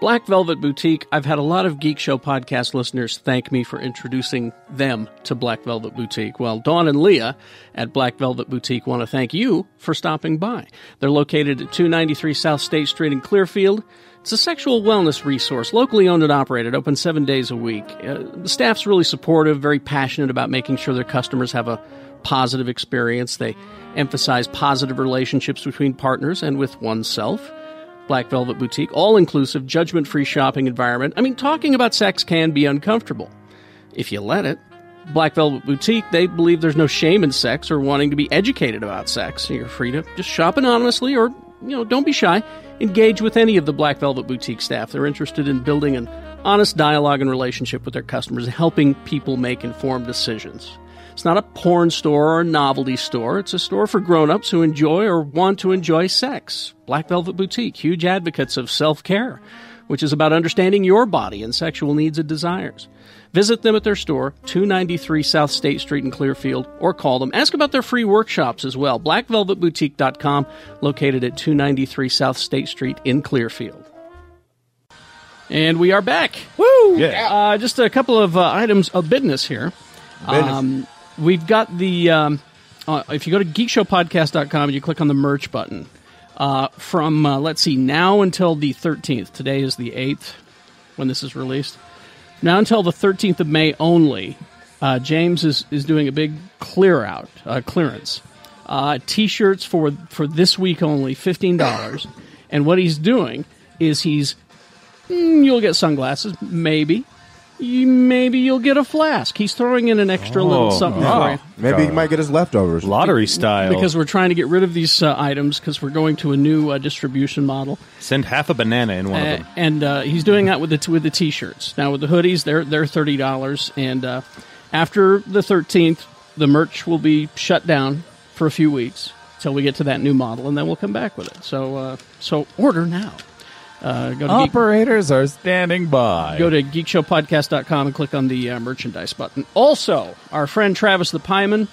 B: Black Velvet Boutique, I've had a lot of Geek Show podcast listeners thank me for introducing them to Black Velvet Boutique. Well, Dawn and Leah at Black Velvet Boutique want to thank you for stopping by. They're located at 293 South State Street in Clearfield. It's a sexual wellness resource, locally owned and operated, open seven days a week. Uh, the staff's really supportive, very passionate about making sure their customers have a positive experience. They emphasize positive relationships between partners and with oneself. Black Velvet Boutique, all inclusive, judgment free shopping environment. I mean, talking about sex can be uncomfortable if you let it. Black Velvet Boutique, they believe there's no shame in sex or wanting to be educated about sex. You're free to just shop anonymously or, you know, don't be shy. Engage with any of the Black Velvet Boutique staff. They're interested in building an honest dialogue and relationship with their customers, helping people make informed decisions. It's not a porn store or a novelty store. It's a store for grown-ups who enjoy or want to enjoy sex. Black Velvet Boutique, huge advocates of self-care, which is about understanding your body and sexual needs and desires. Visit them at their store, 293 South State Street in Clearfield, or call them. Ask about their free workshops as well. BlackVelvetBoutique.com, located at 293 South State Street in Clearfield. And we are back. Woo!
F: Yeah.
B: Uh, just a couple of uh, items of business here. Um, we've got the um, uh, if you go to geekshowpodcast.com and you click on the merch button uh, from uh, let's see now until the 13th today is the 8th when this is released now until the 13th of may only uh, james is, is doing a big clear out uh, clearance uh, t-shirts for for this week only $15 and what he's doing is he's mm, you'll get sunglasses maybe you, maybe you'll get a flask he's throwing in an
F: Oh,
B: extra little something for you
H: Maybe he might get his leftovers.
F: Lottery style.
B: because we're trying to get rid of these uh, items because we're going to a new uh, distribution model.
F: Send half a banana in one
B: Uh,
F: of them.
B: and uh, he's doing that with the with the t-shirts. Now with the hoodies, they're they're thirty dollars, and uh, after the thirteenth, the merch will be shut down for a few weeks till we get to that new model, and then we'll come back with it. So uh, so order now. Uh, go to
G: Oh,
B: Geek-
G: Operators are standing by.
B: Go to geekshowpodcast.com and click on the uh, merchandise button. Also, our friend Travis the Pieman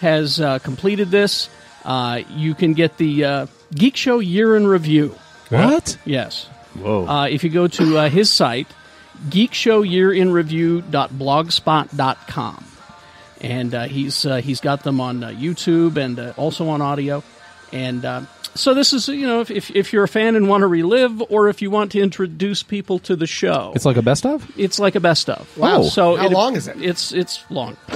B: has uh, completed this. Uh, you can get the uh, Geek Show Year in Review.
G: what?
B: Yes.
F: Whoa.
B: Uh, if you go to uh, his site, geekshowyearinreview.blogspot.com. And uh, he's uh, he's got them on uh, YouTube and uh, also on audio. And uh, so this is, you know, if, if, if you're a fan and want to relive or if you want to introduce people to the show
G: It's like a best of?
B: it's like a best of.
C: Wow.
B: So
C: How long is it?
B: It's it's long.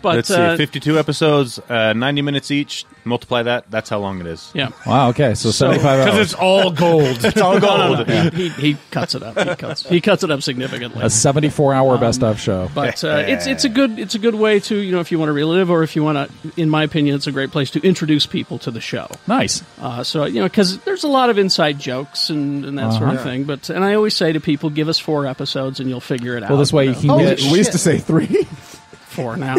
B: but
F: Let's
B: uh,
F: see, 52 episodes, uh, 90 minutes each. Multiply that. That's how long it is.
B: yeah.
G: Wow, okay. So, 75
E: Because
G: hours.
E: it's all gold. it's all
B: No, no, no, he, he, he cuts it up. He cuts, he cuts it up significantly.
G: A 74 hour best of show.
B: Um, But uh, it's it's a good it's a good way to you know if you want to relive or if you want to in my opinion it's a great place to introduce people to the show.
G: Nice.
B: Uh, so you know because there's a lot of inside jokes and, and that sort
G: Uh-huh.
B: of thing. But and I always say to people, give us four episodes and you'll figure it out.
G: Well, this way you can
C: Holy
G: get.
H: We used to say three.
B: four now.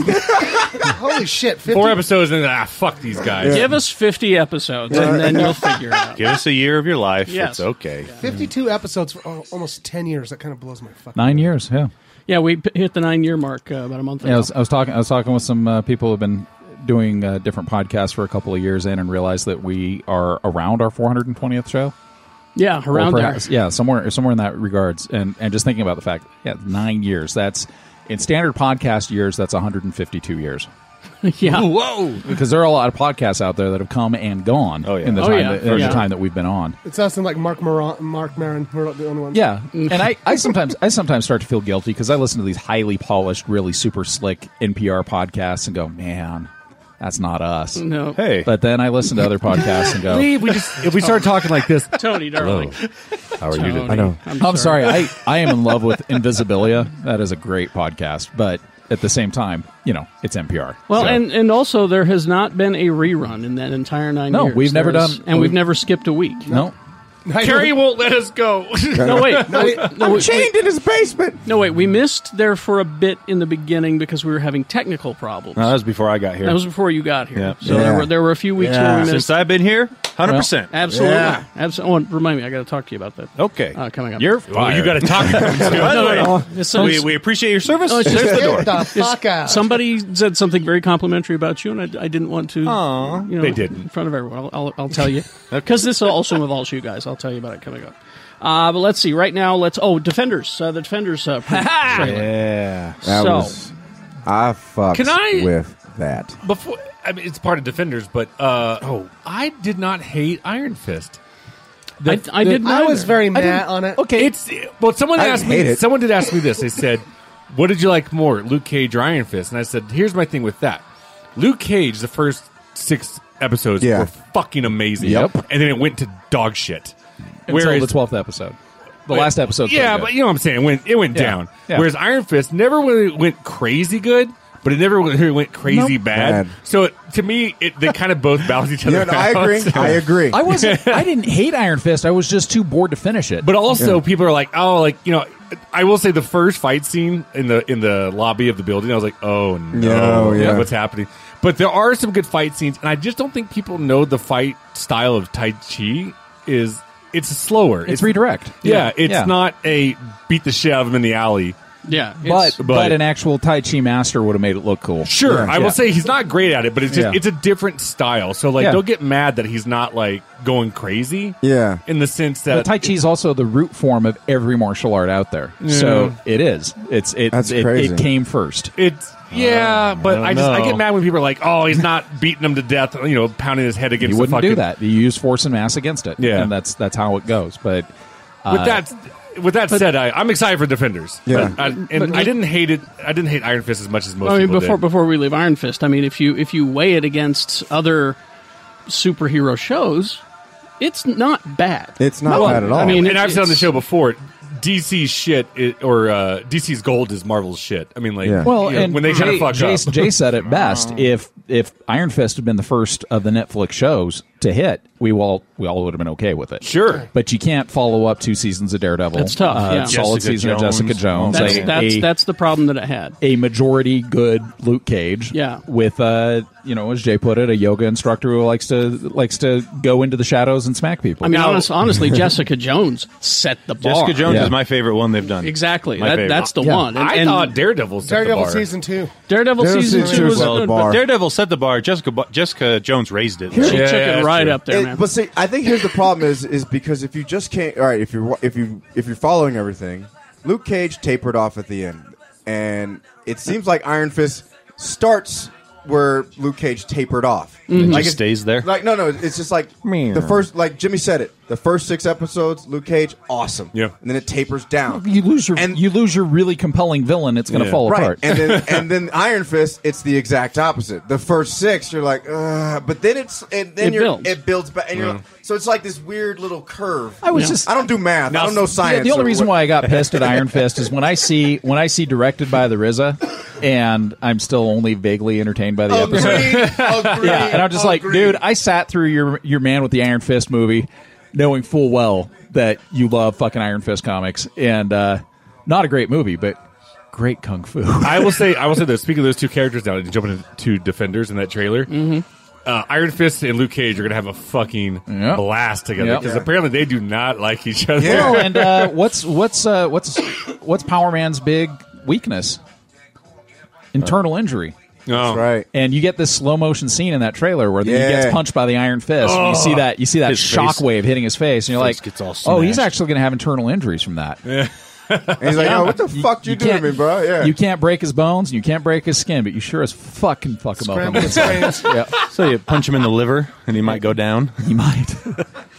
C: Holy shit! 50,
E: Four episodes and then, ah, fuck these guys.
B: give us fifty episodes and then you'll figure it out.
F: Give us a year of your life.
B: Yes.
F: It's okay.
C: 52 episodes for al- almost 10 years. That kind of blows my fucking
G: Nine years, yeah.
B: Yeah, we p- hit the nine year mark uh, about a month ago.
G: Yeah, I was, I was talking. I was talking with some uh, people who've been doing uh, different podcasts for a couple of years in, and realized that we are around our 420th show.
B: Yeah,
G: Or
B: around there.
G: perhaps- Yeah, somewhere somewhere in that regards, and and just thinking about the fact, yeah, nine years. That's in standard podcast years. That's 152 years.
B: Yeah.
F: Whoa.
G: Because there are a lot of podcasts out there that have come and gone
F: Oh, yeah.
G: in the
F: Oh,
G: time
B: yeah.
G: that, in
B: Yeah.
G: the time that we've been on.
C: It's us and like Mark Maron, Mark Maron. We're not the only ones.
G: Yeah, and I, I sometimes I sometimes start to feel guilty because I listen to these highly polished, really super slick NPR podcasts and go, man, that's not us.
B: No.
F: Hey.
G: But then I listen to other podcasts and go,
E: we just if we start talking like this,
B: Tony, darling.
H: How are
B: Tony,
H: I know.
B: I'm,
G: I'm sorry, I, I am in love with Invisibilia. That is a great podcast. But at the same time, you know, it's NPR.
B: Well,
G: So-
B: and, and also there has not been a rerun in that entire nine
G: No,
B: years.
G: we've never
B: There is-
G: done-
B: and we've
G: we've-
B: never skipped a week.
G: no.
E: Carrie won't let us go.
B: No wait, no, wait, no,
H: I'm
B: wait, wait.
H: chained in his basement.
B: No, wait, we missed there for a bit in the beginning because we were having technical problems.
F: No, that was before I got here.
B: that was before you got here.
F: Yeah.
B: So There,
H: Yeah.
B: were, there were a few weeks
F: Yeah.
B: where we
F: Since
B: missed.
F: I've been here, 100%.
B: Absolutely.
H: Yeah.
B: Absolutely. Oh, remind me, I got to talk to you about that.
F: okay.
B: Uh, coming up.
F: You're
E: well, you got to talk to him. too.
F: By the way,
B: So-
F: we, we appreciate your service.
B: Oh, it's
F: There's
B: just-
F: the door.
C: Get the fuck out.
B: Somebody said something very complimentary about you, and I, I didn't want to.
F: Aw.
B: you know,
E: They didn't.
B: in front of everyone. I'll, I'll, I'll tell you because this also involves you guys. I'll tell you about it coming up. Uh, but let's see. Right now, let's. Oh, defenders. Uh, the defenders. Uh, pre- trailer.
F: Yeah.
H: That
B: so
H: was I fucked
E: Can I-
H: with that.
E: Before, I mean, it's part of Defenders, but uh, oh, I did not hate Iron Fist.
B: I, I did.
C: I was
B: neither.
C: very mad on it.
E: Okay, it's well. Someone
H: I
E: asked me.
H: hate it.
E: Someone did ask me this. They said, "What did you like more, Luke Cage or Iron Fist?" And I said, "Here's my thing with that. Luke Cage, the first six episodes
H: Yeah.
E: were fucking amazing.
G: Yep.
E: and then it went to dog shit.
G: until the twelfth episode. The last episode.
E: yeah, but you know what I'm saying. It went, it went
G: Yeah.
E: down.
G: Yeah.
E: Whereas Iron Fist never really went crazy good, but it never really went crazy bad.
H: Bad.
E: So it, to me, it, they kind of both balance each other.
H: Yeah, no, I
E: out.
H: agree. I agree.
G: I wasn't. I didn't hate Iron Fist. I was just too bored to finish it.
E: But also, people are like, oh, like you know, I will say the first fight scene in the in the lobby of the building, I was like, oh no,
H: No, yeah.
E: what's happening? But there are some good fight scenes, and I just don't think people know the fight style of Tai Chi is. It's slower.
G: it's, redirect.
E: yeah, it's
G: Yeah.
E: not a beat the shit out of him in the alley.
B: Yeah,
G: But,
B: it's-
G: but
E: but-
G: an actual Tai Chi master would have made it look cool.
E: Sure, I
G: Yeah.
E: will say he's not great at it, but it's just
G: Yeah.
E: it's a different style. So like,
G: Yeah.
E: don't get mad that he's not like going crazy.
H: Yeah.
E: in the sense that
G: But Tai Chi is also the root form of every martial art out there. So it is. It's it.
H: That's
G: it,
H: crazy.
G: it came first. Oh,
E: It's yeah, but
F: don't
E: I just I
F: know.
E: get mad when people are like, "Oh, he's not beating him to death," you know, pounding his head against.
G: You
E: the
G: wouldn't
E: fucking,
G: do that. You use force and mass against it.
E: Yeah.
G: and that's that's how it goes. But uh,
E: With that, with that said, I, I'm excited for Defenders.
H: Yeah.
E: But I, and I didn't hate it. I didn't hate Iron Fist as much as most
B: I mean,
E: people
B: before
E: did.
B: before we leave Iron Fist, I mean, if you if you weigh it against other superhero shows, it's not bad.
H: It's not
B: No,
H: bad at all.
B: I mean,
E: and I've said on the
B: it's-
E: show before, DC's shit i or uh, DC's gold is Marvel's shit. I mean, like,
H: Yeah.
G: Well,
E: you know,
G: and
E: when they
G: Jay,
E: kind of fuck
G: Jay,
E: up,
G: Jay said it best.
B: Oh.
G: If if Iron Fist had been the first of the Netflix shows to hit, we all we all would have been okay with it.
E: sure.
G: But you can't follow up two seasons of Daredevil.
B: That's tough,
G: Uh,
B: yeah.
G: Solid
F: Jessica
G: season
F: Jones.
G: of Jessica Jones.
B: That's
G: a,
B: that's
G: a,
B: that's the problem that it had.
G: a majority good Luke Cage.
B: Yeah.
G: With uh, you know, as Jay put it, a yoga instructor who likes to likes to go into the shadows and smack people.
B: I mean, honest, honestly, Jessica Jones set the bar.
F: Jessica Jones
G: Yeah.
F: is my favorite one they've done.
B: exactly.
F: My
B: That,
F: favorite.
B: that's the
G: Yeah.
B: one. And,
E: I
B: and
E: thought Daredevil set
C: Daredevil
E: the bar.
C: season two.
B: Daredevil
H: Daredevil
B: season
H: season
B: two
H: two
B: was
H: set
B: good,
H: the
B: but
H: bar.
F: Daredevil set the bar. Jessica Bo- Jessica Jones raised it.
B: She took
E: Yeah,
B: it right
E: sure.
B: up there,
H: It-
B: man.
H: But see, I think here's the problem is is because if you just can't all right, if you're wa- if you if you're following everything, Luke Cage tapered off at the end, and it seems like Iron Fist starts where Luke Cage tapered off.
F: It
E: Mm-hmm.
H: Like it's-
F: just stays there.
H: Like no, no, it's just like
F: Meow.
H: the first, like Jimmy said it, the first six episodes, Luke Cage, awesome,
E: Yeah.
H: and then it tapers down.
G: you lose your
H: And-
G: you lose your really compelling villain. It's going to
E: Yeah.
G: fall
H: Right,
G: apart.
H: and then and then Iron Fist, it's the exact opposite. The first six, you're like, Ugh. but then it's and then
B: It
H: you're,
B: builds.
H: it builds back, and you're like, so it's like this weird little curve.
G: I was
B: Yeah.
G: just
H: I don't do math. I don't know
G: Yeah,
H: science.
G: the only
H: or
G: reason
H: what-
G: why I got pissed at Iron Fist is when I see when I see directed by the RZA, and I'm still only vaguely entertained by the episode. Yeah, and I'm just like, dude, I sat through your your Man with the Iron Fist movie, knowing full well that you love fucking Iron Fist comics, and uh, not a great movie, but great kung fu.
E: I will say, I will say this. Speaking of those two characters now, jumping into Defenders in that trailer,
B: Mm-hmm.
E: uh, Iron Fist and Luke Cage are going to have a fucking
G: Yep.
E: blast together
G: Yep.
E: because apparently they do not like each other.
H: Yeah.
G: Well, and uh, what's what's uh, what's what's Power Man's big weakness? Internal injury.
E: No.
H: right.
G: and you get this slow motion scene in that trailer where
H: Yeah.
G: he gets punched by the iron fist. and you
B: Oh.
G: see that you see that
F: His face-
G: shockwave hitting his face, and you're
F: face
G: like,
F: gets all
G: "Oh, he's
F: smashed."
G: actually going to have internal injuries from that."
H: And he's like, oh, yo, what the fuck you, do to
G: can't-
H: me, bro? Yeah.
G: You can't break his bones, and you can't break his skin, but you sure as fuck can fuck him
C: Scramble
G: up.
C: the screens.
F: So you punch him in the liver, and he might go down.
G: He might.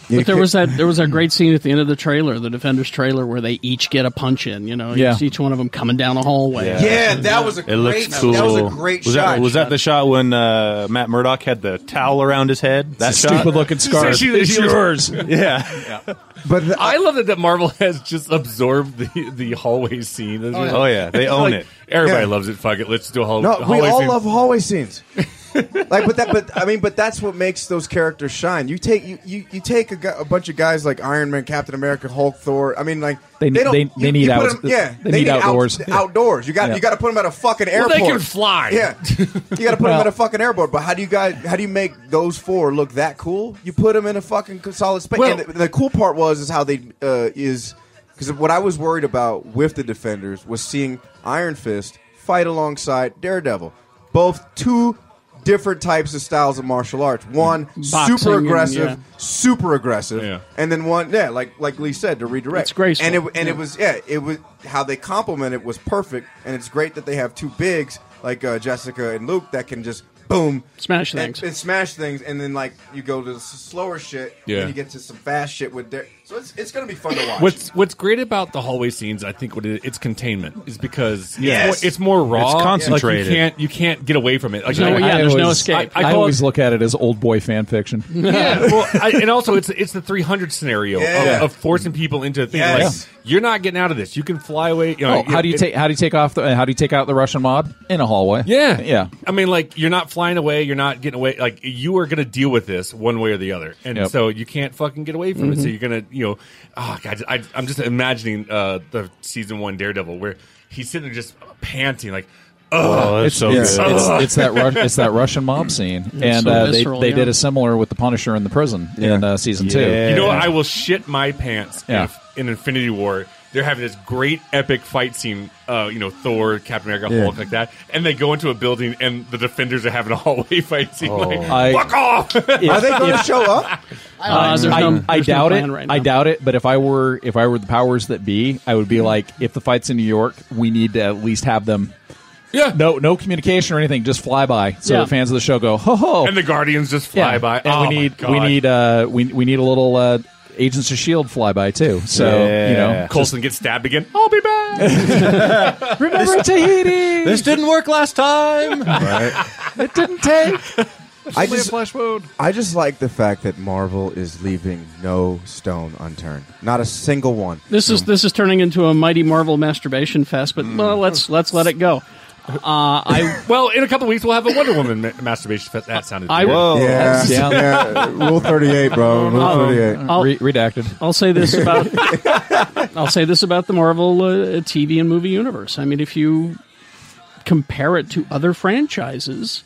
B: But there was that there was that great scene at the end of the trailer, the Defenders trailer, where they each get a punch in. You know, you
G: Yeah.
B: see each one of them coming down a hallway.
H: yeah, that was a
F: It looks
H: great.
F: cool.
H: That was a great
F: was
H: shot.
F: That, was that the shot when uh, Matt Murdock had the towel around his head? That shot?
G: Stupid looking scar.
E: She- she- she was-
F: Yeah.
H: but the,
E: I love that, that Marvel has just absorbed the, the hallway scene.
F: Oh yeah, they own
E: Like,
F: it.
E: Everybody
H: Yeah.
E: loves it. Fuck it. Let's do a hall-
H: no,
E: hallway
H: we all
E: scene.
H: love hallway scenes. like, but that, but I mean, but that's what makes those characters shine. You take you you, you take a, gu- a bunch of guys like Iron Man, Captain America, Hulk, Thor. I mean, like
G: They need-
H: don't,
G: they-
H: you-
G: they need
H: you put
G: outs-
H: 'em- yeah,
G: they need
H: out-
G: outdoors.
H: outdoors. You got
G: Yeah.
H: you got to put them at a fucking
E: Well,
H: airport.
E: they can fly.
H: Yeah, you got to put them
G: Well-
H: at a fucking airport. But how do you guys? How do you make those four look that cool? You put them in a fucking co- solid space.
E: Well-
H: and the, the cool part was is how they uh, is because what I was worried about with the defenders was seeing Iron Fist fight alongside Daredevil, both two different types of styles of martial arts. One
B: Mm-hmm. Boxing
H: super
B: and-
H: aggressive,
B: yeah.
H: super aggressive,
E: Yeah.
H: and then one yeah, like like Lee said to redirect.
B: It's graceful,
H: and it and it
B: yeah.
H: was was- yeah, it was how they complement it was perfect, and it's great that they have two bigs like uh, Jessica and Luke that can just boom
B: Smash
H: and,
B: things.
H: and smash things, and then like you go to s- slower shit,
E: Yeah.
H: and you get to some fast shit with their. So it's, it's gonna be fun to watch.
E: What's What's great about the hallway scenes, I think, what it, it's containment is because
H: Yes.
E: it's, more, it's more raw.
F: It's
E: Like
F: concentrated.
E: you can't you can't get away from it. Like,
B: No,
E: I-
B: yeah,
E: I-
B: there's no
G: always-
B: escape.
G: I,
E: I call
G: always
E: it-
G: look at it as old boy fan fiction.
E: Yeah, well, I, and also it's it's the 300 scenario
H: Yeah.
E: of, of forcing people into a thing.
H: Yes.
E: Like you're not getting out of this. You can fly away. You know,
G: Oh, how do you
E: it-
G: take how do you take off the how do you take out the Russian mob in a hallway?
E: Yeah,
G: yeah.
E: I mean, like you're not flying away. You're not getting away. Like you are going to deal with this one way or the other, and
G: Yep. Mm-hmm.
E: so you can't fucking get away from it. So you're going to, you know, oh god, I, I'm just imagining uh, the season one Daredevil where he's sitting there just panting, like, oh,
F: that's so
G: It's, it's, it's that Ru- it's that Russian mob scene, and
B: so
G: uh, they
B: visceral,
G: they
B: yeah.
G: did a similar with the Punisher in the prison in
F: Yeah.
G: uh, season
F: Yeah.
G: two. Um,
E: you know, what? I will shit my pants.
G: Yeah.
E: If in Infinity War, they're having this great epic fight scene. Uh, you know, Thor, Captain America, Hulk, like that, and they go into a building, and the defenders are having a hallway fight scene. Like,
G: I-
E: fuck off.
H: Oh. are they gonna show up?
B: Uh, there's
G: I,
B: no-
G: I
B: there's no
G: doubt it.
B: plan right
G: I
B: now.
G: doubt it. But if I were if I were the powers that be, I would be
B: Mm-hmm.
G: like, if the fight's in New York, we need to at least have them.
E: Yeah.
G: No, no communication or anything. Just fly by, so
B: Yeah.
G: the fans of the show go, ho ho.
E: and the Guardians just fly
G: Yeah.
E: by.
G: And
E: oh,
G: we need
E: my God.
G: we need uh we we need a little uh Agents of Shield flyby too. So you know,
F: Yeah.
E: Colson gets stabbed again. I'll be back.
G: remember Tahiti?
F: This didn't work last time.
G: It didn't take.
H: I just
G: flesh wound.
H: I just like the fact that Marvel is leaving no stone unturned, not a single one.
B: This is this is turning into a mighty Marvel masturbation fest, but well, let's let's let it go. Uh, I
E: well, in a couple weeks we'll have a Wonder Woman ma- masturbation fest. That sounded.
B: I-
E: weird.
F: Whoa.
H: Yeah,
G: Yeah. Oh.
H: yeah. Rule thirty-eight, bro. Rule thirty-eight.
B: I'll-
G: Re- redacted.
B: I'll say this about I'll say this about the Marvel uh, TV and movie universe. I mean, if you compare it to other franchises,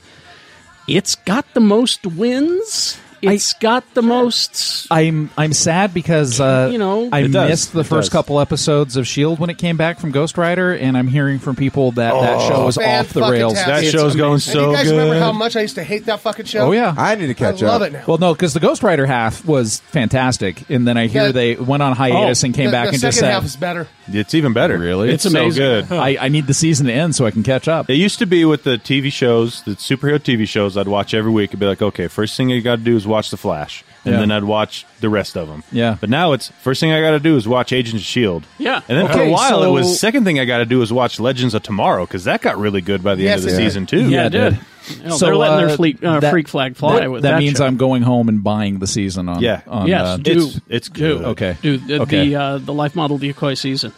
B: it's got the most wins. It's got the most.
G: I'm I'm sad because uh,
B: You know-
G: I
F: It does.
G: missed the
F: It
G: first
F: does.
G: couple episodes of Shield E when it came back from Ghost Rider, and I'm hearing from people that
H: Oh.
G: that show was
C: Man,
G: off the
C: fucking
G: rails.
C: tap.
F: That
C: It's
F: show's going
C: And
F: so
C: you guys
F: good.
C: remember how much I used to hate that fucking show?
G: Oh yeah.
H: I need to catch
C: I
H: up.
C: love it now.
G: well, no, because the Ghost Rider half was fantastic, and then I hear
C: Yeah.
G: they went on hiatus and came
C: Oh, the,
G: back
C: the
G: and
C: second
G: just said,
C: half is better.
F: It's even better. Really? It's,
B: It's amazing.
F: so good.
G: I, "I need the season to end so I can catch up."
F: It used to be with the TV shows, the superhero TV shows I'd watch every week and be like, okay, first thing you got to do is watch The Flash. And
G: Yeah.
F: then I'd watch the rest of them.
G: Yeah.
F: But now it's first thing I got to do is watch Agents of S.H.I.E.L.D.
B: Yeah.
F: E And then for
G: Okay,
F: a while it
G: so-
F: was second thing I got to do is watch Legends of Tomorrow because that got really good by the
C: Yes,
F: end of
C: it
F: the
C: did.
F: season, too.
B: Yeah, it
G: it
B: did. No, they're letting their fleet, uh, freak flag fly.
G: That,
B: with
G: that
B: that
G: means
B: show.
G: I'm going home and buying the season on.
F: Yeah.
G: on,
B: Yes,
G: uh,
B: do.
F: It's, it's good.
G: okay.
B: do the
G: Okay.
B: the, uh, the life model decoy season.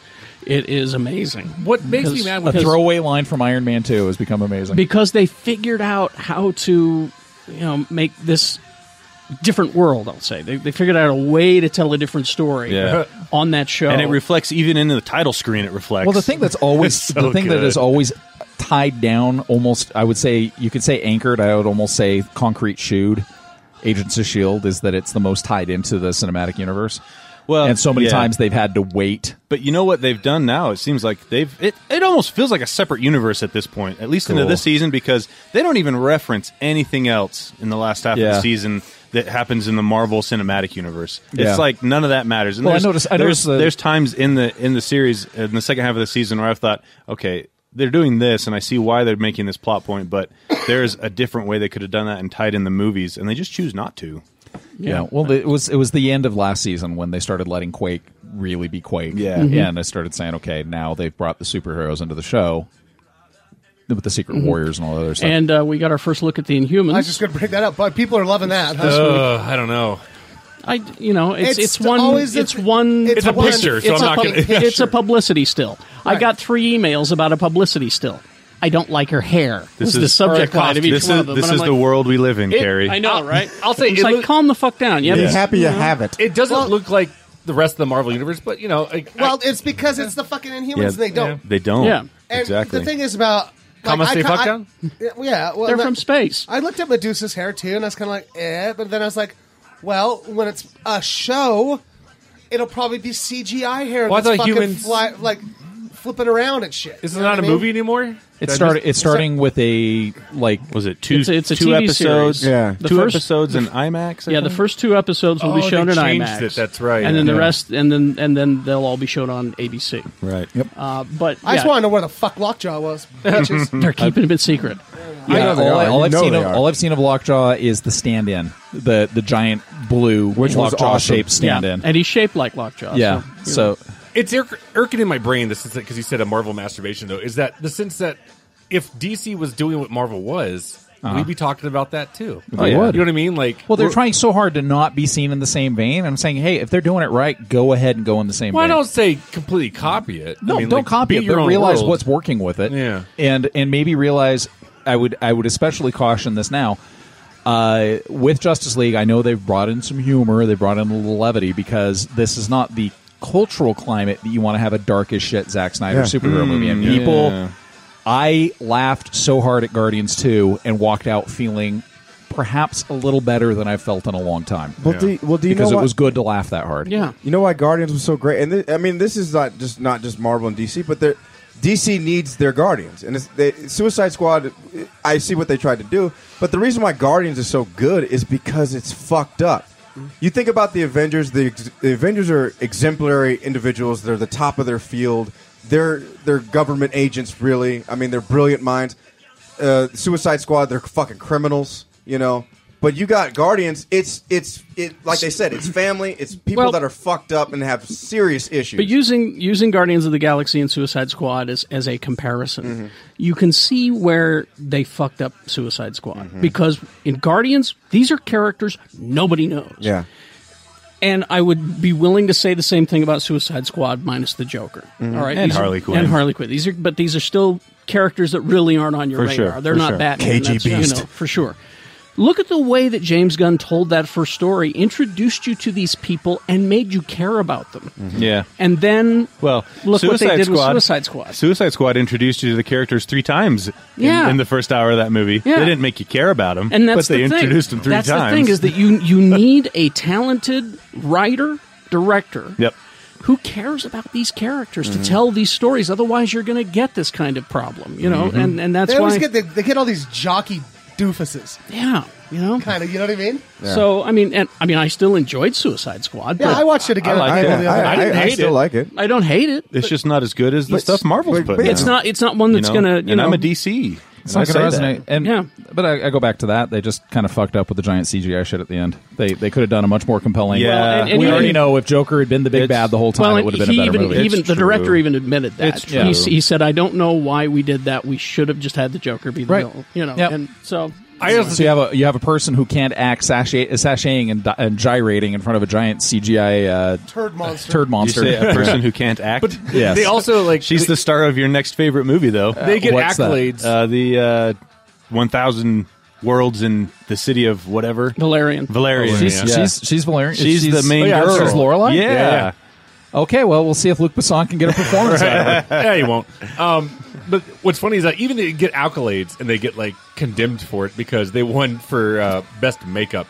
B: It is amazing.
E: What makes me
B: Because-
E: mad
G: a
E: with
G: throwaway line from Iron Man Two has become amazing.
B: because they figured out how to you know make this different world i'll say they, they figured out a way to tell a different story
F: Yeah.
B: on that show
F: And it reflects, even in the title screen, it reflects.
G: Well, the thing that's always
F: It's
G: the
F: so
G: thing that
F: good.
G: is always tied down, almost I would say you could say anchored. I would almost say concrete shoed. Agents of Shield E is that it's the most tied into the cinematic universe.
F: Well,
G: and so many
F: yeah.
G: times they've had to wait.
F: But you know what they've done now? It seems like they've it, it almost feels like a separate universe at this point, at least into
G: Cool.
F: this season, because they don't even reference anything else in the last half of
G: Yeah.
F: the season that happens in the Marvel Cinematic Universe.
G: Yeah.
F: It's like none of that matters. And
G: Well, I
F: there's,
G: noticed- I noticed
F: there's,
G: the-
F: there's times in the in the series in the second half of the season where I've thought, okay. They're doing this, and I see why they're making this plot point, but there's a different way they could have done that and tied in the movies, and they just choose not to.
G: Yeah. Well, it was it was the end of last season when they started letting Quake really be Quake.
F: Yeah.
E: Mm-hmm.
F: Mhm.
G: And I started saying, okay, now they've brought the superheroes into the show with the Secret
E: Mm-hmm.
G: Warriors and all that other stuff.
B: and uh, we got our first look at the inhumans
C: I was just going to bring that up, but people are loving that. huh?
E: Uh, I don't know.
B: I, you know it's it's,
C: It's
B: one
C: always the-
B: it's one
C: it's It's a
E: one- picture, so
B: it's
E: I'm
B: a
E: not
B: pub-
E: gonna- yeah,
B: it's a
E: sure.
B: publicity still I got three emails about a publicity still I don't like her hair. This, is, the
F: is-
B: subject
E: or a
B: line of each
F: this
B: one
F: is
B: of them.
F: this
B: and
F: is
B: I'm
F: the
B: like,
F: world we live in,
B: it-
F: Carrie.
B: I
E: Uh,
B: know, right?
E: I'll say
B: it's
E: it
B: like
E: look-
B: calm the fuck down. You
H: Be
B: haven't-
H: happy you have it.
E: It doesn't look like the rest of the Marvel universe, but you know, I,
C: Well, it's because it's the fucking Inhumans.
F: Yeah,
C: and they don't.
F: They don't.
B: Yeah.
C: And
F: exactly.
C: the thing is about like,
E: Kama Stay
C: ca-
E: Fuck Down?
C: Yeah, Yeah, well,
B: They're
C: that-
B: from space.
C: I looked at Medusa's hair too, and I was kind of like, eh. But then I was like, well, when it's a show, it'll probably I CGI hair.
E: Well, I thought
C: that's fucking
E: humans-
C: fly, like flipping around and shit.
E: this is
C: You know
E: not
C: what
E: a
C: I mean?
E: movie anymore.
G: It's starting. It's starting with a like
F: was it two?
B: It's a- it's a
F: two
B: TV
F: episodes.
B: series.
H: Yeah.
B: The
F: two
B: first-
F: episodes in IMAX. I
B: Yeah, the
F: think?
B: first two episodes will be
E: Oh,
B: shown
E: they
B: in
E: changed
B: IMAX.
E: it, that's right,
B: And then the
E: yeah.
B: rest, and then and then they'll all be shown on ABC.
F: Right. Yep.
B: Uh, but
C: I just
B: yeah,
C: want to know where the fuck Lockjaw was. bitches.
B: they're keeping it secret.
G: Yeah,
H: know they
G: all,
H: are.
G: I, all
H: You
G: I've
H: know
G: seen
H: they
G: of,
H: are.
G: all I've seen of Lockjaw is the stand-in, the the giant blue
H: Which was
G: Lockjaw
H: awesome.
G: shaped stand-in.
B: and he's shaped like Lockjaw.
G: Yeah,
B: so,
G: so
E: It's irk- irking in my brain the sense that because you said a Marvel masturbation though is that the sense that if DC was doing what Marvel was, we'd be talking about that too.
G: Uh-huh. They Oh, yeah. would.
E: You know what I mean? Like,
G: well, they're
E: we're-
G: trying so hard to not be seen in the same vein. I'm saying, hey, if they're doing it right, go ahead and go in the same.
E: Well, I
G: vein.
E: don't say completely copy it.
G: No,
E: I mean,
G: don't
E: like,
G: copy
E: be
G: it,
E: your
G: but
E: own
G: realize
E: world.
G: what's working with it.
E: Yeah.
G: And and maybe realize I would I would especially caution this now. Uh, with Justice League, I know they've brought in some humor, they brought in a little levity because this is not the cultural climate that you want to have a dark as shit Zack Snyder
H: Yeah.
G: superhero movie. And people I laughed so hard at Guardians 2 and walked out feeling perhaps a little better than I've felt in a long time.
H: Well, do, well, do you
G: because
H: know
G: it
H: what?
G: was good to laugh that hard.
B: yeah.
H: You know why Guardians was so great, and th- I mean this is not just not just Marvel and DC, but they're, DC needs their Guardians, and it's, they, Suicide Squad. I see what they tried to do, but the reason why Guardians is so good is because it's fucked up. You think about the Avengers. The, ex- the Avengers are exemplary individuals. They're the top of their field. They're they're government agents, really. I mean, they're brilliant minds. Uh, Suicide Squad, they're fucking criminals, you know. But you got Guardians. It's it's it like they said. It's family. It's people
B: Well-
H: that are fucked up and have serious issues.
B: But using using Guardians of the Galaxy and Suicide Squad as, as a comparison,
E: Mm-hmm.
B: you can see where they fucked up Suicide Squad
E: Mm-hmm.
B: because in Guardians, these are characters nobody knows.
H: yeah,
B: And I would be willing to say the same thing about Suicide Squad minus the Joker. All right,
F: Mm-hmm. And
B: these are-
F: Harley Quinn.
B: and Harley Quinn. These are but these are still characters that really aren't on your
F: For
B: radar.
F: sure,
B: They're
F: for
B: not
F: sure.
B: Batman.
H: KG
B: that's, you
H: Beast.
B: know, for sure. Look at the way that James Gunn told that first story, introduced you to these people, and made you care about them.
F: Yeah.
B: And then,
F: Well,
B: look what
F: Suicide
B: they did
F: Squad,
B: with Suicide Squad.
F: Suicide Squad introduced you to the characters three times. in-
B: Yeah.
F: In, the first hour of that movie,
B: Yeah.
F: they didn't make you care about them,
B: and that's
F: but they
B: the thing.
F: introduced them three
B: that's
F: times.
B: the thing is that you you need a talented writer director.
F: Yep.
B: Who cares about these characters to tell these stories? Otherwise, you're going to get this kind of problem, you know. And and that's
C: they always
B: why,
C: get the, they get all these jockey doofuses,
B: yeah, you know.
C: kind of. You know what I mean?
B: So I mean, and I mean, I still enjoyed Suicide Squad,
C: Yeah,
B: but
C: I watched it again.
F: liked
H: I,
F: it.
C: the
H: I,
C: other
H: I,
C: day.
E: didn't
H: I
E: hate
H: still
E: it.
H: like it.
B: I don't hate it.
F: it's just not as good as the
H: but-
F: stuff Marvel's
H: but-
F: put.
H: but
F: out,
B: It's not it's not one
F: you
B: that's
F: know?
B: going to you
F: And
B: know.
F: I'm a DC.
G: It's
F: and
G: not
F: I
G: going to
F: say that.
G: resonate. And,
B: Yeah.
G: But I, I go back to that. They just kind of fucked up with the giant CGI shit at the end. They they could have done a much more compelling.
F: Yeah. Well, and-
B: and
G: we
B: even-
G: already know if Joker had been the big
F: It's-
G: bad the whole time,
B: well,
G: it would have been a
B: he
G: better
B: even,
G: movie.
B: even
F: It's
B: the director
F: true.
B: even admitted that.
F: It's
B: He,
F: true.
B: s- he said, "I don't know why we did that. We should have just had the Joker be the
G: Right.
B: villain." You know,
G: Yep.
B: and so
E: I also
G: so you have a you have a person who can't act sashay, sashaying and, di- and gyrating in front of a giant CGI uh,
C: Turd monster.
G: turd
F: You
G: monster.
F: say a person who can't act.
G: Yes.
E: they also like
F: She's
E: they,
F: the star of your next favorite movie, though.
E: they get
G: what's that?
E: accolades.
F: uh, the uh, 1,000 worlds in the city of whatever.
B: Valerian.
F: Valeria.
G: she's,
F: yeah.
G: she's she's Valerian.
F: She's the main
G: oh, yeah,
F: girl.
G: She's Lorelai.
F: Yeah.
G: Yeah. Okay, well, we'll see if Luke Besson can get a performance out of her.
E: yeah, you won't. Um, but what's funny is that even they get accolades and they get like condemned for it because they won for uh, best makeup.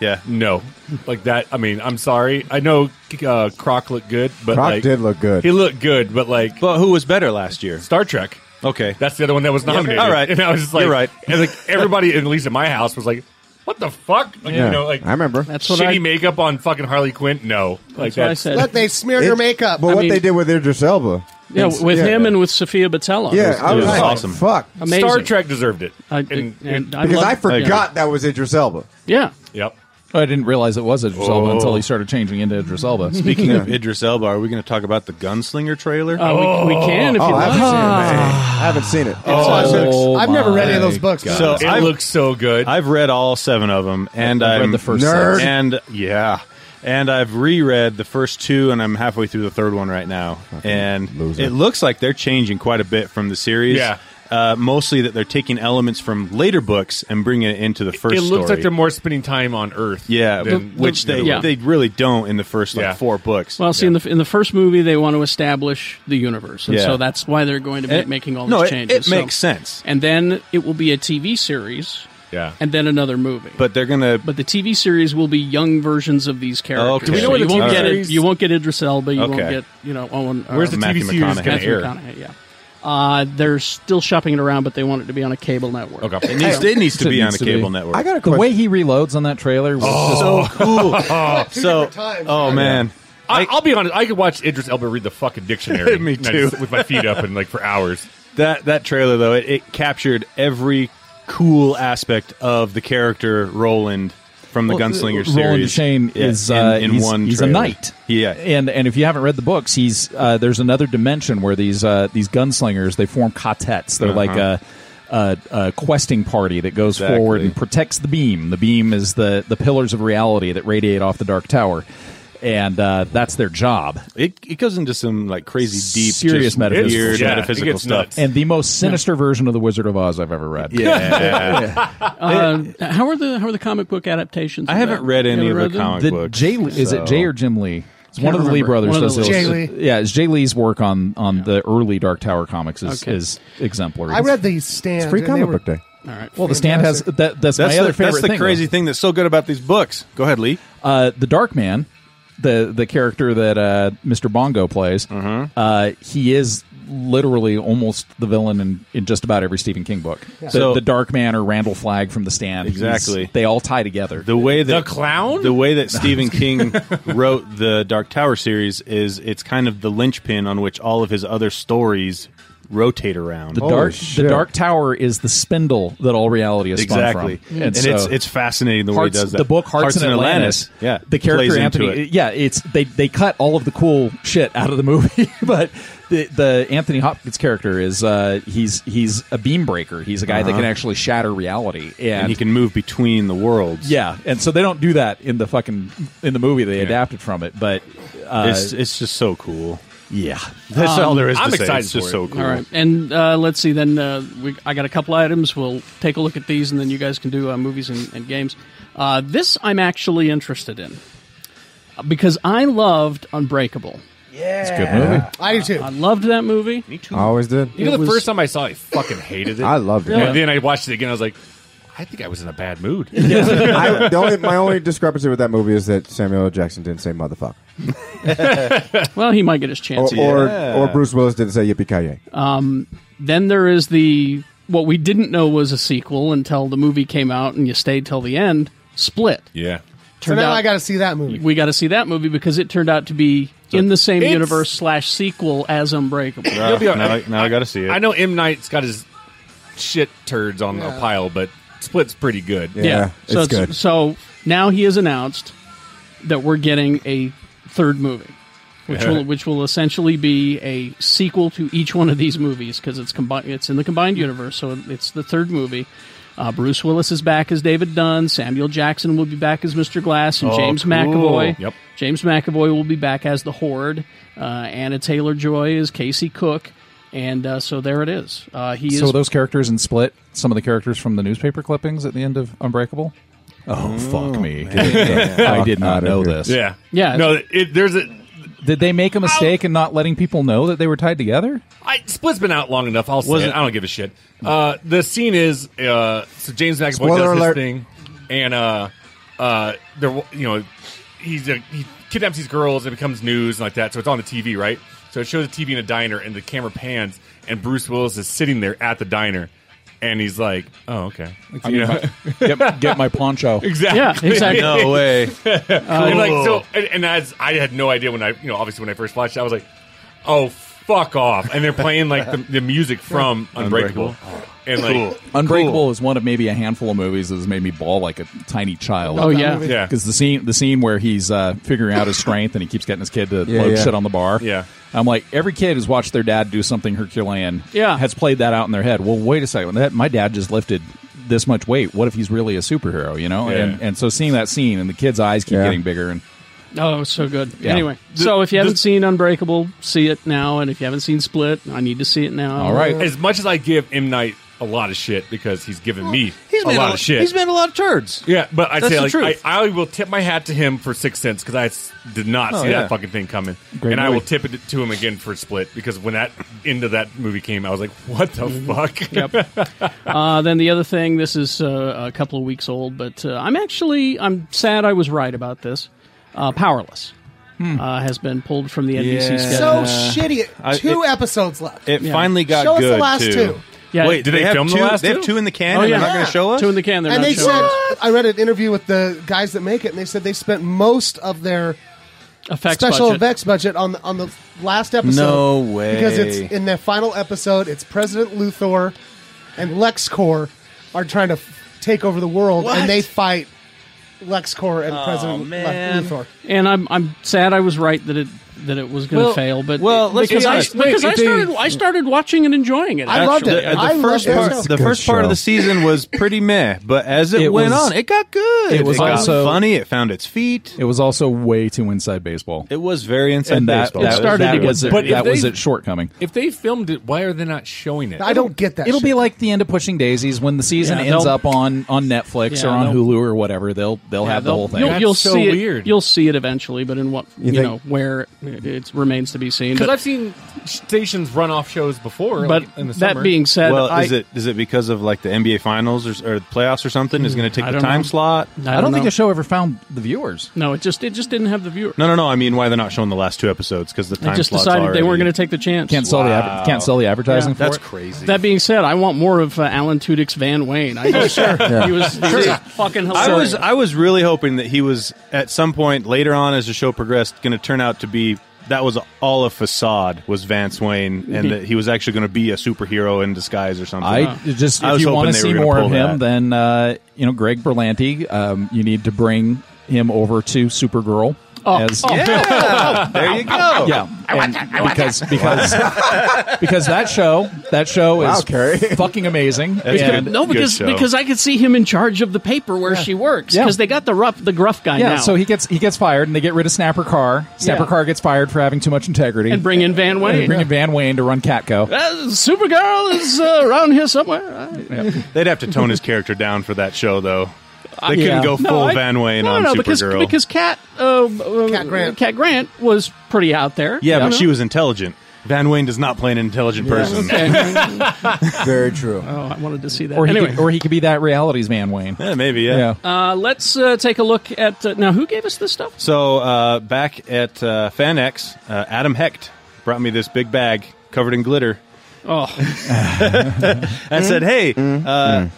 F: Yeah.
E: No, like that. I mean, I'm sorry. I know uh, Croc looked good, but
H: Croc
E: like,
H: did look good.
E: He looked good, but like
F: But who was better last year?
E: Star Trek.
F: Okay.
E: That's the other one that was nominated.
F: all right.
E: and I was just like,
F: You're right.
E: And like everybody, at least at my house, was like, "What the fuck?" Like,
H: Yeah,
E: You know, like
H: I remember.
B: That's what
E: shitty
B: I.
E: makeup on fucking Harley Quinn. No, like
B: That's what I said.
C: Let they smear
H: It-
C: your makeup.
H: But what
B: mean-
H: they did with Idris Elba,
B: yeah, with
H: yeah.
B: him and with Sophia Batella.
H: yeah, I was,
F: was
H: like,
F: awesome.
H: Fuck,
B: amazing.
E: Star Trek deserved it.
B: I,
E: And-
B: and,
E: and-
B: I
H: because
B: love-
H: I forgot that was Idris Elba.
B: Yeah.
E: yep.
G: I didn't realize it was Idris Elba until he started changing into Idris Elba.
F: Speaking of Oh. Idris Elba, are we going to talk about the Gunslinger trailer?
B: Uh, we, we can if
H: Oh,
B: you
H: I
B: want.
H: haven't seen it. Man. I haven't seen it.
G: Oh
C: I've never read any of
G: my
C: those books.
G: God.
F: So
E: It
F: I've-
E: looks so good.
F: I've read all seven of them, and
G: I've
F: I'm
G: read the first
H: Nerd.
G: six.
F: and yeah, and I've reread the first two, and I'm halfway through the third one right now, and
H: loser.
F: it looks like they're changing quite a bit from the series.
E: Yeah.
F: uh, mostly that they're taking elements from later books and bringing it into the first.
E: it looks
F: story.
E: like they're more spending time on Earth.
F: yeah,
E: than-
F: which
E: than the
F: they
E: other
B: Yeah.
E: one.
F: they really don't in the first like
E: Yeah.
F: four books.
B: Well, see, in the in the first movie, they want to establish the universe, and
F: Yeah.
B: so that's why they're going to be
F: And-
B: making all these
F: no, it-
B: changes.
F: it
B: So-
F: makes sense.
B: And then it will be a TV series,
E: Yeah.
B: and then another movie.
F: but they're gonna.
B: but the TV series will be young versions of these characters.
F: Okay. Do Oh, we know
B: So
F: where
B: you
F: the
B: won't
F: TV
B: get it.
E: series-
B: You won't get Idris Elba. You won't
F: Okay.
B: get you know Owen. or
E: Where's the
F: Matthew
E: TV series
F: McConaughey.
E: going to
B: Matthew
E: air?
B: McConaughey? Yeah. Uh, they're still shopping it around, but they want it to be on a cable network.
E: Okay.
F: it needs, it needs to
G: It
F: be on
G: needs
F: a
G: to be.
F: cable network.
H: I got a
G: The way
H: question.
G: he reloads on that trailer was just
F: so cool.
C: Two
F: so,
C: Oh. different times.
F: oh man,
E: I, I'll be honest. I could watch Idris Elba read the fucking dictionary.
F: Me
E: and I
F: too.
E: just- with my feet up and like for hours.
F: that that trailer though it, it captured every cool aspect of the character Roland from the
G: Well,
F: Gunslinger
G: uh,
F: series.
G: Roland Deschain
F: Yeah,
G: is uh,
F: in, in
G: he's,
F: one.
G: he's a
F: trailer.
G: knight.
F: Yeah,
G: and and if you haven't read the books, he's uh, there's another dimension where these uh, these gunslingers they form quartets. They're like a, a, a questing party that goes
F: Uh-huh. Exactly.
G: forward and protects the beam. The beam is the the pillars of reality that radiate off the dark tower, and uh, that's their job.
F: it, it goes into some like crazy deep,
G: Serious
F: just
G: metaphysical
F: weird
E: stuff. Yeah, it
F: metaphysical
E: gets
F: stuff.
E: nuts.
G: And the most sinister version of the Wizard of Oz I've ever read.
F: Yeah,
B: Uh, how are the how are the comic book adaptations?
F: I
B: of
F: haven't
B: that?
F: read
B: You
F: any
B: haven't
F: of the
B: read them?
F: comic
G: the
F: books.
G: Jay Lee- is it Jay or Jim Lee? It's one of the Lee
B: remember.
G: brothers.
B: One of
G: does
B: those-
G: those-
C: Jay Lee.
G: Yeah, it's Jay Lee's work on on the early Dark Tower comics is,
B: Okay.
G: is exemplary.
C: I read the stand.
H: Free
C: and they
H: comic
C: were-
H: book day.
B: All right.
G: Well, the stand has that. That's,
F: That's
G: my other
F: the,
G: favorite
F: that's the
G: thing.
F: crazy thing that's so good about these books. Go ahead, Lee.
G: though. Uh, the Dark Man, the the character that uh, Mr. Bongo plays,
F: Mm-hmm.
G: uh, he is literally almost the villain in, in just about every Stephen King book. The,
F: So-
G: the Dark Man or Randall Flagg from the stand. he's-
F: Exactly.
G: they all tie together.
F: The way that
E: The clown?
F: the way that Stephen King wrote the Dark Tower series is it's kind of the linchpin on which all of his other stories rotate around.
G: The dark,
H: shit.
G: the dark tower is the spindle that all reality is
F: exactly,
G: spun from.
F: and,
G: so-
F: it's it's fascinating the way he
G: Hearts-
F: does that.
G: the book Hearts, in Atlantis,
F: yeah,
G: the character
F: plays
G: Anthony,
F: Into it.
G: yeah, it's they they cut all of the cool shit out of the movie, but the the Anthony Hopkins character is uh, he's he's a beam breaker. He's a guy that can actually shatter reality, and,
F: Uh-huh. and he can move between the worlds.
G: yeah, and so they don't do that in the fucking in the movie they adapted from it, but uh,
F: it's it's just so cool.
G: yeah, Um,
F: That's all there is. to
E: I'm
F: say.
E: excited
F: It's just
E: for it.
F: so cool.
B: All right, and uh, let's see. Then uh, we, I got a couple items. We'll take a look at these, and then you guys can do uh, movies and, and games. Uh, this I'm actually interested in because I loved Unbreakable.
G: it's a good movie.
C: I do too.
B: I loved that movie. Me too.
H: I always did.
E: You know, the
B: was-
E: first time I saw it, I fucking hated it.
H: I loved it.
E: And then I watched it again. I was like, I think I was in a bad mood.
H: I, the only, my only discrepancy with that movie is that Samuel L. Jackson didn't say motherfucker,
B: Well, he might get his
H: or
B: chance. Um,
H: or, or Bruce Willis didn't say yippee ki yay.
B: then there is the what we didn't know was a sequel until the movie came out, and you stayed till the end. Split.
E: yeah.
C: so
B: Turned
C: now
B: out
C: I got to see that movie.
B: we got to see that movie because it turned out to be in the same
E: it's-
B: universe slash sequel as Unbreakable.
F: Ah, now, I- now I, got to see it.
E: I know M. Knight's got his shit turds on
C: Yeah.
E: a pile, but Split's pretty good.
H: Yeah,
B: so
H: it's good.
B: So now he has announced that we're getting a third movie, which will which will essentially be a sequel to each one of these movies because it's combined. It's in the combined universe, so it's the third movie. Uh, Bruce Willis is back as David Dunn. Samuel Jackson will be back as Mr. Glass, and James McAvoy.
E: Yep.
B: James McAvoy will be back as the Horde. Uh, Anna Taylor Joy is Casey Cook, and uh, so there it is. Uh, he
G: So
B: is
G: those characters in Split, some of the characters from the newspaper clippings at the end of Unbreakable. Oh, fuck me! I did not
H: Outta
G: know
H: here.
G: this.
E: Yeah.
B: Yeah.
E: No, it, there's a.
G: Did they make a mistake in not letting people know that they were tied together?
E: I, Split's been out long enough. I'll say
F: Wasn't-
E: it. I don't give a shit. Uh, the scene is uh, so James McAvoy
H: Spoiler
E: does
H: alert.
E: his thing, and uh, uh, there, wa- you know, he's a, he kidnaps these girls. It becomes news and like that. So it's on the TV, right? So it shows the TV in a diner, and the camera pans, and Bruce Willis is sitting there at the diner, and he's like, "Oh, okay, you know,
G: get, get my poncho.
E: exactly,
B: yeah, exactly.
F: Oh. No way.
E: and like
G: Oh.
E: so, and, and as I had no idea when I, you know, obviously when I first watched, it, I was like, "Oh, fuck off!" And they're playing like the, the music from Unbreakable, and like,
G: Unbreakable is one of maybe a handful of movies that has made me bawl like a tiny child.
B: Oh, yeah.
E: yeah,
G: because the scene the scene where he's uh, figuring out his strength and he keeps getting his kid to
H: Yeah,
G: load
H: yeah.
G: shit on the bar.
E: Yeah.
G: I'm like every kid has watched their dad do something Herculean.
B: Yeah.
G: has played that out in their head. Well, wait a second, that my dad just lifted this much weight. What if he's really a superhero? You know,
E: Yeah.
G: and and so seeing that scene and the kid's eyes keep
H: Yeah.
G: getting bigger and
B: Oh, it was so good.
G: Yeah.
B: Anyway, so if you haven't seen Unbreakable, see it now, and if you haven't seen Split, I need to see it now.
G: All right.
E: As much as I give M Night a lot of shit because he's given me a lot of shit.
F: He's made a lot of turds.
E: yeah, but I
F: That's
E: say
F: the
E: like I,
F: truth.
E: I will tip my hat to him for Six Sense because I s- did not
F: Oh,
E: see
F: yeah.
E: that fucking thing coming,
G: Great
E: and I
G: movie.
E: will tip it to him again for Split because when that end of that movie came, I was like, what the fuck?
B: Uh, then the other thing, this is uh, a couple of weeks old, but uh, I'm actually I'm sad I was right about this. Uh, Powerless uh, has been pulled from the NBC
F: Yeah.
B: schedule.
C: Hmm. So
F: Uh,
C: shitty.
F: I-
C: Two
F: it-
C: episodes left.
F: It finally got
C: Show us the
F: good.
C: last
F: too.
C: two.
B: Yeah,
F: Wait,
E: Did
F: they,
E: they
F: have
E: film the
F: two?
E: last
F: they have
E: two?
F: two in the can,
B: Oh,
F: and
B: yeah.
F: they're not going to show us.
B: two in the can. They're
C: and
B: not
C: they
B: showing
C: said
B: us.
C: I read an interview with the guys that make it, and they said they spent most of their
B: effects
C: special
B: budget.
C: effects budget on the, on the last episode.
F: No way.
C: Because it's in the final episode. It's President Luthor and LexCorp are trying to f- take over the world,
F: What?
C: and they fight LexCorp
B: Oh,
C: and President
F: Oh, man.
C: Le- Luthor.
B: and I'm I'm sad I was right that it that it was going to fail. But
F: well, let's
B: because
F: be
B: I
F: honest.
B: because I
F: Wait, they-
B: started I started watching and enjoying it.
C: I loved
B: actually.
C: it.
F: The, the
C: I loved
F: first
C: it.
F: part,
C: It's
F: the
H: a good
F: first part of
H: show.
F: the season was pretty meh, but as it,
G: It
F: went
G: was-
F: on, it got good.
G: it was
F: got
G: also-
F: funny. It found its feet.
G: It was also way too inside baseball.
F: It was very inside
G: and that,
F: baseball.
G: that,
B: started
G: that
B: to get
G: was,
E: there.
G: it,
E: But if
G: that was
E: they-
G: its shortcoming.
E: if they filmed it, why are they not showing it?
C: I don't get that.
G: It'll
C: shit.
G: be like the end of Pushing Daisies when the season
B: Yeah,
G: ends
B: they'll-
G: up on, on Netflix
B: Yeah,
G: or on
B: they'll-
G: Hulu or whatever. They'll they'll have the
B: they'll-
G: whole thing.
B: You'll, you'll
E: That's so
B: see it.
E: weird.
B: You'll see it eventually, but in what you,
H: think-
B: know where it, it remains to be seen.
E: Because
B: But,
E: I've seen stations run off shows before,
B: but
E: like, in the
B: that
E: summer.
B: being said,
F: well,
B: I,
F: is it is it because of like the NBA finals or, or playoffs or something is going
B: I
F: to take the
B: don't
F: time
B: know.
F: slot?
B: I
G: I don't,
B: know.
G: think the show ever found the viewers.
B: No, it just it just didn't have the viewer.
F: No, no, no. I mean, why they're not showing the last two episodes because the
B: they
F: time
B: just
F: slot's
B: decided they
F: already-
B: weren't going to take the chance.
G: Can't sell the adver- can't sell the advertising
B: Yeah.
G: for
F: That's
G: it.
F: crazy.
B: That being said, I want more of uh, Alan Tudyk's Van Wayne. I know, sure. He was, he was fucking hilarious.
F: I was I was really hoping that he was at some point later on as the show progressed going to turn out to be that was all a facade was Vance Wayne and that he was actually going to be a superhero in disguise or something.
G: Mm-hmm. I just
F: I
G: if
F: was
G: you
F: hoping
G: want to
F: they were
G: see
F: gonna
G: more of
F: pull
G: him,
F: that.
G: then uh, you know Greg Berlanti. Um, you need to bring him over to Supergirl.
B: Oh.
G: as,
F: yeah, there you go.
G: yeah, and because because because that show that show
H: Wow,
G: is
H: Carrie.
G: fucking amazing.
F: That's
G: and
F: good.
B: no,
F: Good
B: because
F: show.
B: because I could see him in charge of the paper where she works
G: Yeah.
B: because they got the rough the gruff guy
G: yeah,
B: now.
G: so he gets he gets fired, and they get rid of Snapper Carr. Snapper
B: Yeah.
G: Carr gets fired for having too much integrity,
B: and bring in Van
G: And
B: Wayne.
G: bring in Van Wayne to run Catco.
B: Uh, Supergirl is uh, around here somewhere. I-
F: They'd have to tone his character down for that show though. They couldn't
G: yeah.
F: go full
B: No, I-
F: Van Wayne
B: no,
F: on
B: no, because
F: Supergirl.
B: because Cat uh, uh,
C: Cat Grant.
B: Cat Grant was pretty out there.
F: yeah,
B: you
F: but
B: know?
F: she was intelligent. Van Wayne does not play an intelligent person.
H: Very true.
B: Oh, I wanted to see that.
G: Or he
B: anyway,
G: could, or he could be that reality's Van Wayne.
F: Yeah, maybe yeah.
G: Yeah.
B: uh, let's uh, take a look at uh, now. Who gave us this stuff?
F: So uh, back at uh, FanX, uh, Adam Hecht brought me this big bag covered in glitter.
B: Oh,
F: and
H: Mm-hmm.
F: said, "Hey, uh,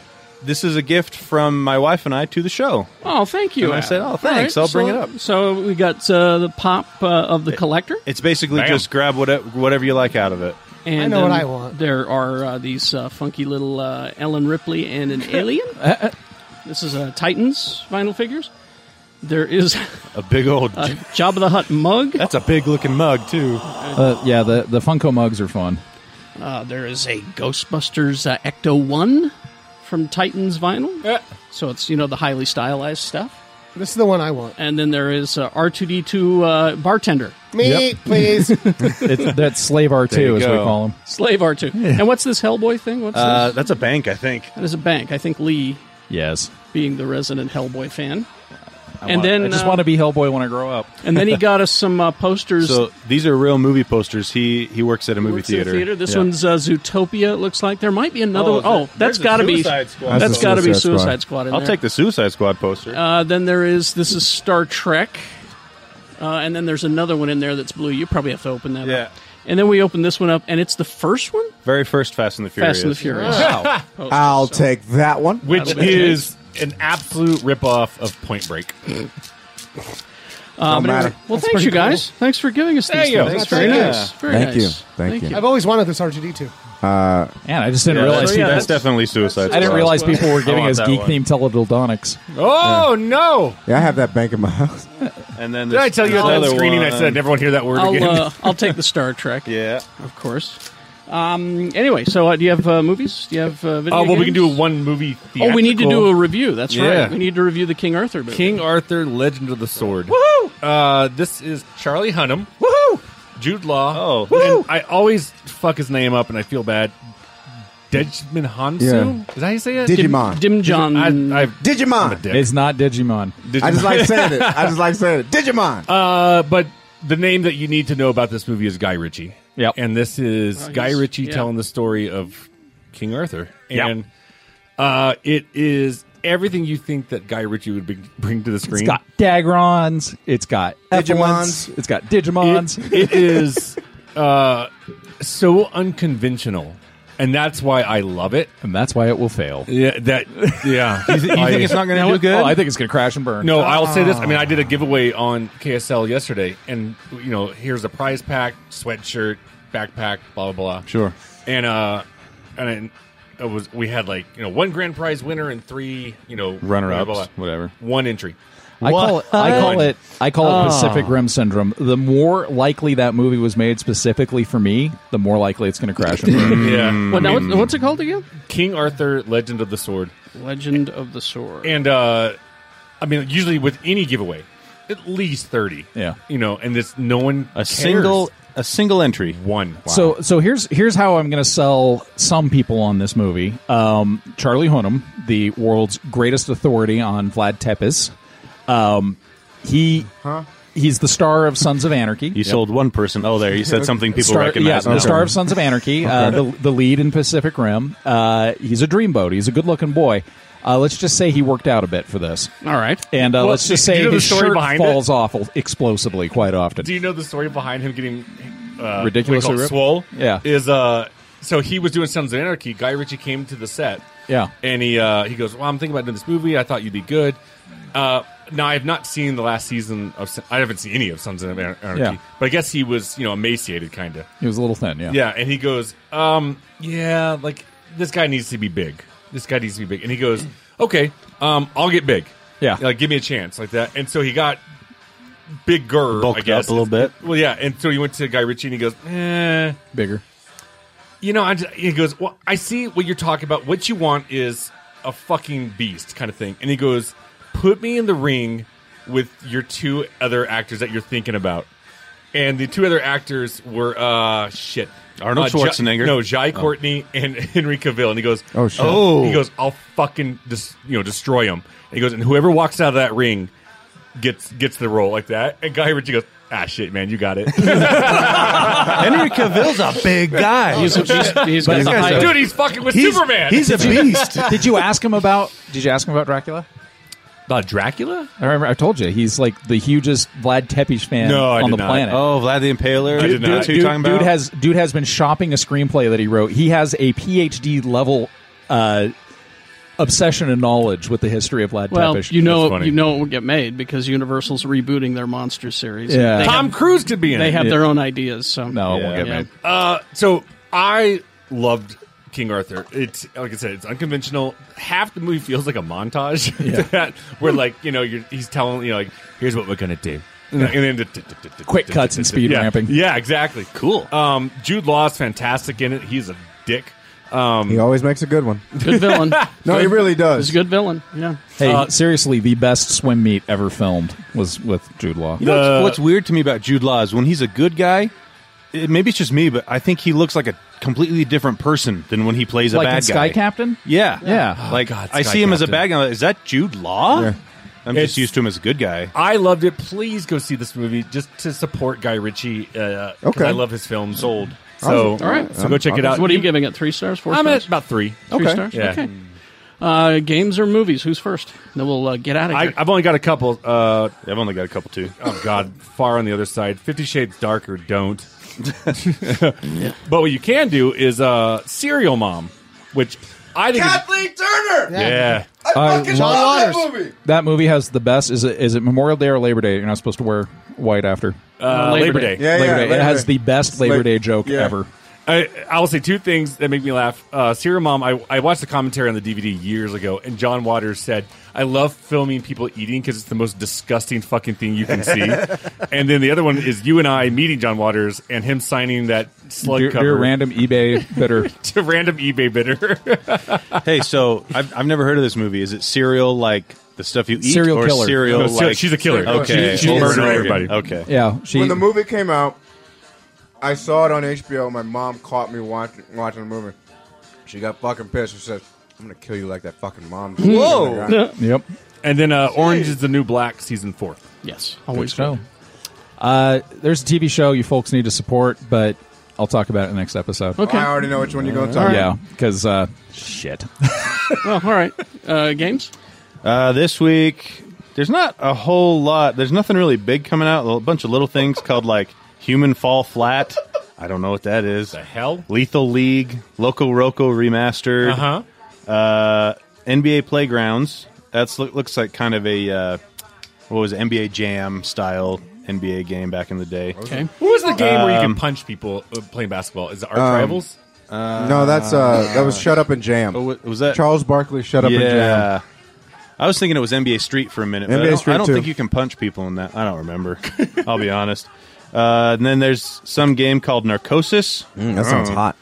F: this is a gift from my wife and I to the show."
B: oh, thank you.
F: And I
B: Adam.
F: said, "Oh, thanks.
B: All
F: I'll bring
B: so-
F: it up."
B: So we got uh, the pop uh, of the collector.
F: It's basically
E: Bam.
F: just grab whatever, whatever you like out of it.
B: And
C: know what
B: then
C: I want.
B: There are uh, these uh, funky little uh, Ellen Ripley and an alien.
C: uh.
B: this is uh, Titans vinyl figures. There is
F: A big old.
B: a uh, Job of the Hut mug.
F: that's a big looking mug too.
G: Uh, yeah, the the Funko mugs are fun.
B: Uh, there is a Ghostbusters uh, Ecto One from Titans vinyl. So it's you know the highly stylized stuff.
C: Uh. this is the one I want.
B: And then there is uh, R2D2 uh, bartender,
C: Me, please.
G: It's, that's Slave R
F: There
G: two
F: you
G: as we
F: go.
G: call him.
B: slave R2. And what's this Hellboy thing? What's
F: Uh,
B: this?
F: that's a bank, I think.
B: That is a bank. I think Lee,
G: Yes.
B: being the resident Hellboy fan, and
G: want-
B: then
G: I just
B: uh,
G: want to be Hellboy when I grow up.
B: and then he got us some uh, posters.
F: So these are real movie posters. He he works at a movie
B: Works in a
F: theater.
B: This
F: Yeah.
B: one's uh, Zootopia. It looks like there might be another.
F: Oh,
B: one. Oh,
F: there-
B: that's
F: there's a
B: got to be.
F: Suicide Squad.
B: That's
H: That's a
B: got to be
H: Suicide Squad.
B: Suicide Squad. in
F: I'll
B: there.
F: take the Suicide Squad poster.
B: Uh, then there is this is Star Trek, uh, and then there's another one in there that's blue. You probably have to open that.
F: Yeah.
B: up. And then we open this one up, and it's the first one.
F: Very first Fast and the Furious.
B: Fast and the Furious. Poster,
H: I'll
B: Oh, so-
H: take that one.
E: which
B: That'll be
E: is an absolute ripoff of Point Break.
B: Uh,
H: Don't
B: but anyway,
H: matter.
B: well, thanks you guys. Thanks for giving us these
E: Thank you.
B: things.
E: Thanks
B: That's very
F: for-
B: nice. Very
H: Thank you.
B: nice.
H: Thank you.
C: I've always wanted this R2D2.
H: Uh,
G: Man, I just didn't
F: Yeah,
G: realize
F: that's,
B: So, yeah,
G: people.
F: that's definitely Suicide Squad.
G: I didn't realize people were
F: I
G: giving
F: want
G: us
F: that
G: geek
F: one.
G: themed teledildonics.
E: Oh no!
H: Yeah, I have that bank in my house.
F: And then
E: Did I tell you
F: there's
E: at that
F: another
E: screening? I
F: one.
E: said never want to hear that word
B: I'll
E: again.
B: uh, I'll take the Star Trek,
F: Yeah.
B: of course. Um, anyway, so uh, do you have uh, movies? Do you have uh, video?
E: Oh well, we can do
B: games?
E: a one movie.
B: Oh, we need to
E: theatrical.
B: do a review. That's
E: Yeah.
B: right. We need to review the King Arthur movie.
E: King Arthur: Legend of the Sword.
B: Woo!
E: Uh, this is Charlie Hunnam,
G: Woohoo!
E: Jude Law.
F: Oh.
E: and I always fuck his name up, and I feel bad. Digimon Hansu?
H: Yeah.
E: Is that how you say it?
H: Digimon.
B: Dim John.
E: I, I,
H: Digimon.
E: dick.
G: It's not Digimon.
H: I just like saying it. I just like saying it. Digimon.
E: Uh, but the name that you need to know about this movie is Guy Ritchie.
G: Yep.
E: And this is Guy
B: Oh, he's-
E: Ritchie
B: yeah.
E: telling the story of King Arthur.
G: Yep.
E: And uh, it is everything you think that Guy Ritchie would be, bring to the screen.
G: It's got Dagrons. It's got
H: Digimons.
G: Digimons. It's got Digimons.
E: It- it is uh, so unconventional. And that's why I love it.
G: and that's why it will fail.
E: Yeah, that yeah. you
F: You think it's not going to do good? Ah.
G: Oh, I think it's going to crash and burn.
E: No, I'll say this. I mean, I did a giveaway on KSL yesterday, and you know, here's a prize pack, sweatshirt, backpack, blah blah blah.
F: Sure.
E: And uh, and I, it was we had like you know one grand prize winner and three you know
F: Runner-ups,
E: blah, blah, blah.
F: whatever.
E: One entry.
G: I call it. I call it. I call
B: Oh.
G: it Pacific Rim syndrome. The more likely that movie was made specifically for me, the more likely it's going to crash and burn.
E: Yeah,
B: What- now, what's, what's it called again?
E: Uh, King Arthur, Legend of the Sword,
B: Legend of the Sword.
E: and uh, I mean, usually with any giveaway, at least thirty.
G: Yeah.
E: you know, and this no one
F: a single a single entry.
E: one.
G: So, so here's here's how I'm going to sell some people on this movie. Um, Charlie Hunnam, the world's greatest authority on Vlad Tepes, um, he he's the star of Sons of Anarchy.
F: You sold one person. Oh, there. You said something people
G: Star-
F: recognize.
G: yeah,
F: now.
G: the star of Sons of Anarchy, uh, the, the lead in Pacific Rim. Uh, he's a dreamboat. He's a good-looking boy. Uh, let's just say he worked out a bit for this,
B: All right.
G: and uh,
E: Well,
G: let's just
E: do you
G: say
E: know the
G: his
E: story
G: shirt
E: behind
G: falls off explosively quite often.
E: Do you know the story behind him getting uh,
G: Ridiculously
E: what do you
G: ripped?
E: call it, swole?
G: Yeah.
E: is uh, so he was doing Sons of Anarchy. Guy Ritchie came to the set.
G: Yeah.
E: and he uh, he goes, "Well, I'm thinking about doing this movie. I thought you'd be good." Uh, now I have not seen the last season of. Son- I haven't seen any of Sons of Anar- Anarchy,
G: Yeah.
E: but I guess he was you know emaciated kind of.
G: He was a little thin, yeah.
E: Yeah, and he goes, um, yeah, like this guy needs to be big. This guy needs to be big. And he goes, okay, um, I'll get big.
G: Yeah.
E: like give me a chance, like that. And so he got bigger,
F: Bulked
E: I guess
F: up a little bit.
E: Well, yeah, and so he went to Guy Ritchie and he goes, eh,
G: bigger.
E: you know, I just, he goes, well, I see what you're talking about. What you want is a fucking beast kind of thing. And he goes, put me in the ring with your two other actors that you're thinking about. And the two other actors were, uh, shit.
F: Arnold
E: Uh, Ju-
F: Schwarzenegger.
E: no, Jai Courtney and Henry Cavill. And he goes,
H: Oh, shit.
E: Oh. He goes, I'll fucking, dis- you know, destroy him. And he goes, and whoever walks out of that ring gets gets the role like that. And Guy Ritchie goes, ah, shit, man, you got it.
F: Henry Cavill's a big guy.
B: He's, he's, he's got the height.
E: Dude, he's fucking with Superman.
F: a beast.
G: did you ask him about? Did you ask him about Dracula?
E: uh, Dracula?
G: I remember I told you he's like the hugest Vlad Tepes fan
E: No, I
G: on
E: did
G: the
E: not.
G: planet.
F: oh, Vlad the Impaler.
E: I did not.
F: That's who you're
G: dude,
F: talking about?
G: dude has dude has been shopping a screenplay that he wrote. He has a PhD level uh, obsession and knowledge with the history of Vlad
B: Well,
G: Tepes.
B: you
E: That's
B: know,
E: funny.
B: you know it will get made because Universal's rebooting their monster series.
G: Yeah.
B: They
E: Tom
B: have,
E: Cruise could be in
B: they
E: it.
B: have their own ideas. So
G: no, it won't
F: Yeah.
G: get made.
E: Uh, so I loved King Arthur. It's like I said, it's unconventional. Half the movie feels like a montage that, where like you know you're, he's telling you know, like here's what we're gonna do, and then- and then the-
G: Quick cuts and speed
E: yeah.
G: ramping.
E: Yeah, exactly. Cool. Um, Jude Law's fantastic in it. He's a dick. Um,
H: he always makes a good one.
B: good villain.
H: No, he really
B: He's
H: does.
B: a good villain. Yeah.
G: Hey,
F: Oh,
G: seriously, the best swim meet ever filmed was with Jude Law.
F: You know what's-
E: The-
F: what's, weird to me about Jude Law is when he's a good guy, it, maybe it's just me, but I think he looks like a completely different person than when he plays a
G: like
F: bad
G: in Sky
F: guy.
G: Captain.
F: Yeah,
G: Yeah. Oh,
F: like
E: God,
F: I
E: Sky
F: see him as a
E: Captain.
F: bad guy. Is that Jude Law? I'm
E: It's-
F: just used to him as a good guy.
E: I loved it. Please go see this movie just to support Guy Ritchie. Uh, 'cause
H: Okay.
E: I love his films. Old. So,
B: All right.
E: so go check it out.
B: So what are you giving it? Three stars? Four
E: I'm
B: stars?
E: at about three.
B: Three
H: Okay.
B: stars?
E: Yeah.
B: Okay. Uh, games or movies? Who's first? Then we'll uh, get out of
E: I,
B: here.
E: I've only got a couple. Uh,
F: I've only got a couple too.
E: oh god far on the other side 50 shades darker don't but what you can do is uh serial mom which i think is-
H: Turner.
E: yeah
H: I
G: fucking
C: that
G: love
C: Waters.
H: movie.
G: That movie has the best. Is it, is it Memorial Day or Labor Day? You're not supposed to wear white after
E: uh,
B: Labor
E: labor
B: Day.
E: day,
H: Yeah,
G: Labor
H: yeah.
G: Day.
H: Labor
G: it has
H: Day.
G: the best Labor
H: Like-
G: Day joke
H: yeah.
G: ever.
E: I, I will say two things that make me laugh. Uh, Serial Mom, I, I watched the commentary on the DVD years ago, and John Waters said, I love filming people eating because it's the most disgusting fucking thing you can see. and then the other one is you and I meeting John Waters and him signing that slug
G: Dear,
E: cover
G: dear random eBay bidder.
E: to random eBay bidder.
F: hey, so I've, I've never heard of this movie. Is it serial like The stuff you eat
G: Serial
F: or
G: killer.
F: serial
G: No,
F: like,
J: she's a killer.
F: Okay.
J: She's- she's
F: over and
J: murdering
F: over
J: everybody.
F: again. Okay.
G: Yeah, she.
H: when the movie came out, I saw it on HBO. My mom caught me watching watching the movie. She got fucking pissed. She said, "I'm gonna kill you like that fucking mom." Whoa!
G: yep.
J: And then uh, Orange is the New Black season four.
B: Yes.
G: Always know. Uh, there's a TV show you folks need to support, but I'll talk about it in the next episode.
B: Okay.
H: I already know which one you're gonna talk.
G: Yeah, because uh, shit.
B: Well, all right. Uh, games?
F: Uh, this week, there's not a whole lot. There's nothing really big coming out. A bunch of little things called like Human Fall Flat. I don't know what that is. The
J: hell?
F: Lethal League, Loco Roco Remastered,
J: Uh-huh.
F: uh, NBA Playgrounds. That's loo- looks like kind of a uh, what was it, NBA Jam style NBA game back in the day. Um,
B: Okay.
J: What was the game where you can punch people uh, playing basketball? Is it Arch Rivals?
H: No, that's Um, uh, that was Shut Up and Jam.
F: Oh, wa- was that
H: Charles Barkley Shut Up and Jam.
F: Yeah. I was thinking it was NBA Street for a minute. but
H: NBA
F: I don't,
H: Street
F: I don't
H: too.
F: think you can punch people in that. I don't remember. I'll be honest. Uh, and then there's some game called Narcosis.
H: Mm,
F: Oh. Um,
H: That sounds hot.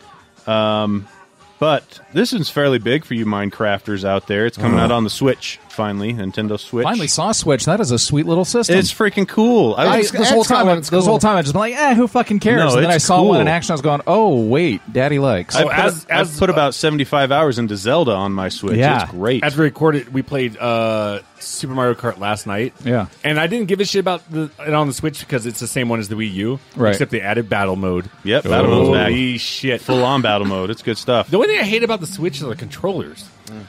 F: But this is fairly big for you Minecrafters out there. It's
H: Oh.
F: coming out on the Switch finally, Nintendo Switch.
G: Finally saw Switch. That is a sweet little system.
F: it's freaking cool. I
G: I,
F: was,
G: this whole
C: it's cool,
G: time, I-
C: it's
G: this whole
C: cool.
G: time, I just been like, eh, who fucking cares?
F: No,
G: and then
F: it's
G: I saw one in
F: cool.
G: action. I was going, oh wait, Daddy likes.
J: Oh,
F: I put,
J: as-
F: I
J: as-
F: put about 75 hours into Zelda on my Switch.
G: Yeah.
F: It's great.
J: After we recorded, we played uh, Super Mario Kart last night.
G: Yeah.
J: and I didn't give a shit about the, it on the Switch because it's the same one as the Wii U,
G: Right.
J: Except they added battle mode. Oh,
F: Yep, battle mode's back.
J: Holy shit!
F: Full on battle mode. It's good stuff.
J: The only thing I hate about the Switch are the controllers.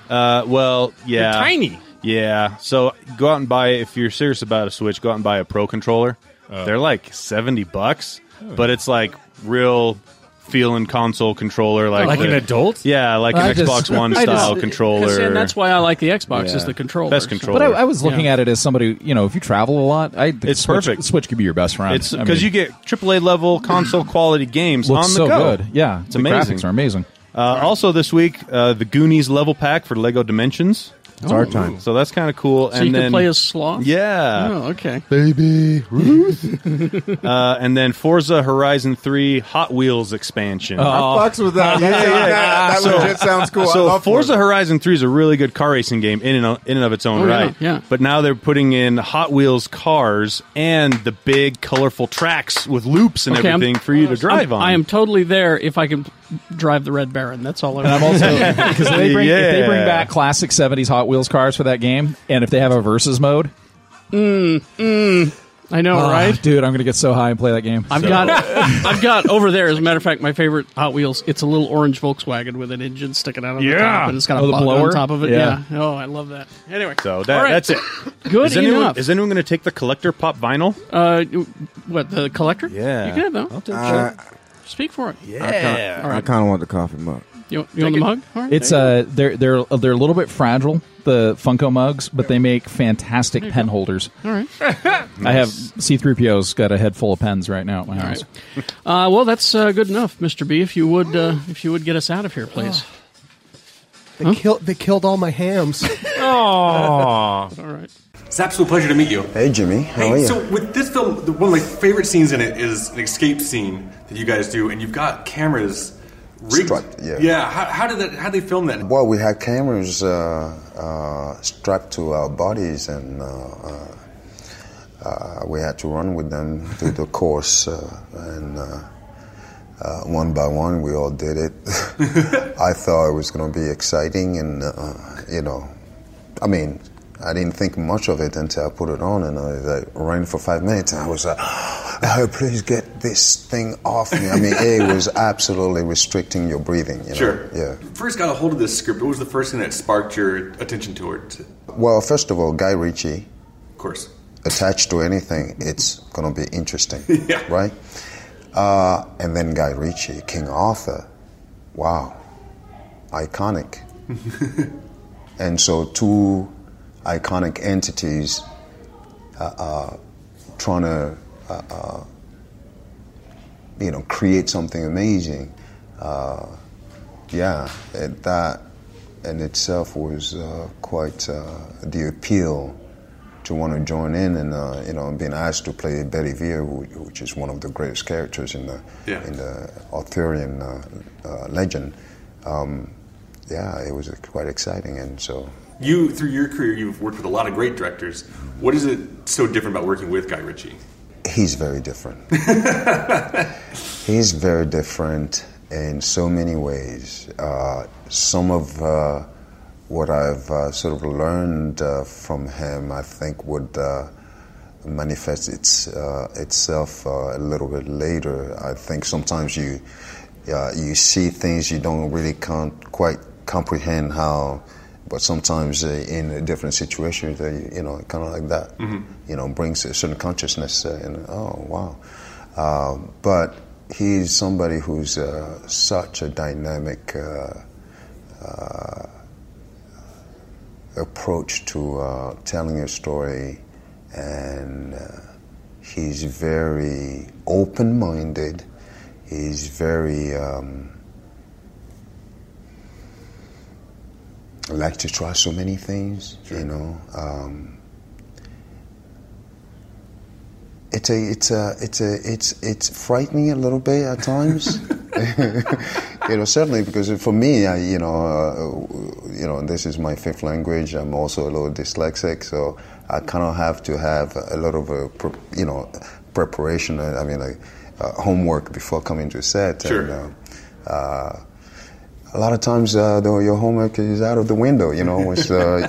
F: Uh, well, yeah.
J: They're tiny.
F: Yeah. So go out and buy if you're serious about a Switch, go out and buy a Pro controller.
J: Oh.
F: They're like seventy bucks, but it's like real feeling console controller, like
J: Like an
F: the-
J: adult?
F: Yeah, like
G: I
F: an
G: just-
F: Xbox One
G: I just-
F: style
B: 'Cause,
F: controller.
B: And that's why I like the Xbox
F: Yeah.
B: is the controller.
F: Best
B: So-
F: controller.
G: but I, I was looking
B: Yeah.
G: at it as somebody, you know, if you travel a lot, I the
F: It's
G: Switch,
F: perfect.
G: Switch could be your best friend.
F: It's
G: I
F: because
G: mean,
F: you get AAA level console quality games
G: looks
F: on the
G: so
F: go.
G: good. Yeah,
F: it's
G: the
F: amazing.
G: Graphics are amazing.
F: Uh, also, this week, uh, the Goonies level pack for Lego Dimensions.
H: It's our time.
F: So that's kind of cool.
B: So
F: and
B: you
F: then
B: can play as Sloth?
F: yeah,
B: Oh, okay.
A: Baby Ruth.
B: Oh.
F: Uh, and then Forza Horizon 3 Hot Wheels expansion.
B: Oh.
H: I fucks with that. Yeah, yeah, yeah. That, that legit sounds cool. I
F: so
H: love
F: Forza Horizon 3 is a really good car racing game in and of, in and of its own
B: Oh, yeah,
F: right.
B: yeah.
F: But now they're putting in Hot Wheels cars and the big colorful tracks with loops and
B: Okay, I'm-
F: everything for you to drive
B: I'm-
F: on.
B: I am totally there if I can drive the Red Baron. That's all I
G: And I'm
B: want.
G: also because they bring if they bring
F: Yeah.
G: back classic '70s Hot Wheels cars for that game, and if they have a versus mode,
B: Mm, I know,
G: oh,
B: right?
G: dude, I'm gonna get so high and play that game.
B: I've got, I've got over there. As a matter of fact, my favorite Hot Wheels. It's a little orange Volkswagen with an engine sticking out on the
J: Yeah.
B: top, and it's got
G: Oh,
B: a
G: the
B: button
G: blower?
B: on top of it.
G: Yeah.
B: Yeah. Oh, I love that. Anyway,
F: so that,
B: All right.
F: that's it.
B: Good
F: Is anyone,
B: enough.
F: is anyone going to take the collector pop vinyl?
B: uh, what the collector?
F: Yeah.
B: you can have that.
F: I'll
B: one.
F: take
H: Uh,
B: Speak for it. Yeah.
H: I
B: right.
H: kind of want the coffee mug.
B: You, you want the mug? All right,
G: It's
B: there you
G: uh, they're they're they're a little bit fragile, the Funko mugs, but they make fantastic pen holders.
B: go. All right.
G: I have C3PO's got a head full of pens right now at my
B: All
G: house.
B: right. Uh, well, that's uh, good enough, Mr. B. If you would, uh, if you would get us out of here, please.
C: They killed. They killed all my hams.
K: Oh.
B: All right.
K: It's an absolute pleasure to meet you.
L: Hey, Jimmy. How
K: Hey,
L: are you?
K: so with this film, the- one of my favorite scenes in it is an escape scene that you guys do, and you've got cameras rigged.
L: Strapped, yeah.
K: How, how did that? How did they film that?
L: well, we had cameras uh, uh, strapped to our bodies, and uh, uh, uh, we had to run with them through the course. Uh, and uh, uh, one by one, we all did it. I thought it was going to be exciting, and uh, you know, I mean, I didn't think much of it until I put it on, and I like, ran for five minutes, and I was like, oh, "Please get this thing off me!" I mean, it was absolutely restricting your breathing. You know?
K: Sure.
L: Yeah.
K: First got a hold of this script. What was the first thing that sparked your attention to it? Of
L: Well, first of all, Guy Ritchie
K: course.
L: attached to anything, it's going to be interesting,
K: Yeah.
L: right? Uh, and then Guy Ritchie, King Arthur, wow, iconic. and so two iconic entities uh, uh, trying to, uh, uh, you know, create something amazing. Uh, yeah, it, that in itself was uh, quite uh, the appeal to want to join in and uh, you know being asked to play Betty Vere, wh- which is one of the greatest characters in the
K: Yeah.
L: in the Arthurian uh, uh, legend. Um, yeah, it was uh, quite exciting, and so
K: You, through your career, you've worked with a lot of great directors. What is it so different about working with Guy Ritchie?
L: He's very different. He's very different in so many ways. Uh, some of uh, what I've uh, sort of learned uh, from him, I think, would uh, manifest its, uh, itself uh, a little bit later. I think sometimes you uh, you see things you don't really con- quite comprehend how, but sometimes uh, in a different situation, they, you know, kind of like that
A: Mm-hmm.
K: Mhm.
L: you know, brings a certain consciousness. Uh, and oh wow, uh, but he's somebody who's uh, such a dynamic uh, uh, approach to uh, telling a story, and uh, he's very open-minded. He's very um, I like to try so many things, you know. Um, it's a it's a it's a it's it's frightening a little bit at times you know certainly because for me I you know uh, you know this is my fifth language I'm also a little dyslexic so I kind of have to have a lot of a pre- you know preparation I mean like uh, homework before coming to set
K: Sure.
L: and uh, uh, a lot of times uh, though your homework is out of the window you know which uh,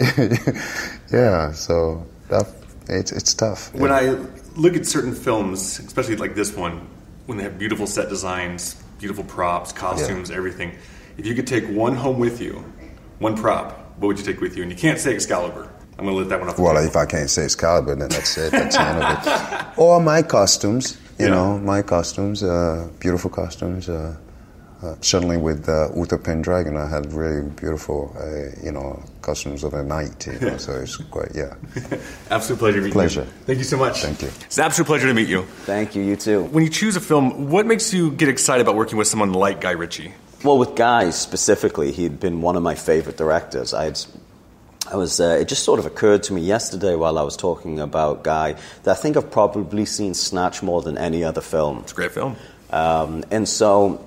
L: yeah so that, it's it's tough
K: When I look at certain films, especially like this one, when they have beautiful set designs, beautiful props, costumes, everything, if you could take one home with you, one prop, what would you take with you? And you can't say Excalibur. I'm going to let that one off. the
L: Well, if I can't say Excalibur, then that's it. That's the end of it. Or my costumes, you know, my costumes, uh, beautiful costumes. Uh, uh, certainly with uh, Uta Pendragon, I had really beautiful, uh, you know, costumes of the night. You know, so it's quite, yeah.
K: Absolute pleasure meeting
L: Pleasure.
K: you. Thank you so much.
L: Thank you.
K: It's an absolute pleasure to meet you.
M: Thank you, you too.
K: When you choose a film, what makes you get excited about working with someone like Guy Ritchie?
M: Well, with Guy specifically, he had been one of my favorite directors. I had, I was. Uh, it just sort of occurred to me yesterday while I was talking about Guy that I think I've probably seen Snatch more than any other film. It's a
K: great film.
M: Um, and so,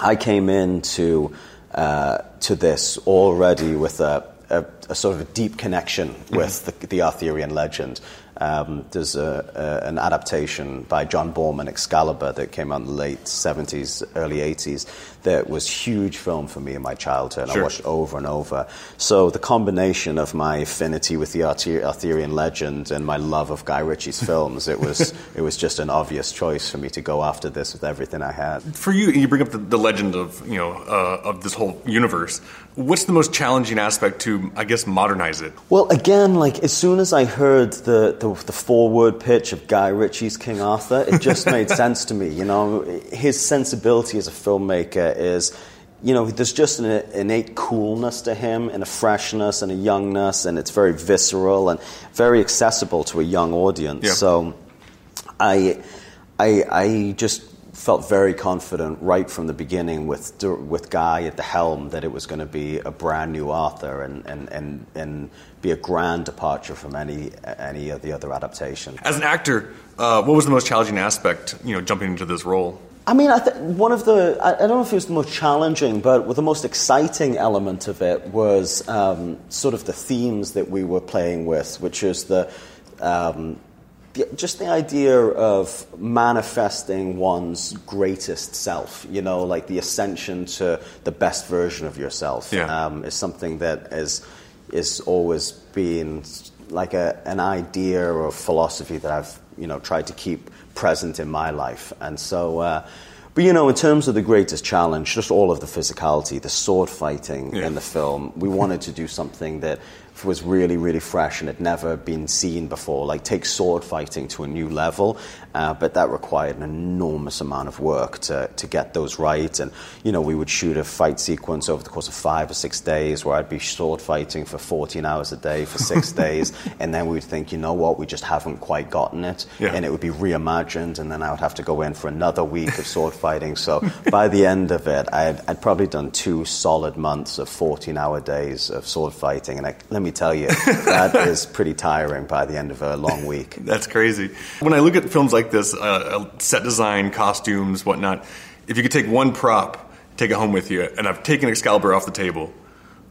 M: I came into uh, to this already with a, a, a sort of a deep connection
K: Mm-hmm.
M: with the, the Arthurian legend. Um, there's a, a, an adaptation by John Borman, Excalibur, that came out in the late 70s, early 80s, that was huge film for me in my childhood. I
K: Sure.
M: watched it over and over. So the combination of my affinity with the Arthur- Arthurian legend and my love of Guy Ritchie's films, it was, it was just an obvious choice for me to go after this with everything I had.
K: For you, you bring up the, the legend of you know uh, of this whole universe. What's the most challenging aspect to, I guess, modernize it?
M: Well, again, like as soon as I heard the, the, the four word pitch of Guy Ritchie's King Arthur, it just made sense to me. You know, his sensibility as a filmmaker is, you know, there's just an innate coolness to him and a freshness and a youngness, and it's very visceral and very accessible to a young audience.
K: Yeah.
M: So I, I, I just felt very confident right from the beginning with with Guy at the helm that it was going to be a brand new Arthur and and, and, and be a grand departure from any any of the other adaptations.
K: As an actor, uh, what was the most challenging aspect? You know, jumping into this role.
M: I mean, I th- one of the, I, I don't know if it was the most challenging, but the most exciting element of it was um, sort of the themes that we were playing with, which is the, um, the, just the idea of manifesting one's greatest self, you know, like the ascension to the best version of yourself
K: Yeah.
M: um, is something that is, is always been like a, an idea or philosophy that I've you know tried to keep present in my life, and so. Uh, but you know, in terms of the greatest challenge, just all of the physicality, the sword fighting in the film, we wanted to do something that was really, really fresh and had never been seen before. Like take sword fighting to a new level, uh, but that required an enormous amount of work to to get those right. And you know, we would shoot a fight sequence over the course of five or six days, where I'd be sword fighting for fourteen hours a day for six days, and then we'd think, you know what, we just haven't quite gotten it, and it would be reimagined, and then I would have to go in for another week of sword fighting. So by the end of it, I'd, I'd probably done two solid months of fourteen-hour days of sword fighting, and I, let me tell you, that is pretty tiring by the end of a long week.
K: That's crazy. When I look at films like this, uh, uh, set design, costumes, whatnot, if you could take one prop, take it home with you, and I've taken Excalibur off the table,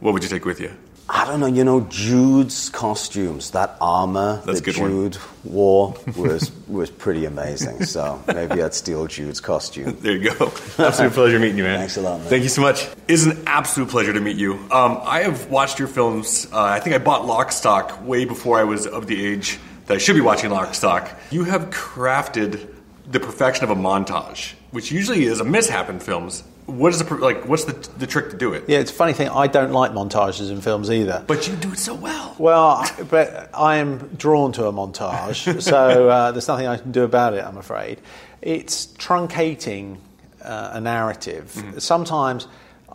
K: what would you take with you?
M: I don't know, you know, Jude's costumes, that armor
K: That's a
M: that
K: good one.
M: Jude wore was was pretty amazing. So maybe I'd steal Jude's costume.
K: There you go. Absolute pleasure meeting you, man.
M: Thanks a lot, man.
K: Thank you so much. It's an absolute pleasure to meet you. Um, I have watched your films. Uh, I think I bought Lock Stock way before I was of the age that I should be watching Lock Stock. You have crafted the perfection of a montage, which usually is a mishap in films. What is the per- like? What's the, the trick to do it?
N: Yeah, it's a funny thing. I don't like montages in films either.
K: But you do it so well.
N: Well, I- but I am drawn to a montage, so uh, there's nothing I can do about it. I'm afraid. It's truncating uh, a narrative.
G: Mm-hmm.
N: Sometimes.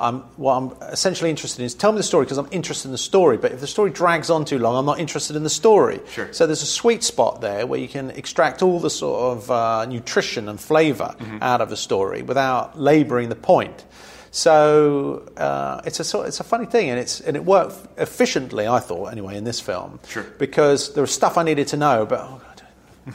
N: I'm, what I'm essentially interested in is tell me the story because I'm interested in the story. But if the story drags on too long, I'm not interested in the story.
K: Sure.
N: So there's a sweet spot there where you can extract all the sort of uh, nutrition and flavor
G: Mm-hmm.
N: out of a story without laboring the point. So uh, it's a sort, it's a funny thing, and it's and it worked efficiently, I thought, anyway, in this film. Sure. Because there was stuff I needed to know, but oh God,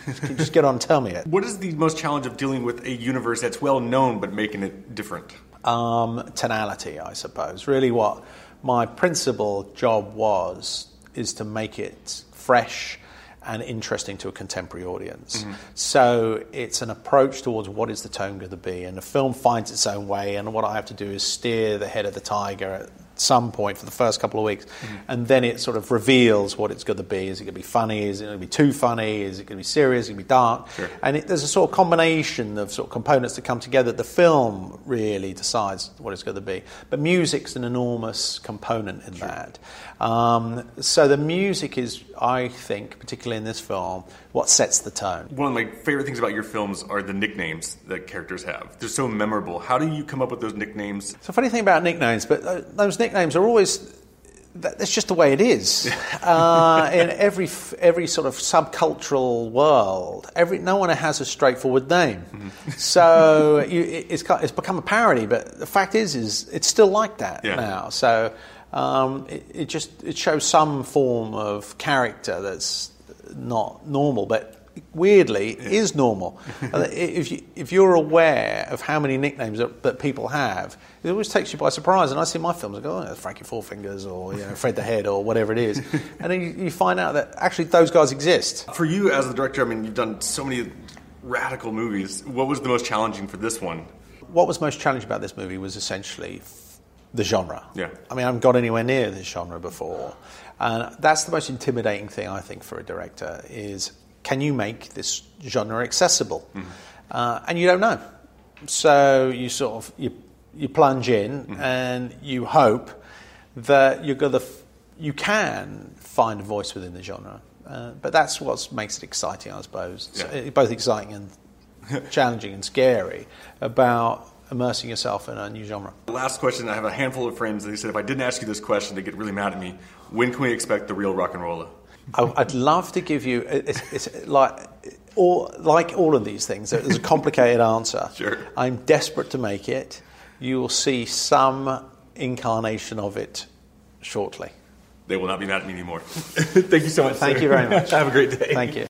N: just- just get on and tell me it.
K: What is the most challenge of dealing with a universe that's well known but making it different?
N: um, tonality, I suppose. Really, what my principal job was is to make it fresh and interesting to a contemporary audience.
O: Mhm.
N: So it's an approach towards what is the tone going to be, and the film finds its own way. And what I have to do is steer the head of the tiger at some point for the first couple of weeks, and then it sort of reveals what it's going to be. Is it going to be funny? Is it going to be too funny? Is it going to be serious? Is it going to be dark? And it, there's a sort of combination of sort of components that come together. The film really decides what it's going to be, but music's an enormous component in that. Um, so the music is, I think, particularly in this film, what sets the tone.
K: One of my favorite things about your films are the nicknames that characters have. They're so memorable. How do you come up with those nicknames?
N: It's a funny thing about nicknames, but uh, those nicknames are always. that- That's just the way it is. Uh, in every f- every sort of subcultural world, every no one has a straightforward name. So you, it- it's got- it's become a parody. But the fact is, is it's still like that
K: Yeah.
N: now. So um, it, it just it shows some form of character that's not normal, but weirdly is normal. Uh, if, you, if you're aware of how many nicknames that, that people have, it always takes you by surprise. And I see my films, I go, oh, Frankie Four Fingers or you know, Fred the Head or whatever it is. and then you, you find out that actually those guys exist.
K: For you as the director, I mean, you've done so many radical movies. What was the most challenging for this one?
N: What was most challenging about this movie was essentially the genre.
K: Yeah.
N: I mean, I haven't got anywhere near this genre before. And that's the most intimidating thing, I think, for a director is can you make this genre accessible?
K: Mm-hmm.
N: Uh, and you don't know. So you sort of, you, you plunge in
K: Mm-hmm.
N: and you hope that you're gonna, f- you can find a voice within the genre. Uh, but that's what makes it exciting, I suppose. So
K: Yeah.
N: it's both exciting and challenging and scary about immersing yourself in a new genre.
K: Last question. I have a handful of friends, and they said if I didn't ask you this question, they get really mad at me. When can we expect the real rock and roller?
N: I, I'd love to give you it's, it's like all like all of these things. There's a complicated answer.
K: Sure.
N: I'm desperate to make it. You will see some incarnation of it shortly.
K: They will not be mad at me anymore. Thank you so much.
N: Thank
K: sir.
N: you very much.
K: have a great day.
N: Thank you.